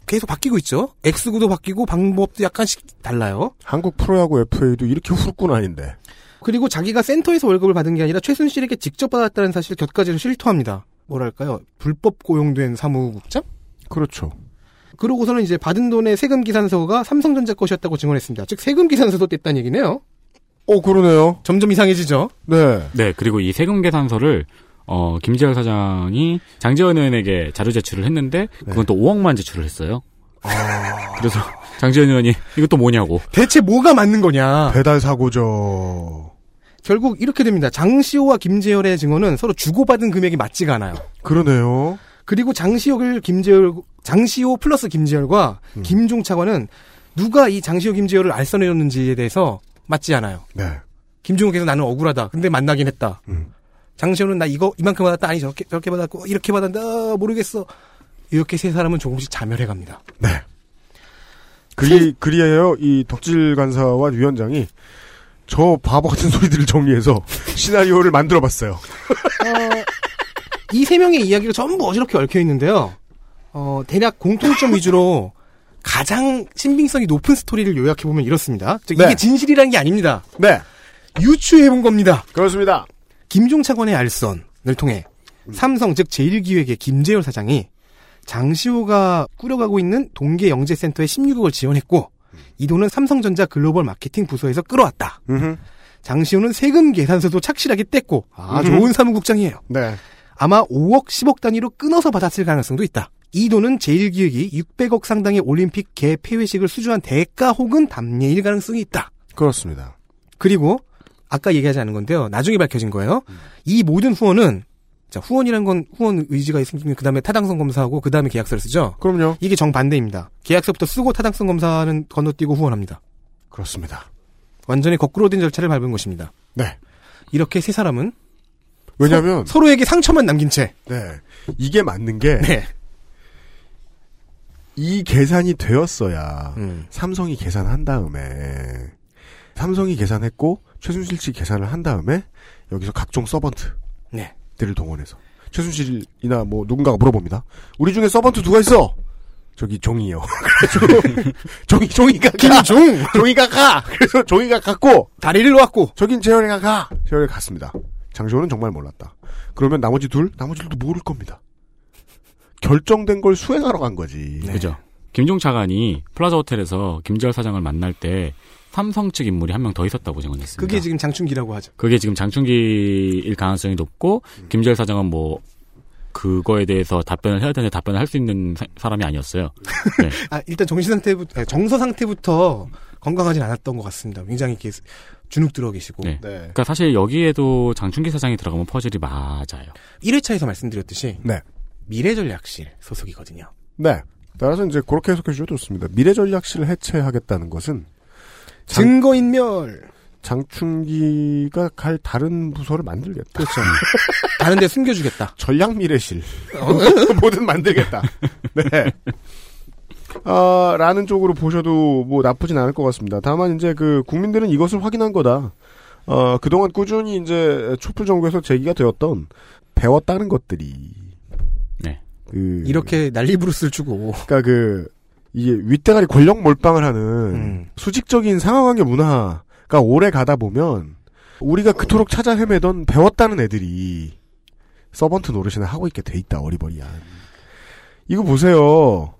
S4: 계속 바뀌고 있죠. 액수도 바뀌고 방법도 약간씩 달라요.
S2: 한국 프로야구 FA도 이렇게 후끈 아닌데.
S4: 그리고 자기가 센터에서 월급을 받은 게 아니라 최순실에게 직접 받았다는 사실 곁가지로 실토합니다. 뭐랄까요? 불법 고용된 사무국장?
S2: 그렇죠.
S4: 그러고서는 이제 받은 돈의 세금 기산서가 삼성전자 것이었다고 증언했습니다. 즉 세금 기산서도 뗐다는 얘기네요.
S2: 어 그러네요.
S4: 점점 이상해지죠.
S2: 네.
S3: 네 그리고 이 세금 계산서를 어 네. 김재열 사장이 장재원 의원에게 자료 제출을 했는데 그건 또 5억만 제출을 했어요. 그래서 장지현 의원이 이것도 뭐냐고.
S4: 대체 뭐가 맞는 거냐?
S2: 배달 사고죠.
S4: 결국 이렇게 됩니다. 장시호와 김재열의 증언은 서로 주고받은 금액이 맞지가 않아요.
S2: 그러네요.
S4: 그리고 장시호를 김재열 장시호 플러스 김재열과 김종 차관은 누가 이 장시호 김재열을 알선해줬는지에 대해서 맞지 않아요.
S2: 네.
S4: 김종욱께서 나는 억울하다. 근데 만나긴 했다. 장시호는 나 이거 이만큼 받았다. 아니 저렇게 저렇게 받았고 이렇게 받았다. 아, 모르겠어. 이렇게 세 사람은 조금씩 자멸해갑니다.
S2: 네. 그리, 그리하여 이 덕질 간사와 위원장이 저 바보 같은 소리들을 정리해서 시나리오를 만들어 봤어요.
S4: 이 세 명의 이야기가 전부 어지럽게 얽혀 있는데요. 어, 대략 공통점 위주로 가장 신빙성이 높은 스토리를 요약해 보면 이렇습니다. 즉,
S2: 네.
S4: 이게 진실이라는 게 아닙니다.
S2: 네.
S4: 유추해 본 겁니다.
S2: 그렇습니다.
S4: 김종차관의 알선을 통해 삼성 즉 제1기획의 김재열 사장이 장시호가 꾸려가고 있는 동계 영재센터에 16억을 지원했고 이 돈은 삼성전자 글로벌 마케팅 부서에서 끌어왔다. 장시호는 세금 계산서도 착실하게 뗐고 아
S2: 음흠.
S4: 좋은 사무국장이에요.
S2: 네.
S4: 아마 5억 10억 단위로 끊어서 받았을 가능성도 있다. 이 돈은 제1기획이 600억 상당의 올림픽 개 폐회식을 수주한 대가 혹은 담례일 가능성이 있다.
S2: 그렇습니다.
S4: 그리고 아까 얘기하지 않은 건데요. 나중에 밝혀진 거예요. 이 모든 후원은 자, 후원이란 건 후원 의지가 생기면 그다음에 타당성 검사하고 그다음에 계약서를 쓰죠.
S2: 그럼요.
S4: 이게 정반대입니다. 계약서부터 쓰고 타당성 검사는 건너뛰고 후원합니다.
S2: 그렇습니다.
S4: 완전히 거꾸로 된 절차를 밟은 것입니다.
S2: 네.
S4: 이렇게 세 사람은
S2: 왜냐면
S4: 서, 로에게 상처만 남긴 채
S2: 네. 이게 맞는 게.
S4: 네.
S2: 이 계산이 되었어야
S4: 음.
S2: 삼성이 계산한 다음에 삼성이 계산했고 최순실 씨 계산을 한 다음에 여기서 각종 서번트들을
S4: 네.
S2: 동원해서 최순실이나 뭐 누군가가 물어봅니다. 우리 중에 서번트 누가 있어? 저기 종이요. 그래가지고 종이 종이가
S4: 김종
S2: 종이가 가. 그래서 종이가 갔고
S4: 다리를 놓았고
S2: 저긴 재열이가 가. 재열이 갔습니다. 장시호는 정말 몰랐다. 그러면 나머지 둘, 나머지 둘도 모를 겁니다. 결정된 걸 수행하러 간 거지.
S4: 네.
S3: 그죠. 김종 차관이 플라자 호텔에서 김재열 사장을 만날 때 삼성 측 인물이 한 명 더 있었다고 증언했습니다.
S4: 그게 지금 장충기라고 하죠.
S3: 그게 지금 장충기일 가능성이 높고 김재열 사장은 뭐 그거에 대해서 답변을 해야 되는데 답변을 할 수 있는 사- 사람이 아니었어요.
S4: 아, 일단 정신 상태부터 아니, 정서 상태부터 건강하진 않았던 것 같습니다. 굉장히 이렇게 주눅 들어 계시고
S3: 네. 그러니까 사실 여기에도 장충기 사장이 들어가면 퍼즐이 맞아요.
S4: 1회차에서 말씀드렸듯이
S2: 네.
S4: 미래전략실 소속이거든요.
S2: 네. 따라서 이제 그렇게 해석해 주셔도 좋습니다. 미래 전략실을 해체하겠다는 것은
S4: 증거인멸
S2: 장충기가 갈 다른 부서를 만들겠다. 그렇죠.
S4: 다른 데 숨겨주겠다.
S2: 전략 미래실. 뭐든 만들겠다. 네. 아, 라는 쪽으로 보셔도 뭐 나쁘진 않을 것 같습니다. 다만 이제 그 국민들은 이것을 확인한 거다. 어, 그동안 꾸준히 이제 촛불 정부에서 제기가 되었던 배웠다는 것들이
S3: 네.
S2: 그
S4: 이렇게 난리부르스를 주고
S2: 그러니까 그 이게 윗대가리 권력 몰빵을 하는 수직적인 상하관계 문화가 오래 가다 보면 우리가 그토록 찾아 헤매던 배웠다는 애들이 서번트 노릇이나 하고 있게 돼 있다 어리버리한 이거 보세요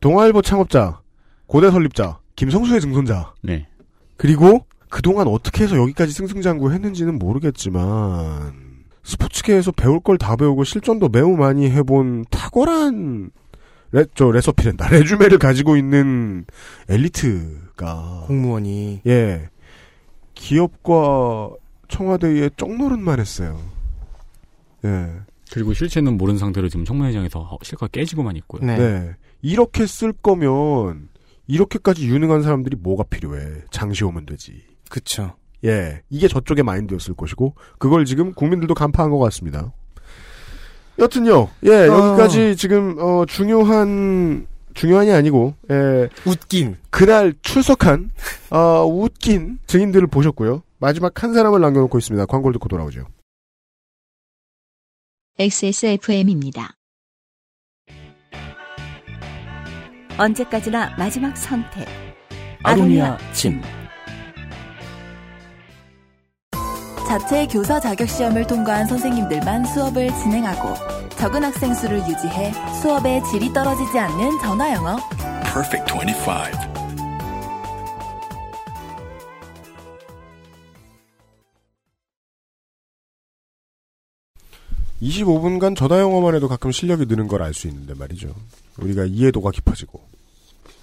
S2: 동아일보 창업자 고대 설립자 김성수의 증손자
S3: 네.
S2: 그리고 그동안 어떻게 해서 여기까지 승승장구했는지는 모르겠지만 스포츠계에서 배울 걸 다 배우고 실전도 매우 많이 해본 탁월한 레, 저 레서피랜다 레주메를 가지고 있는 엘리트가
S4: 공무원이
S2: 예 기업과 청와대의 쩡노릇만 했어요. 예.
S3: 그리고 실체는 모른 상태로 지금 청문회장에서 허- 실컷 깨지고만 있고요.
S4: 네.
S2: 네. 이렇게 쓸 거면 이렇게까지 유능한 사람들이 뭐가 필요해? 장시 오면 되지.
S4: 그쵸.
S2: 예, 이게 저쪽의 마인드였을 것이고 그걸 지금 국민들도 간파한 것 같습니다. 여튼요, 예
S4: 어.
S2: 여기까지 지금 어, 중요한 중요한이 아니고 예,
S4: 웃긴
S2: 그날 출석한 어, 웃긴 증인들을 보셨고요. 마지막 한 사람을 남겨놓고 있습니다. 광고를 듣고 돌아오죠.
S1: XSFM입니다.
S12: 언제까지나 마지막 선택.
S5: 아로니아 침
S12: 자체 교사 자격 시험을 통과한 선생님들만 수업을 진행하고 적은 학생 수를 유지해 수업의 질이 떨어지지 않는 전화 영어.
S8: Perfect 25.
S2: 25분간 전화 영어만 해도 가끔 실력이 느는 걸 알 수 있는데 말이죠. 우리가 이해도가 깊어지고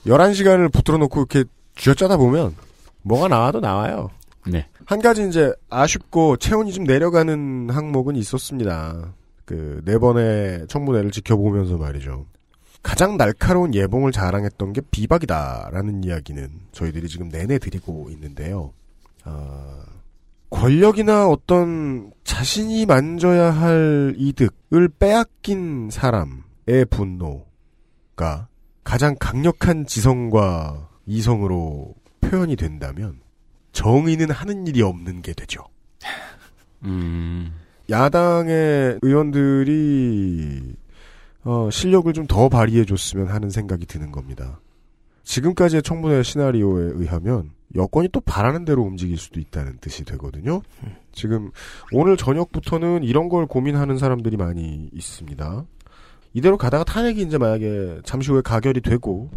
S2: 11시간을 붙들어 놓고 이렇게 쥐어짜다 보면 뭐가 나와도 나와요.
S3: 네.
S2: 한 가지 이제 아쉽고 체온이 좀 내려가는 항목은 있었습니다. 그 네 번의 청문회를 지켜보면서 말이죠. 가장 날카로운 예봉을 자랑했던 게 비박이다라는 이야기는 저희들이 지금 내내 드리고 있는데요. 아, 권력이나 어떤 자신이 만져야 할 이득을 빼앗긴 사람의 분노가 가장 강력한 지성과 이성으로 표현이 된다면 정의는 하는 일이 없는 게 되죠.
S3: 음.
S2: 야당의 의원들이 어, 실력을 좀 더 발휘해 줬으면 하는 생각이 드는 겁니다. 지금까지의 청문회 시나리오에 의하면 여권이 또 바라는 대로 움직일 수도 있다는 뜻이 되거든요. 지금 오늘 저녁부터는 이런 걸 고민하는 사람들이 많이 있습니다. 이대로 가다가 탄핵이 이제 만약에 잠시 후에 가결이 되고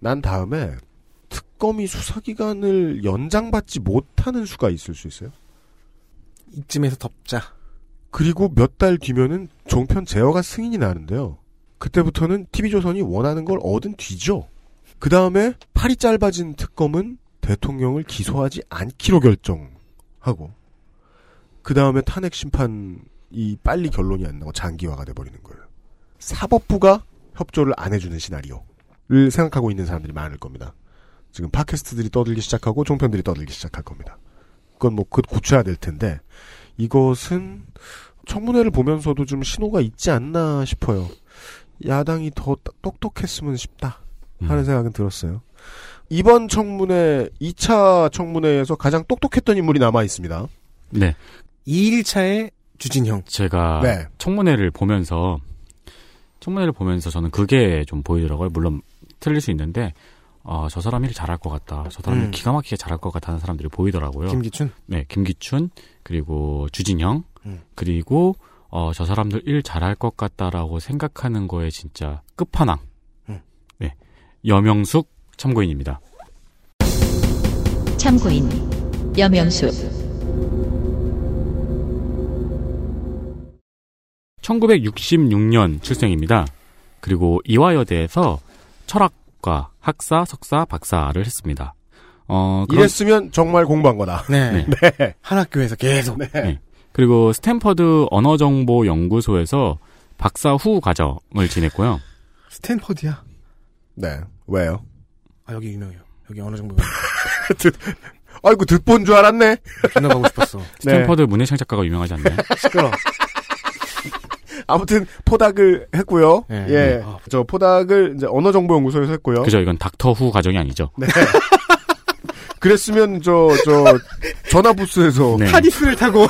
S2: 난 다음에 특검이 수사기간을 연장받지 못하는 수가 있을 수 있어요.
S4: 이쯤에서 덮자.
S2: 그리고 몇 달 뒤면은 종편 제어가 승인이 나는데요. 그때부터는 TV조선이 원하는 걸 얻은 뒤죠. 그 다음에 팔이 짧아진 특검은 대통령을 기소하지 않기로 결정하고, 그 다음에 탄핵 심판이 빨리 결론이 안 나고 장기화가 돼버리는 거예요. 사법부가 협조를 안 해주는 시나리오를 생각하고 있는 사람들이 많을 겁니다. 지금 팟캐스트들이 떠들기 시작하고 종편들이 떠들기 시작할 겁니다. 그건 뭐 그 고쳐야 될 텐데 이것은 청문회를 보면서도 좀 신호가 있지 않나 싶어요. 야당이 더 따- 똑똑했으면 싶다
S3: 음.
S2: 하는 생각은 들었어요. 이번 청문회 2차 청문회에서 가장 똑똑했던 인물이 남아 있습니다.
S3: 네.
S4: 2일차의 주진형.
S3: 제가
S2: 네.
S3: 청문회를 보면서 청문회를 보면서 저는 그게 좀 보이더라고요. 물론 틀릴 수 있는데 어, 저 사람이 일 잘할 것 같다. 저 사람이
S4: 음.
S3: 기가 막히게 잘할 것 같다는 사람들이 보이더라고요.
S4: 김기춘?
S3: 네, 김기춘 그리고 주진영
S4: 음.
S3: 그리고 어, 저 사람들 일 잘할 것 같다라고 생각하는 거에 진짜 끝판왕.
S4: 음.
S3: 네, 여명숙 참고인입니다.
S1: 참고인 여명수
S3: 1966년 출생입니다. 그리고 이화여대에서 철학과 학사, 석사, 박사를 했습니다. 어, 그런-
S2: 이랬으면 정말 공부한 거다.
S3: 네.
S4: 한 학교에서 계속.
S3: 네. 그리고 스탠퍼드 언어정보연구소에서 박사 후 과정을 지냈고요.
S4: 스탠퍼드야.
S2: 네. 왜요?
S4: 아, 여기 유명해요. 여기 어느 정도.
S2: 아이고 듣본 줄 알았네.
S4: 존나 가고 싶었어.
S2: 네.
S3: 스탠퍼드 문예창 작가가 유명하지 않나요?
S4: 시끄러.
S2: 아무튼 포닥을 했고요.
S3: 네.
S2: 예, 저 포닥을 이제 언어정보연구소에서 했고요.
S3: 그죠? 이건 닥터 후 과정이 아니죠.
S2: 네. 그랬으면 저 저 전화 부스에서
S3: 네.
S4: 하디스를 타고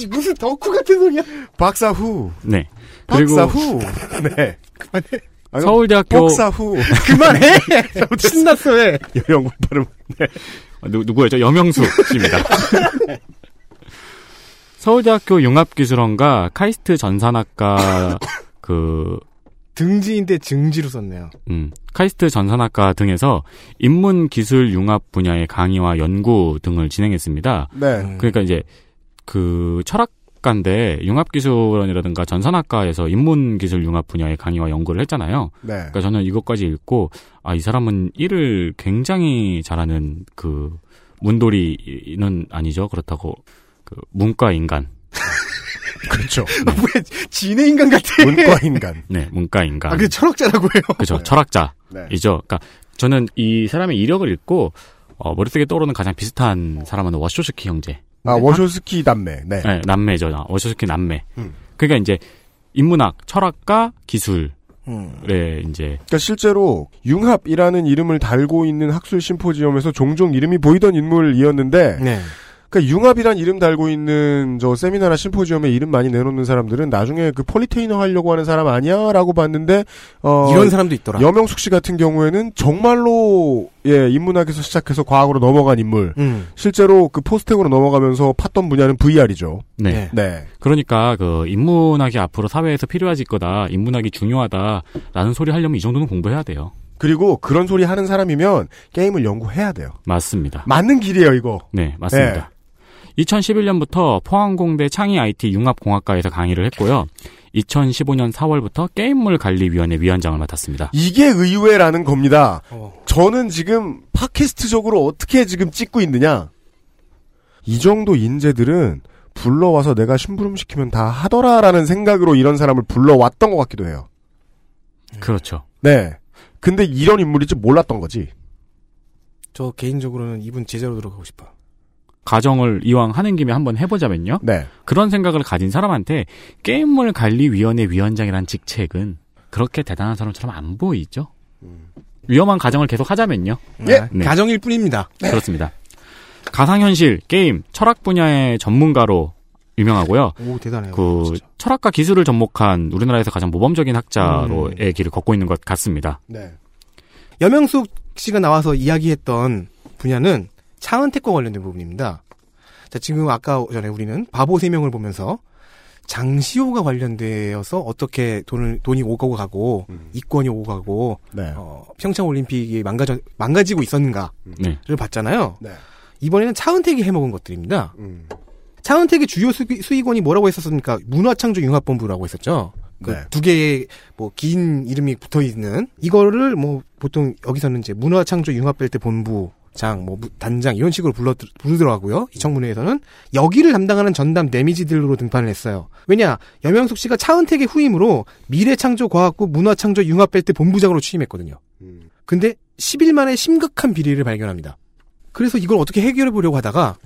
S4: 이 무슨 덕후 같은 소리야.
S2: 박사 후.
S3: 네.
S2: 박사
S3: 그리고-
S2: 후. 네. 그만해.
S3: 서울대학교-
S2: 박사 후.
S4: 그만해. 신났어 왜?
S2: 영국 발음. 네.
S3: 아, 누, 누구였죠? 여명수 씨입니다. 서울대학교 융합기술원과 카이스트 전산학과 그
S4: 등지인데 증지로 썼네요.
S3: 음, 카이스트 전산학과 등에서 인문 기술 융합 분야의 강의와 연구 등을 진행했습니다.
S2: 네.
S4: 음.
S3: 그러니까 이제 그 철학과인데 융합기술원이라든가 전산학과에서 인문 기술 융합 분야의 강의와 연구를 했잖아요.
S2: 네.
S3: 그러니까 저는 이것까지 읽고 아 이 사람은 일을 굉장히 잘하는 그 문돌이는 아니죠. 그렇다고 그 문과 인간.
S2: 그렇죠.
S4: 진해 인간 같아.
S2: 그러니까 문과 인간.
S3: 네, 문과 인간.
S4: 아, 그 철학자라고 해요.
S3: 그죠
S2: 네.
S3: 철학자이죠. 그러니까 저는 이 사람의 이력을 읽고 어, 머릿속에 떠오르는 가장 비슷한 사람은 워쇼스키 형제.
S2: 아 워쇼스키 남매. 네.
S3: 네, 남매죠. 나- 워쇼스키 남매.
S2: 음.
S3: 그러니까 이제 인문학, 철학과, 기술에
S2: 음.
S3: 이제
S2: 그러니까 실제로 융합이라는 이름을 달고 있는 학술 심포지엄에서 종종 이름이 보이던 인물이었는데
S4: 네.
S2: 그러니까 융합이란 이름 달고 있는 저 세미나나 심포지엄에 이름 많이 내놓는 사람들은 나중에 그 폴리테이너 하려고 하는 사람 아니야라고 봤는데 어,
S4: 이런 사람도 있더라.
S2: 여명숙 씨 같은 경우에는 정말로 예 인문학에서 시작해서 과학으로 넘어간 인물.
S4: 음.
S2: 실제로 그 포스텍으로 넘어가면서 팠던 분야는 VR이죠.
S3: 네. 그러니까 그 인문학이 앞으로 사회에서 필요해질 거다. 인문학이 중요하다라는 소리 하려면 이 정도는 공부해야 돼요.
S2: 그리고 그런 소리 하는 사람이면 게임을 연구해야 돼요.
S3: 맞습니다.
S2: 맞는 길이에요, 이거.
S3: 네, 맞습니다. 2011년부터 포항공대 창의 IT 융합공학과에서 강의를 했고요. 2015년 4월부터 게임물 관리위원회 위원장을 맡았습니다.
S2: 이게 의외라는 겁니다. 저는 지금 팟캐스트적으로 어떻게 지금 찍고 있느냐? 이 정도 인재들은 불러와서 내가 심부름 시키면 다 하더라라는 생각으로 이런 사람을 불러왔던 것 같기도 해요.
S3: 그렇죠.
S2: 네. 근데 이런 인물인지 몰랐던 거지.
S4: 저 개인적으로는 이분 제자로 들어가고 싶어요.
S3: 가정을 이왕 하는 김에 한번 해보자면요.
S2: 네.
S3: 그런 생각을 가진 사람한테 게임물 관리위원회 위원장이란 직책은 그렇게 대단한 사람처럼 안 보이죠. 위험한 가정을 계속 하자면요. 네.
S4: 예, 가정일 뿐입니다.
S3: 그렇습니다. 가상현실, 게임, 철학 분야의 전문가로 유명하고요.
S4: 오 대단해요.
S3: 그 철학과 기술을 접목한 우리나라에서 가장 모범적인 학자로의 길을 걷고 있는 것 같습니다.
S2: 네.
S4: 여명숙 씨가 나와서 이야기했던 분야는 차은택과 관련된 부분입니다. 자, 지금 아까 전에 우리는 바보 세명을 보면서 장시호가 관련되어서 어떻게 돈을, 돈이 오고 가고, 이권이 오고 가고,
S2: 네.
S4: 어, 평창올림픽이 망가져, 망가지고 있었는가를
S3: 네.
S4: 봤잖아요.
S2: 네.
S4: 이번에는 차은택이 해먹은 것들입니다.
S2: 음.
S4: 차은택의 주요 수, 수익원이 뭐라고 했었습니까? 문화창조융합본부라고 했었죠. 그
S2: 네.
S4: 두 개의 뭐 긴 이름이 붙어 있는 이거를 뭐 보통 여기서는 이제 문화창조융합벨트 본부장, 뭐 무- 단장 이런 식으로 불러 부르더라고요. 이 청문회에서는 여기를 담당하는 전담 데미지들로 등판을 했어요. 왜냐 여명숙 씨가 차은택의 후임으로 미래창조과학부 문화창조융합벨트 본부장으로 취임했거든요. 근데 10일 만에 심각한 비리를 발견합니다. 그래서 이걸 어떻게 해결해 보려고 하다가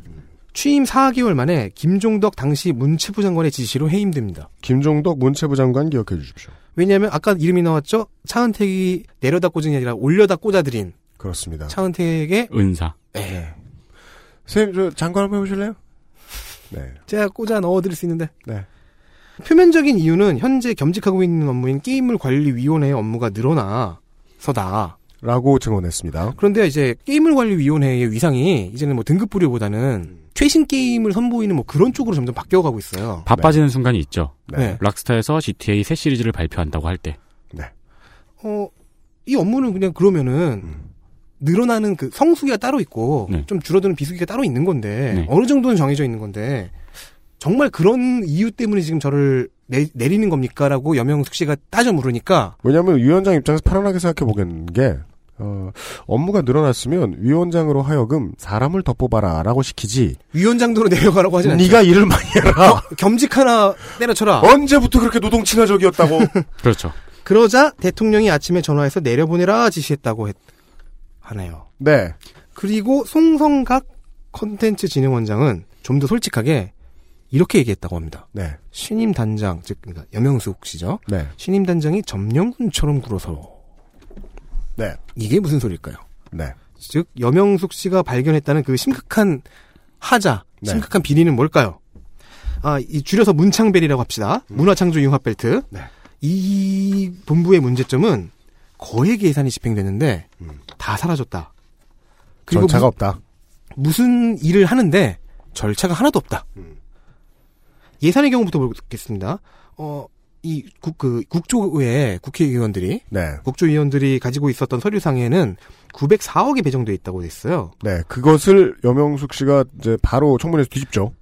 S4: 취임 4개월 만에 김종덕 당시 문체부 장관의 지시로 해임됩니다.
S2: 김종덕 문체부 장관 기억해 주십시오.
S4: 왜냐하면 아까 이름이 나왔죠? 차은택이 내려다 꽂은 게 아니라 올려다 꽂아들인
S2: 그렇습니다.
S4: 차은택의
S3: 은사.
S4: 네.
S2: 예. 선생님, 저 장관 한번 해보실래요? 네.
S4: 제가 꽂아 넣어드릴 수 있는데
S2: 네.
S4: 표면적인 이유는 현재 겸직하고 있는 업무인 게임물 관리위원회의 업무가 늘어나서다.
S2: 라고 증언했습니다.
S4: 그런데 이제 게임물 관리위원회의 위상이 이제는 뭐 등급 부류보다는 최신 게임을 선보이는 뭐 그런 쪽으로 점점 바뀌어가고 있어요.
S3: 바빠지는 순간이 있죠.
S4: 네.
S3: 락스타에서 GTA 새 시리즈를 발표한다고 할 때.
S4: 어, 이 업무는 그냥 그러면은 늘어나는 그 성수기가 따로 있고
S3: 네.
S4: 좀 줄어드는 비수기가 따로 있는 건데
S3: 네.
S4: 어느 정도는 정해져 있는 건데 정말 그런 이유 때문에 지금 저를 내, 내리는 겁니까라고 여명숙 씨가 따져 물으니까
S2: 왜냐하면 위원장 입장에서 편안하게 생각해 보겠는 게 어, 업무가 늘어났으면 위원장으로 하여금 사람을 더 뽑아라라고 시키지.
S4: 위원장도로 내려가라고 하진 않죠. 아.
S2: 네가 어? 일을 많이 해라.
S4: 겸직 하나 때려쳐라.
S2: 언제부터 그렇게 노동 친화적이었다고?
S3: 그렇죠.
S4: 그러자 대통령이 아침에 전화해서 내려보내라 지시했다고 했, 하네요.
S2: 네.
S4: 그리고 송성각 컨텐츠 진흥원장은 좀 더 솔직하게 이렇게 얘기했다고 합니다.
S2: 네.
S4: 신임 단장, 즉 그러니까 여명숙 씨죠.
S2: 네.
S4: 신임 단장이 점령군처럼 굴어서
S2: 네.
S4: 이게 무슨 소리일까요?
S2: 네.
S4: 즉 여명숙 씨가 발견했다는 그 심각한 하자,
S2: 네.
S4: 심각한 비리는 뭘까요? 아, 이 줄여서 문창벨이라고 합시다.
S2: 음.
S4: 문화창조융합벨트.
S2: 네.
S4: 이 본부의 문제점은 거액의 예산이 집행되는데
S2: 음.
S4: 다 사라졌다.
S2: 절차가
S4: 무-
S2: 없다.
S4: 무슨 일을 하는데 절차가 하나도 없다. 예산의 경우부터 보겠습니다. 어, 이 국, 그, 국조의 국회의원들이,
S2: 네.
S4: 국조위원들이 가지고 있었던 서류상에는 904억이 배정돼 있다고 돼 있어요.
S2: 네. 그것을 여명숙 씨가 이제 바로 청문회에서 뒤집죠.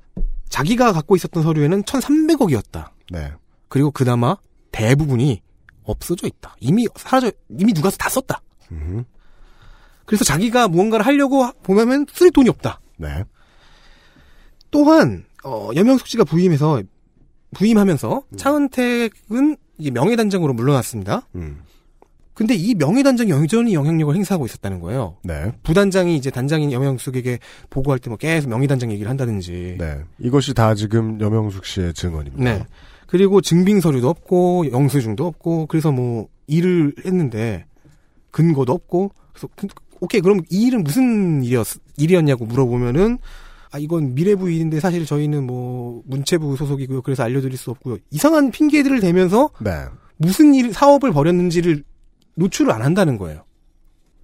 S4: 자기가 갖고 있었던 서류에는 1,300억이었다.
S2: 네.
S4: 그리고 그나마 대부분이 없어져 있다. 이미 사라져, 이미 누가서 다 썼다.
S2: 음.
S4: 그래서 자기가 무언가를 하려고 하- 보면 쓸 돈이 없다.
S2: 네.
S4: 또한 어, 여명숙 씨가 부임해서 부임하면서 차은택은 이제 명예단장으로 물러났습니다.
S2: 음.
S4: 근데 이 명예단장이 여전히 영향력을 행사하고 있었다는 거예요.
S2: 네.
S4: 부단장이 이제 단장인 여명숙에게 보고할 때 뭐 계속 명예단장 얘기를 한다든지.
S2: 네. 이것이 다 지금 여명숙 씨의 증언입니다.
S4: 네. 그리고 증빙 서류도 없고 영수증도 없고 그래서 뭐 일을 했는데 근거도 없고 그래서 그- 오케이 그럼 이 일은 무슨 일이었 일이었냐고 물어보면은 아 이건 미래부 일인데 사실 저희는 뭐 문체부 소속이고요 그래서 알려드릴 수 없고요 이상한 핑계들을 대면서
S2: 네.
S4: 무슨 일 사업을 벌였는지를 노출을 안 한다는 거예요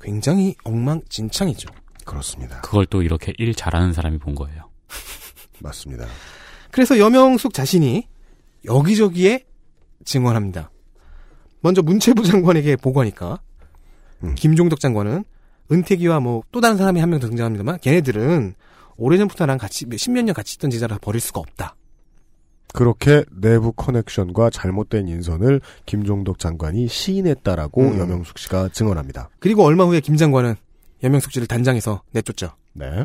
S4: 굉장히 엉망진창이죠
S2: 그렇습니다.
S3: 그걸 또 이렇게 일 잘하는 사람이 본 거예요.
S2: 맞습니다.
S4: 그래서 여명숙 자신이 여기저기에 증언합니다. 먼저 문체부 장관에게 보고하니까 김종덕 장관은 은퇴기와 뭐 또 다른 사람이 한 명 등장합니다만 걔네들은 오래전부터 랑 같이 십몇 년 같이 있던 제자라 버릴 수가 없다.
S2: 그렇게 내부 커넥션과 잘못된 인선을 김종덕 장관이 시인했다라고
S4: 음.
S2: 여명숙 씨가 증언합니다.
S4: 그리고 얼마 후에 김 장관은 여명숙 씨를 단장에서 내쫓죠.
S2: 네.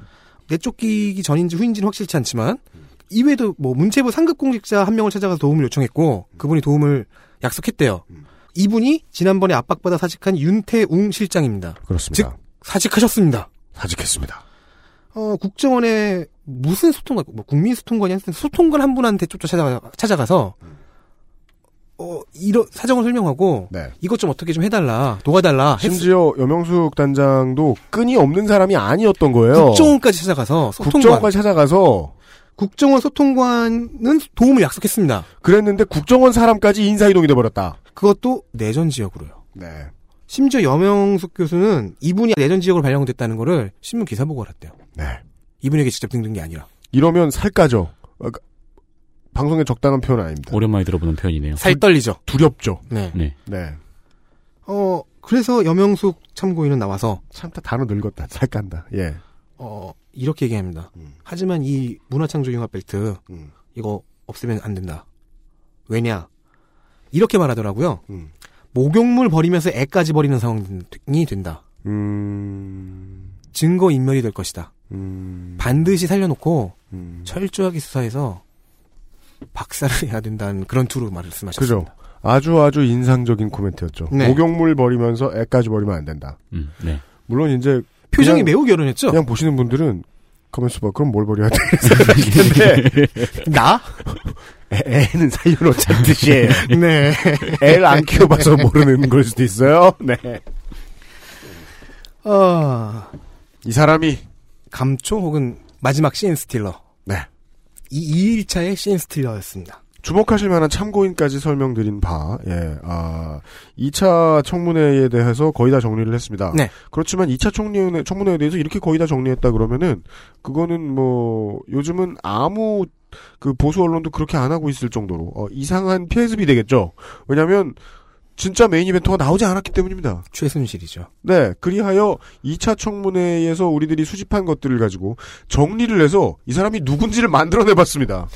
S4: 내쫓기기 전인지 후인지는 확실치 않지만 이외에도 뭐 문체부 상급 공직자 한 명을 찾아가서 도움을 요청했고 그분이 도움을 약속했대요. 이분이 지난번에 압박받아 사직한 윤태웅 실장입니다.
S2: 그렇습니다.
S4: 사직하셨습니다.
S2: 사직했습니다.
S4: 어, 국정원에 무슨 소통관, 뭐 국민소통관이 하여튼 소통관 한 분한테 쫓아 찾아가, 찾아가서 어, 이런 사정을 설명하고 이것 좀 어떻게 좀 해달라, 도와달라. 아, 했-
S2: 네. 심지어 여명숙 단장도 끈이 없는 사람이 아니었던 거예요.
S4: 국정원까지 찾아가서 소통관.
S2: 국정원까지 찾아가서
S4: 국정원 소통관은 도움을 약속했습니다.
S2: 그랬는데 국정원 사람까지 인사이동이 돼버렸다.
S4: 그것도 내전 지역으로요.
S2: 네.
S4: 심지어 여명숙 교수는 이분이 내전 지역으로 발령됐다는 거를 신문 기사 보고 알았대요.
S2: 네.
S4: 이분에게 직접 등든 게 아니라.
S2: 이러면 살까죠. 어, 그, 방송에 적당한 표현 아닙니다.
S3: 오랜만에 들어보는 표현이네요.
S4: 살 떨리죠.
S2: 두렵죠.
S4: 네.
S3: 네.
S2: 네.
S4: 어, 그래서 여명숙 참고인은 나와서
S2: 참다 단어 늙었다. 살깐다. 예.
S4: 어, 이렇게 얘기합니다. 하지만 이 문화창조융합벨트 이거 없으면 안 된다. 왜냐? 이렇게 말하더라고요. 목욕물 버리면서 애까지 버리는 상황이 된다.
S2: 음.
S4: 증거 인멸이 될 것이다. 음, 반드시 살려놓고 철저하게 수사해서 박살을 해야 된다는 그런 투로 말씀하셨습니다.
S2: 그죠. 아주 아주 인상적인 코멘트였죠.
S4: 네.
S2: 목욕물 버리면서 애까지 버리면 안 된다.
S3: 음, 네.
S2: 물론 이제
S4: 표정이
S2: 그냥-
S4: 매우 결연했죠.
S2: 그냥 보시는 분들은 가만있어 봐. 그럼 뭘 버려야 돼? 생각하실 텐데.
S4: 나?
S2: 애, 는 살려놓자는 뜻이에요.
S4: 네.
S2: 애를 안 키워봐서 모르는 걸 수도 있어요. 네.
S4: 아,
S2: 이 사람이
S4: 감초 혹은 마지막 시인 스틸러.
S2: 네.
S4: 이 2일차의 시인 스틸러였습니다.
S2: 주목하실 만한 참고인까지 설명드린 바, 예, 아, 2차 청문회에 대해서 거의 다 정리를 했습니다.
S4: 네.
S2: 그렇지만 2차 청문회, 청문회에 대해서 이렇게 거의 다 정리했다 그러면은, 그거는 뭐, 요즘은 아무, 그 보수 언론도 그렇게 안 하고 있을 정도로, 어, 이상한 피해습이 되겠죠? 왜냐면, 진짜 메인 이벤트가 나오지 않았기 때문입니다.
S4: 최순실이죠.
S2: 네, 그리하여 2차 청문회에서 우리들이 수집한 것들을 가지고 정리를 해서 이 사람이 누군지를 만들어내봤습니다.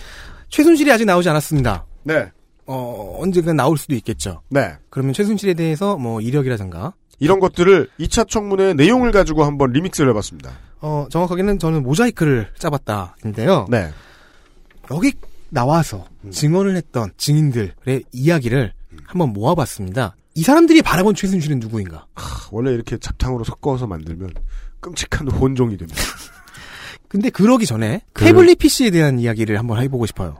S4: 최순실이 아직 나오지 않았습니다.
S2: 네.
S4: 어, 언젠가 나올 수도 있겠죠.
S2: 네.
S4: 그러면 최순실에 대해서 뭐 이력이라든가
S2: 이런 것들을 2차 청문회의 내용을 가지고 한번 리믹스를 해봤습니다.
S4: 어, 정확하게는 저는 모자이크를 짜봤다인데요.
S2: 네. 음.
S4: 여기 나와서 증언을 했던 증인들의 이야기를 한번 모아봤습니다. 이 사람들이 바라본 최순실은 누구인가?
S2: 하, 원래 이렇게 잡탕으로 섞어서 만들면 끔찍한 혼종이 됩니다.
S4: 근데 그러기 전에 태블릿 PC에 대한 이야기를 한번 해보고 싶어요.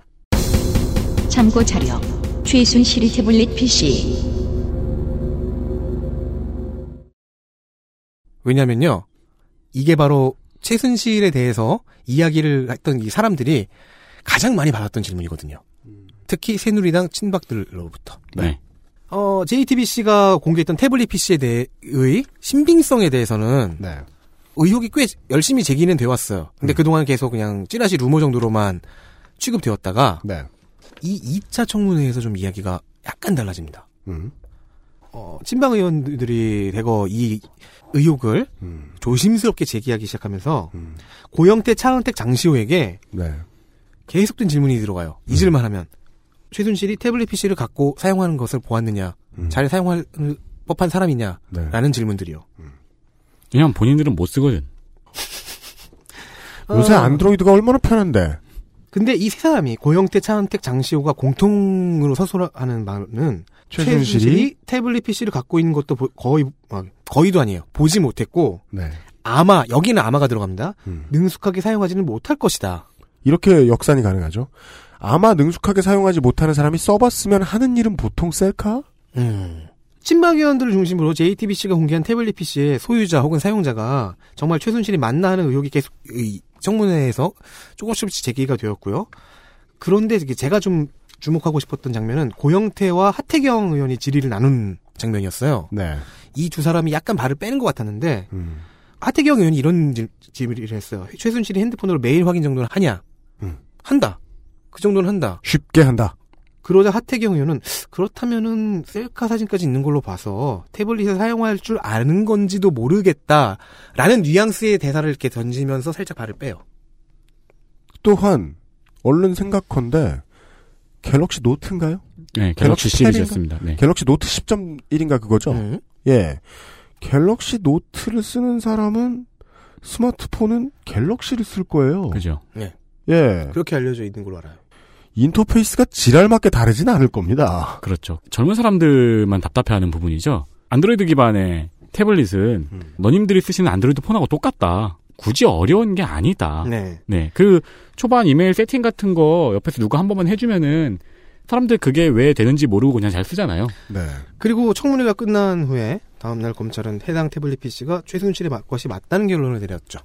S1: 참고 자료. 최순실이 태블릿 PC.
S4: 왜냐면요. 이게 바로 최순실에 대해서 이야기를 했던 이 사람들이 가장 많이 받았던 질문이거든요. 특히 새누리당 친박들로부터.
S3: 네.
S4: 어, JTBC가 공개했던 태블릿 PC에 대의 신빙성에 대해서는 의혹이 꽤 열심히 제기는 되어 왔어요. 근데 그동안 계속 그냥 찌라시 루머 정도로만 취급되었다가
S2: 네.
S4: 이 2차 청문회에서 좀 이야기가 약간 달라집니다.
S2: 음.
S4: 어, 친박 의원들이 대거 이 의혹을
S2: 음.
S4: 조심스럽게 제기하기 시작하면서 고영태, 차은택, 장시호에게
S2: 네.
S4: 계속된 질문이 들어가요.
S2: 음.
S4: 잊을만하면 최순실이 태블릿 PC를 갖고 사용하는 것을 보았느냐,
S2: 음.
S4: 잘 사용할 법한
S2: 네.
S4: 사람이냐라는 질문들이요.
S3: 왜냐면 본인들은 못 쓰거든.
S2: 요새
S4: 아.
S2: 안드로이드가 얼마나 편한데.
S4: 근데 이 세 사람이 고영태, 차은택, 장시호가 공통으로 서술하는 말은
S2: 최순실이
S4: 태블릿 PC를 갖고 있는 것도 보- 거의 아, 거의도 아니에요. 보지 못했고
S2: 네.
S4: 아마 여기는 아마가 들어갑니다. 능숙하게 사용하지는 못할 것이다.
S2: 이렇게 역산이 가능하죠. 아마 능숙하게 사용하지 못하는 사람이 써봤으면 하는 일은 보통 셀카?
S4: 친박 의원들을 중심으로 JTBC가 공개한 태블릿 PC의 소유자 혹은 사용자가 정말 최순실이 맞나 하는 의혹이 계속 이 청문회에서 조금씩 제기가 되었고요. 그런데 이게 제가 좀 주목하고 싶었던 장면은 고영태와 하태경 의원이 질의를 나눈 장면이었어요.
S2: 네.
S4: 이 두 사람이 약간 발을 빼는 것 같았는데
S2: 음.
S4: 하태경 의원이 이런 질- 질의를 했어요. 최순실이 핸드폰으로 메일 확인 정도는 하냐? 한다. 그 정도는 한다.
S2: 쉽게 한다.
S4: 그러자 하태경 의원은 그렇다면은 셀카 사진까지 있는 걸로 봐서 태블릿에 사용할 줄 아는 건지도 모르겠다라는 뉘앙스의 대사를 이렇게 던지면서 살짝 발을 빼요.
S2: 또한 얼른 생각컨대 갤럭시 노트인가요?
S3: 네, 갤럭시, 시리즈였습니다. 네.
S2: 갤럭시 노트 10.1인가 그거죠?
S4: 음.
S2: 예. 갤럭시 노트를 쓰는 사람은 스마트폰은 갤럭시를 쓸 거예요.
S3: 그죠.
S4: 네.
S2: 예.
S4: 그렇게 알려져 있는 걸로 알아요.
S2: 인터페이스가 지랄맞게 다르진 않을 겁니다.
S3: 그렇죠. 젊은 사람들만 답답해하는 부분이죠. 안드로이드 기반의 태블릿은
S4: 음.
S3: 너님들이 쓰시는 안드로이드 폰하고 똑같다. 굳이 어려운 게 아니다.
S4: 네.
S3: 그 초반 이메일 세팅 같은 거 옆에서 누가 한 번만 해주면은 사람들 그게 왜 되는지 모르고 그냥 잘 쓰잖아요.
S2: 네.
S4: 그리고 청문회가 끝난 후에 다음날 검찰은 해당 태블릿 PC가 최순실의 마- 것이 맞다는 결론을 내렸죠.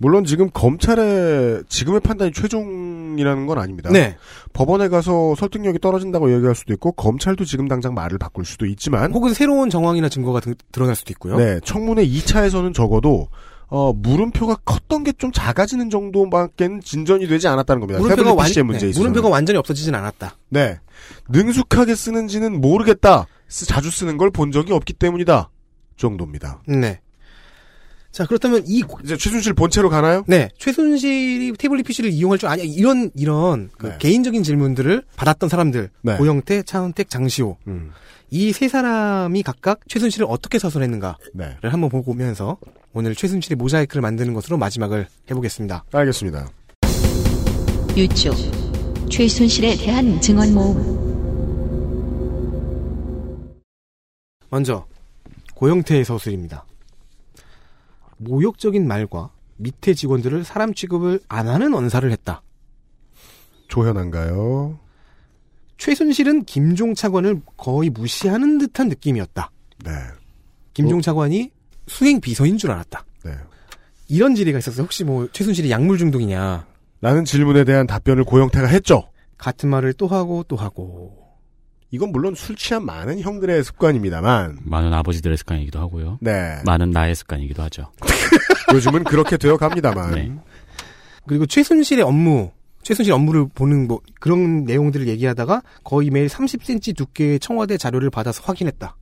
S2: 물론 지금 검찰의 지금의 판단이 최종이라는 건 아닙니다.
S4: 네.
S2: 법원에 가서 설득력이 떨어진다고 얘기할 수도 있고 검찰도 지금 당장 말을 바꿀 수도 있지만
S4: 혹은 새로운 정황이나 증거가 드, 드러날 수도 있고요.
S2: 네, 청문회 2차에서는 적어도 어, 물음표가 컸던 게 좀 작아지는 정도밖에는 진전이 되지 않았다는 겁니다.
S4: 물음표가,
S2: 태블릿
S4: 완, 네.
S2: PC의 문제에 있어서.
S4: 물음표가 완전히 없어지진 않았다.
S2: 네. 능숙하게 쓰는지는 모르겠다. 쓰- 자주 쓰는 걸 본 적이 없기 때문이다. 정도입니다.
S4: 네. 자 그렇다면 이
S2: 이제 최순실 본체로 가나요?
S4: 네 최순실이 태블릿 PC를 이용할 줄 아냐 이런 이런 그 개인적인 질문들을 받았던 사람들
S2: 네.
S4: 고영태, 차은택, 장시호
S2: 음.
S4: 이 세 사람이 각각 최순실을 어떻게 서술했는가를
S2: 네.
S4: 한번 보고 오면서 오늘 최순실의 모자이크를 만드는 것으로 마지막을 해보겠습니다.
S2: 알겠습니다.
S1: 유축. 최순실에 대한 증언 모음.
S4: 먼저 고영태의 서술입니다. 모욕적인 말과 밑에 직원들을 사람 취급을 안 하는 언사를 했다.
S2: 조현한가요?
S4: 최순실은 김종 차관을 거의 무시하는 듯한 느낌이었다.
S2: 네.
S4: 김종 차관이 수행 비서인 줄 알았다.
S2: 네.
S4: 이런 질의가 있었어요. 혹시 뭐 최순실이 약물 중독이냐?
S2: 라는 질문에 대한 답변을 고영태가 했죠.
S4: 같은 말을 또 하고 또 하고.
S2: 이건 물론 술 취한 많은 형들의 습관입니다만
S3: 많은 아버지들의 습관이기도 하고요.
S2: 네.
S3: 많은 나의 습관이기도 하죠.
S2: 요즘은 그렇게 되어 갑니다만.
S4: 그리고 최순실의 업무, 최순실 업무를 보는 뭐 그런 내용들을 얘기하다가 거의 매일 30cm 두께의 청와대 자료를 받아서 확인했다.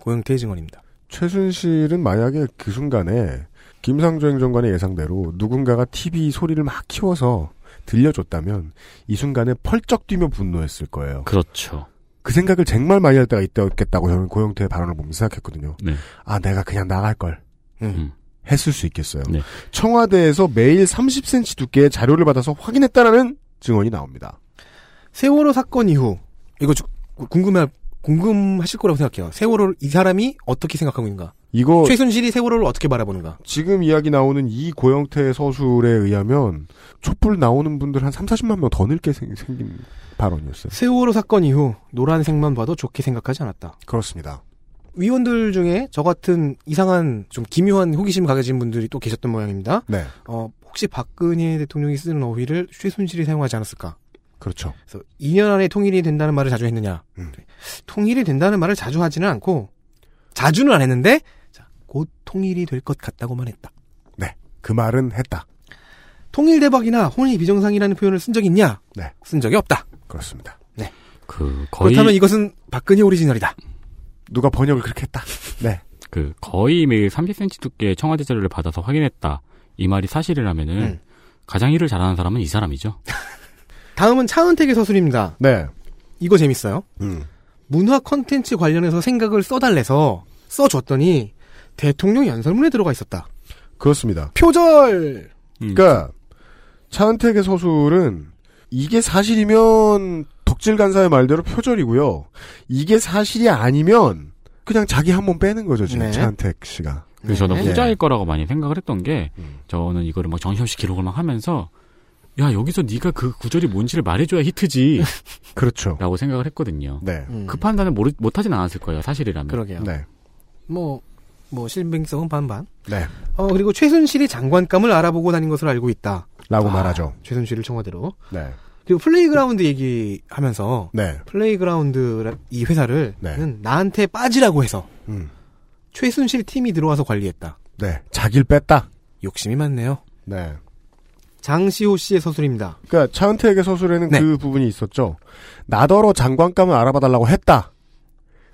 S4: 고영태 증언입니다.
S2: 최순실은 만약에 그 순간에 김상조 행정관의 예상대로 누군가가 TV 소리를 막 키워서 들려줬다면 이 순간에 펄쩍 뛰며 분노했을 거예요.
S3: 그렇죠.
S2: 그 생각을 정말 많이 할 때가 있겠다고 저는 고영태의 발언을 보면서 생각했거든요.
S3: 네.
S2: 아, 내가 그냥 나갈 걸.
S3: 음.
S2: 했을 수 있겠어요.
S3: 네.
S2: 청와대에서 매일 30cm 두께의 자료를 받아서 확인했다라는 증언이 나옵니다.
S4: 세월호 사건 이후 이거 주- 궁금해 궁금하실 거라고 생각해요. 세월호 이 사람이 어떻게 생각하고 있는가?
S2: 이거
S4: 최순실이 세월호를 어떻게 바라보는가?
S2: 지금 이야기 나오는 이 고영태 서술에 의하면 촛불 나오는 분들 한 3, 40만 명 더 늙게 생, 생긴 발언이었어요.
S4: 세월호 사건 이후 노란색만 봐도 좋게 생각하지 않았다.
S2: 그렇습니다.
S4: 위원들 중에 저 같은 이상한 좀 기묘한 호기심 가져진 분들이 또 계셨던 모양입니다.
S2: 네.
S4: 어, 혹시 박근혜 대통령이 쓰는 어휘를 최순실이 사용하지 않았을까?
S2: 그렇죠.
S4: 그래서 2년 안에 통일이 된다는 말을 자주 했느냐?
S3: 음.
S4: 네. 통일이 된다는 말을 자주 하지는 않고 자주는 안 했는데 자, 곧 통일이 될 것 같다고만 했다.
S2: 네. 그 말은 했다.
S4: 통일 대박이나 혼이 비정상이라는 표현을 쓴 적이 있냐?
S2: 네.
S4: 쓴 적이 없다.
S2: 그렇습니다.
S4: 네.
S3: 그 거의
S4: 그렇다면 이것은 박근혜 오리지널이다.
S2: 누가 번역을 그렇게 했다. 네.
S3: 그 거의 매일 30cm 두께의 청와대 자료를 받아서 확인했다. 이 말이 사실이라면은
S4: 음.
S3: 가장 일을 잘하는 사람은 이 사람이죠.
S4: 다음은 차은택의 서술입니다.
S2: 네.
S4: 이거 재밌어요.
S2: 음.
S4: 문화 컨텐츠 관련해서 생각을 써달래서 써줬더니 대통령 연설문에 들어가 있었다.
S2: 그렇습니다.
S4: 표절.
S2: 그러니까 차은택의 서술은 이게 사실이면 덕질 간사의 말대로 표절이고요. 이게 사실이 아니면 그냥 자기 한 번 빼는 거죠 지금
S3: 네.
S2: 차은택 씨가.
S3: 그래서 저는
S2: 네.
S3: 후자일 거라고 많이 생각을 했던 게 저는 이거를 막 정신없이 기록을 막 하면서 야 여기서 네가 그 구절이 뭔지를 말해줘야 히트지.
S2: 그렇죠.
S3: 라고 생각을 했거든요.
S2: 네.
S3: 그 판단을 모르, 못하진 않았을 거예요 사실이라면.
S4: 그러게요.
S2: 네.
S4: 뭐, 뭐, 신빙성은 반반.
S2: 네.
S4: 어, 그리고 최순실이 장관감을 알아보고 다닌 것을 알고 있다.
S2: 라고 말하죠.
S4: 최순실을 청와대로.
S2: 네.
S4: 그리고 플레이그라운드 얘기하면서.
S2: 네.
S4: 플레이그라운드 이 회사를. 는 나한테 빠지라고 해서.
S2: 음.
S4: 최순실 팀이 들어와서 관리했다.
S2: 네. 자기를 뺐다.
S4: 욕심이 많네요.
S2: 네.
S4: 장시호 씨의 서술입니다.
S2: 그러니까
S4: 네.
S2: 차은택의 서술에는 그 부분이 있었죠. 나더러 장관감을 알아봐달라고 했다.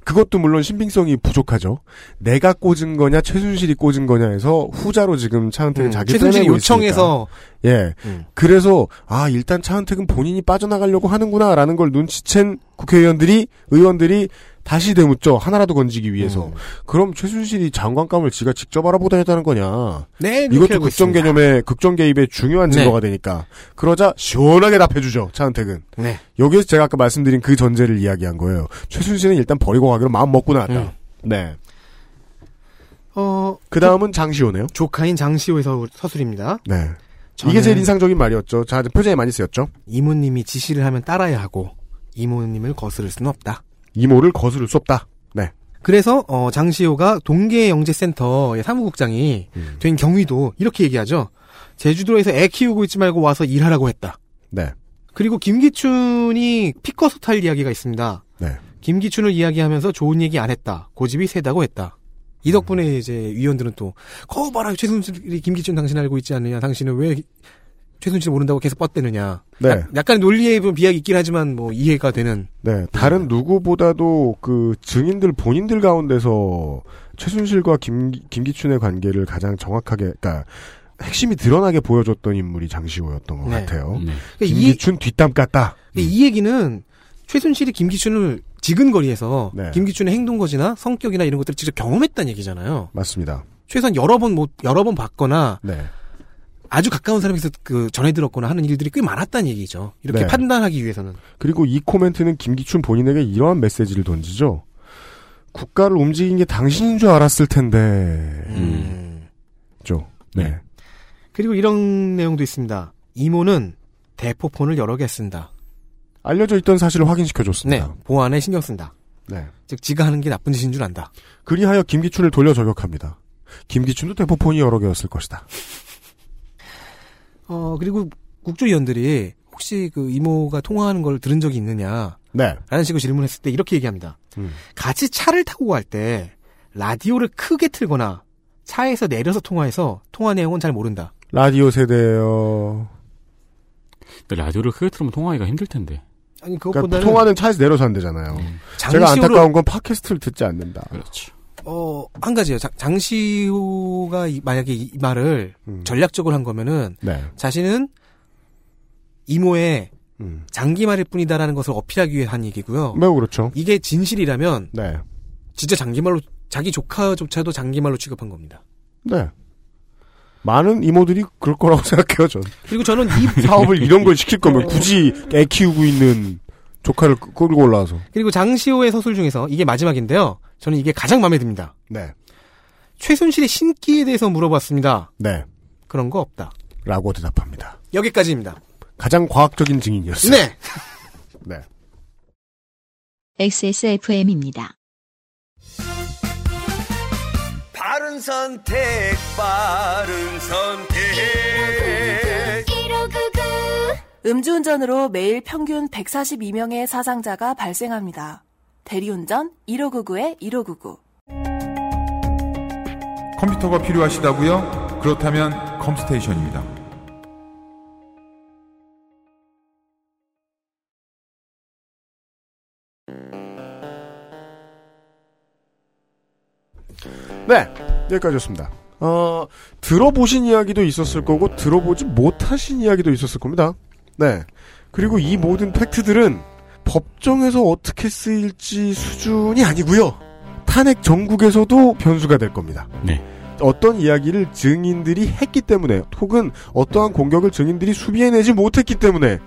S2: 그것도 물론 신빙성이 부족하죠. 내가 꽂은 거냐 최순실이 꽂은 거냐에서 후자로 지금 차은택은
S4: 음,
S2: 자기
S4: 최순실이
S2: 빼내고
S4: 요청해서. 음.
S2: 있으니까. 예 그래서 아 일단 차은택은 본인이 빠져나가려고 하는구나라는 걸 눈치챈 국회의원들이 의원들이 다시 되묻죠 하나라도 건지기
S4: 음.
S2: 위해서 그럼 최순실이 장관감을 지가 직접 알아보다 했다는 거냐
S4: 네, 그렇게
S2: 이것도
S4: 알고
S2: 극정
S4: 있습니다.
S2: 개념의 극정 개입의 중요한
S4: 네.
S2: 증거가 되니까 그러자 시원하게 답해주죠 차은택은
S4: 네.
S2: 여기에서 제가 아까 말씀드린 그 전제를 이야기한 거예요. 최순실은 일단 버리고 가기로 마음 먹고 나왔다.
S4: 음.
S2: 네.
S4: 어,
S2: 그 다음은 장시호네요.
S4: 조카인 장시호의 서- 서술입니다.
S2: 네. 이게
S4: 저는-
S2: 제일 인상적인 말이었죠. 자, 표정에 많이 쓰였죠.
S4: 이모님이 지시를 하면 따라야 하고 이모님을 거스를 수는 없다.
S2: 이모를 거스를 수 없다. 네.
S4: 그래서 어, 장시호가 동계영재센터의 사무국장이 된 경위도 이렇게 얘기하죠. 제주도에서 애 키우고 있지 말고 와서 일하라고 했다.
S2: 네.
S4: 그리고 김기춘이 피커스 탈 이야기가 있습니다.
S2: 네.
S4: 김기춘을 이야기하면서 좋은 얘기 안 했다. 고집이 세다고 했다. 이 덕분에 이제 위원들은 또 거봐라 최순실이 김기춘 당신 알고 있지 않느냐 당신은 왜 최순실 모른다고 계속 뻗대느냐
S2: 네.
S4: 약간 논리에 좀 비약이 있긴 하지만 뭐 이해가 되는
S2: 네. 다른 누구보다도 그 증인들 본인들 가운데서 최순실과 김, 김기춘의 관계를 가장 정확하게, 그니까, 핵심이 드러나게 보여줬던 인물이 장시호였던 것
S4: 네.
S2: 같아요.
S4: 이-
S2: 김기춘 뒷담 깠다.
S4: 이 얘기는 최순실이 김기춘을 지근거리에서
S2: 네.
S4: 김기춘의 행동거지나 성격이나 이런 것들을 직접 경험했다는 얘기잖아요.
S2: 맞습니다.
S4: 최소한 여러 번 뭐 여러 번 봤거나
S2: 네.
S4: 아주 가까운 사람에서 그 전해 들었거나 하는 일들이 꽤 많았다는 얘기죠. 이렇게
S2: 네.
S4: 판단하기 위해서는
S2: 그리고 이 코멘트는 김기춘 본인에게 이러한 메시지를 던지죠. 국가를 움직인 게 당신인 줄 알았을 텐데.
S4: 음.
S3: 음.
S2: 죠. 네.
S4: 그리고 이런 내용도 있습니다. 이모는 대포폰을 여러 개 쓴다.
S2: 알려져 있던 사실을 확인시켜줬습니다.
S4: 네, 보안에 신경 쓴다.
S2: 네.
S4: 즉 지가 하는 게 나쁜 짓인 줄 안다.
S2: 그리하여 김기춘을 돌려 저격합니다. 김기춘도 대포폰이 여러 개였을 것이다.
S4: 어 그리고 국조위원들이 혹시 그 이모가 통화하는 걸 들은 적이 있느냐?
S2: 네.
S4: 라는 식으로 질문했을 때 이렇게 얘기합니다.
S2: 음.
S4: 같이 차를 타고 갈 때 라디오를 크게 틀거나 차에서 내려서 통화해서 통화 내용은 잘 모른다.
S2: 라디오 세대예요.
S3: 근데 라디오를 크게 틀으면 통화하기가 힘들 텐데.
S4: 아니
S2: 그러니까
S4: 그것보다는
S2: 통화는 차에서 내려서 한대잖아요. 제가
S4: 장시호를-
S2: 안타까운 건 팟캐스트를 듣지 않는다.
S3: 그렇죠.
S4: 어한 가지예요. 장- 장시호가 이- 만약에 이 말을
S2: 음.
S4: 전략적으로 한 거면은
S2: 네.
S4: 자신은 이모의
S2: 음.
S4: 장기말일 뿐이다라는 것을 어필하기 위해 한 얘기고요.
S2: 매우 그렇죠.
S4: 이게 진실이라면
S2: 네.
S4: 진짜 장기말로 자기 조카조차도 장기말로 취급한 겁니다.
S2: 네. 많은 이모들이 그럴 거라고 생각해요, 전.
S4: 그리고 저는 이
S2: 사업을 이런 걸 시킬 거면 굳이 애 키우고 있는 조카를 끌- 끌고 올라와서.
S4: 그리고 장시호의 서술 중에서 이게 마지막인데요. 저는 이게 가장 마음에 듭니다.
S2: 네.
S4: 최순실의 신기에 대해서 물어봤습니다.
S2: 네.
S4: 그런 거 없다.
S2: 라고 대답합니다.
S4: 여기까지입니다.
S2: 가장 과학적인 증인이었어요.
S4: 네.
S2: 네.
S1: XSFM입니다.
S11: 바른 선택, 바른 선택.
S12: 음주운전으로 매일 평균 142명의 사상자가 발생합니다. 대리운전 1599-1599.
S7: 컴퓨터가 필요하시다고요? 그렇다면 컴스테이션입니다.
S2: 네. 여기까지였습니다. 어, 들어보신 이야기도 있었을 거고, 들어보지 못하신 이야기도 있었을 겁니다. 네. 그리고 이 모든 팩트들은 법정에서 어떻게 쓰일지 수준이 아니고요. 탄핵 전국에서도 변수가 될 겁니다.
S3: 네.
S2: 어떤 이야기를 증인들이 했기 때문에 혹은 어떠한 공격을 증인들이 수비해내지 못했기 때문에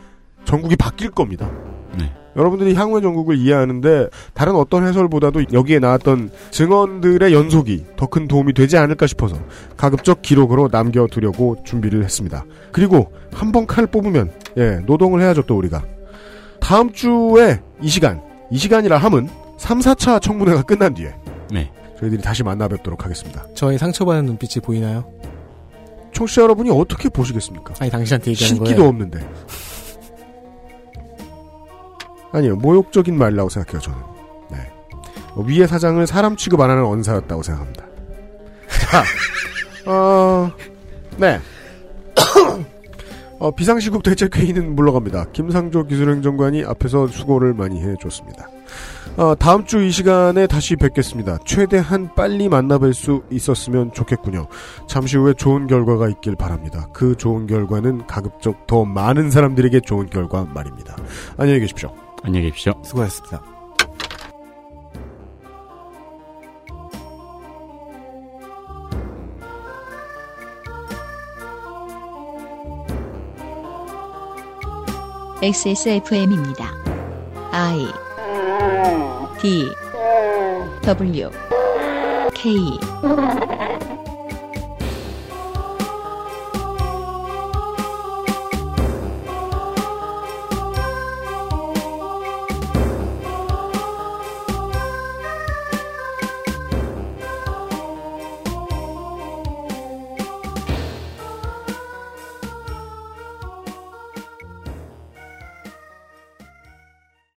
S2: 전국이 바뀔 겁니다.
S3: 네.
S2: 여러분들이 향후의 전국을 이해하는데 다른 어떤 해설보다도 여기에 나왔던 증언들의 연속이 더 큰 도움이 되지 않을까 싶어서 가급적 기록으로 남겨두려고 준비를 했습니다. 그리고 한 번 칼 뽑으면 예 노동을 해야죠 또 우리가 다음 주에 이 시간 이 시간이라 함은 3, 4차 청문회가 끝난 뒤에
S3: 네.
S2: 저희들이 다시 만나 뵙도록 하겠습니다.
S4: 저의 상처받은 눈빛이 보이나요?
S2: 청취자 여러분이 어떻게 보시겠습니까?
S4: 아니 당신한테 얘기하는
S2: 신기도
S4: 거예요.
S2: 없는데. 아니요, 모욕적인 말이라고 생각해요, 저는. 네. 어, 위의 사장을 사람 취급 안 하는 언사였다고 생각합니다. 자, 어, 네. 어, 비상시국 대책회의는 물러갑니다. 김상조 기술행정관이 앞에서 수고를 많이 해줬습니다. 어, 다음 주 이 시간에 다시 뵙겠습니다. 최대한 빨리 만나뵐 수 있었으면 좋겠군요. 잠시 후에 좋은 결과가 있길 바랍니다. 그 좋은 결과는 가급적 더 많은 사람들에게 좋은 결과 말입니다. 안녕히 계십시오.
S3: 안녕히 계십시오.
S4: 수고하셨습니다.
S1: XSFM입니다. I D W K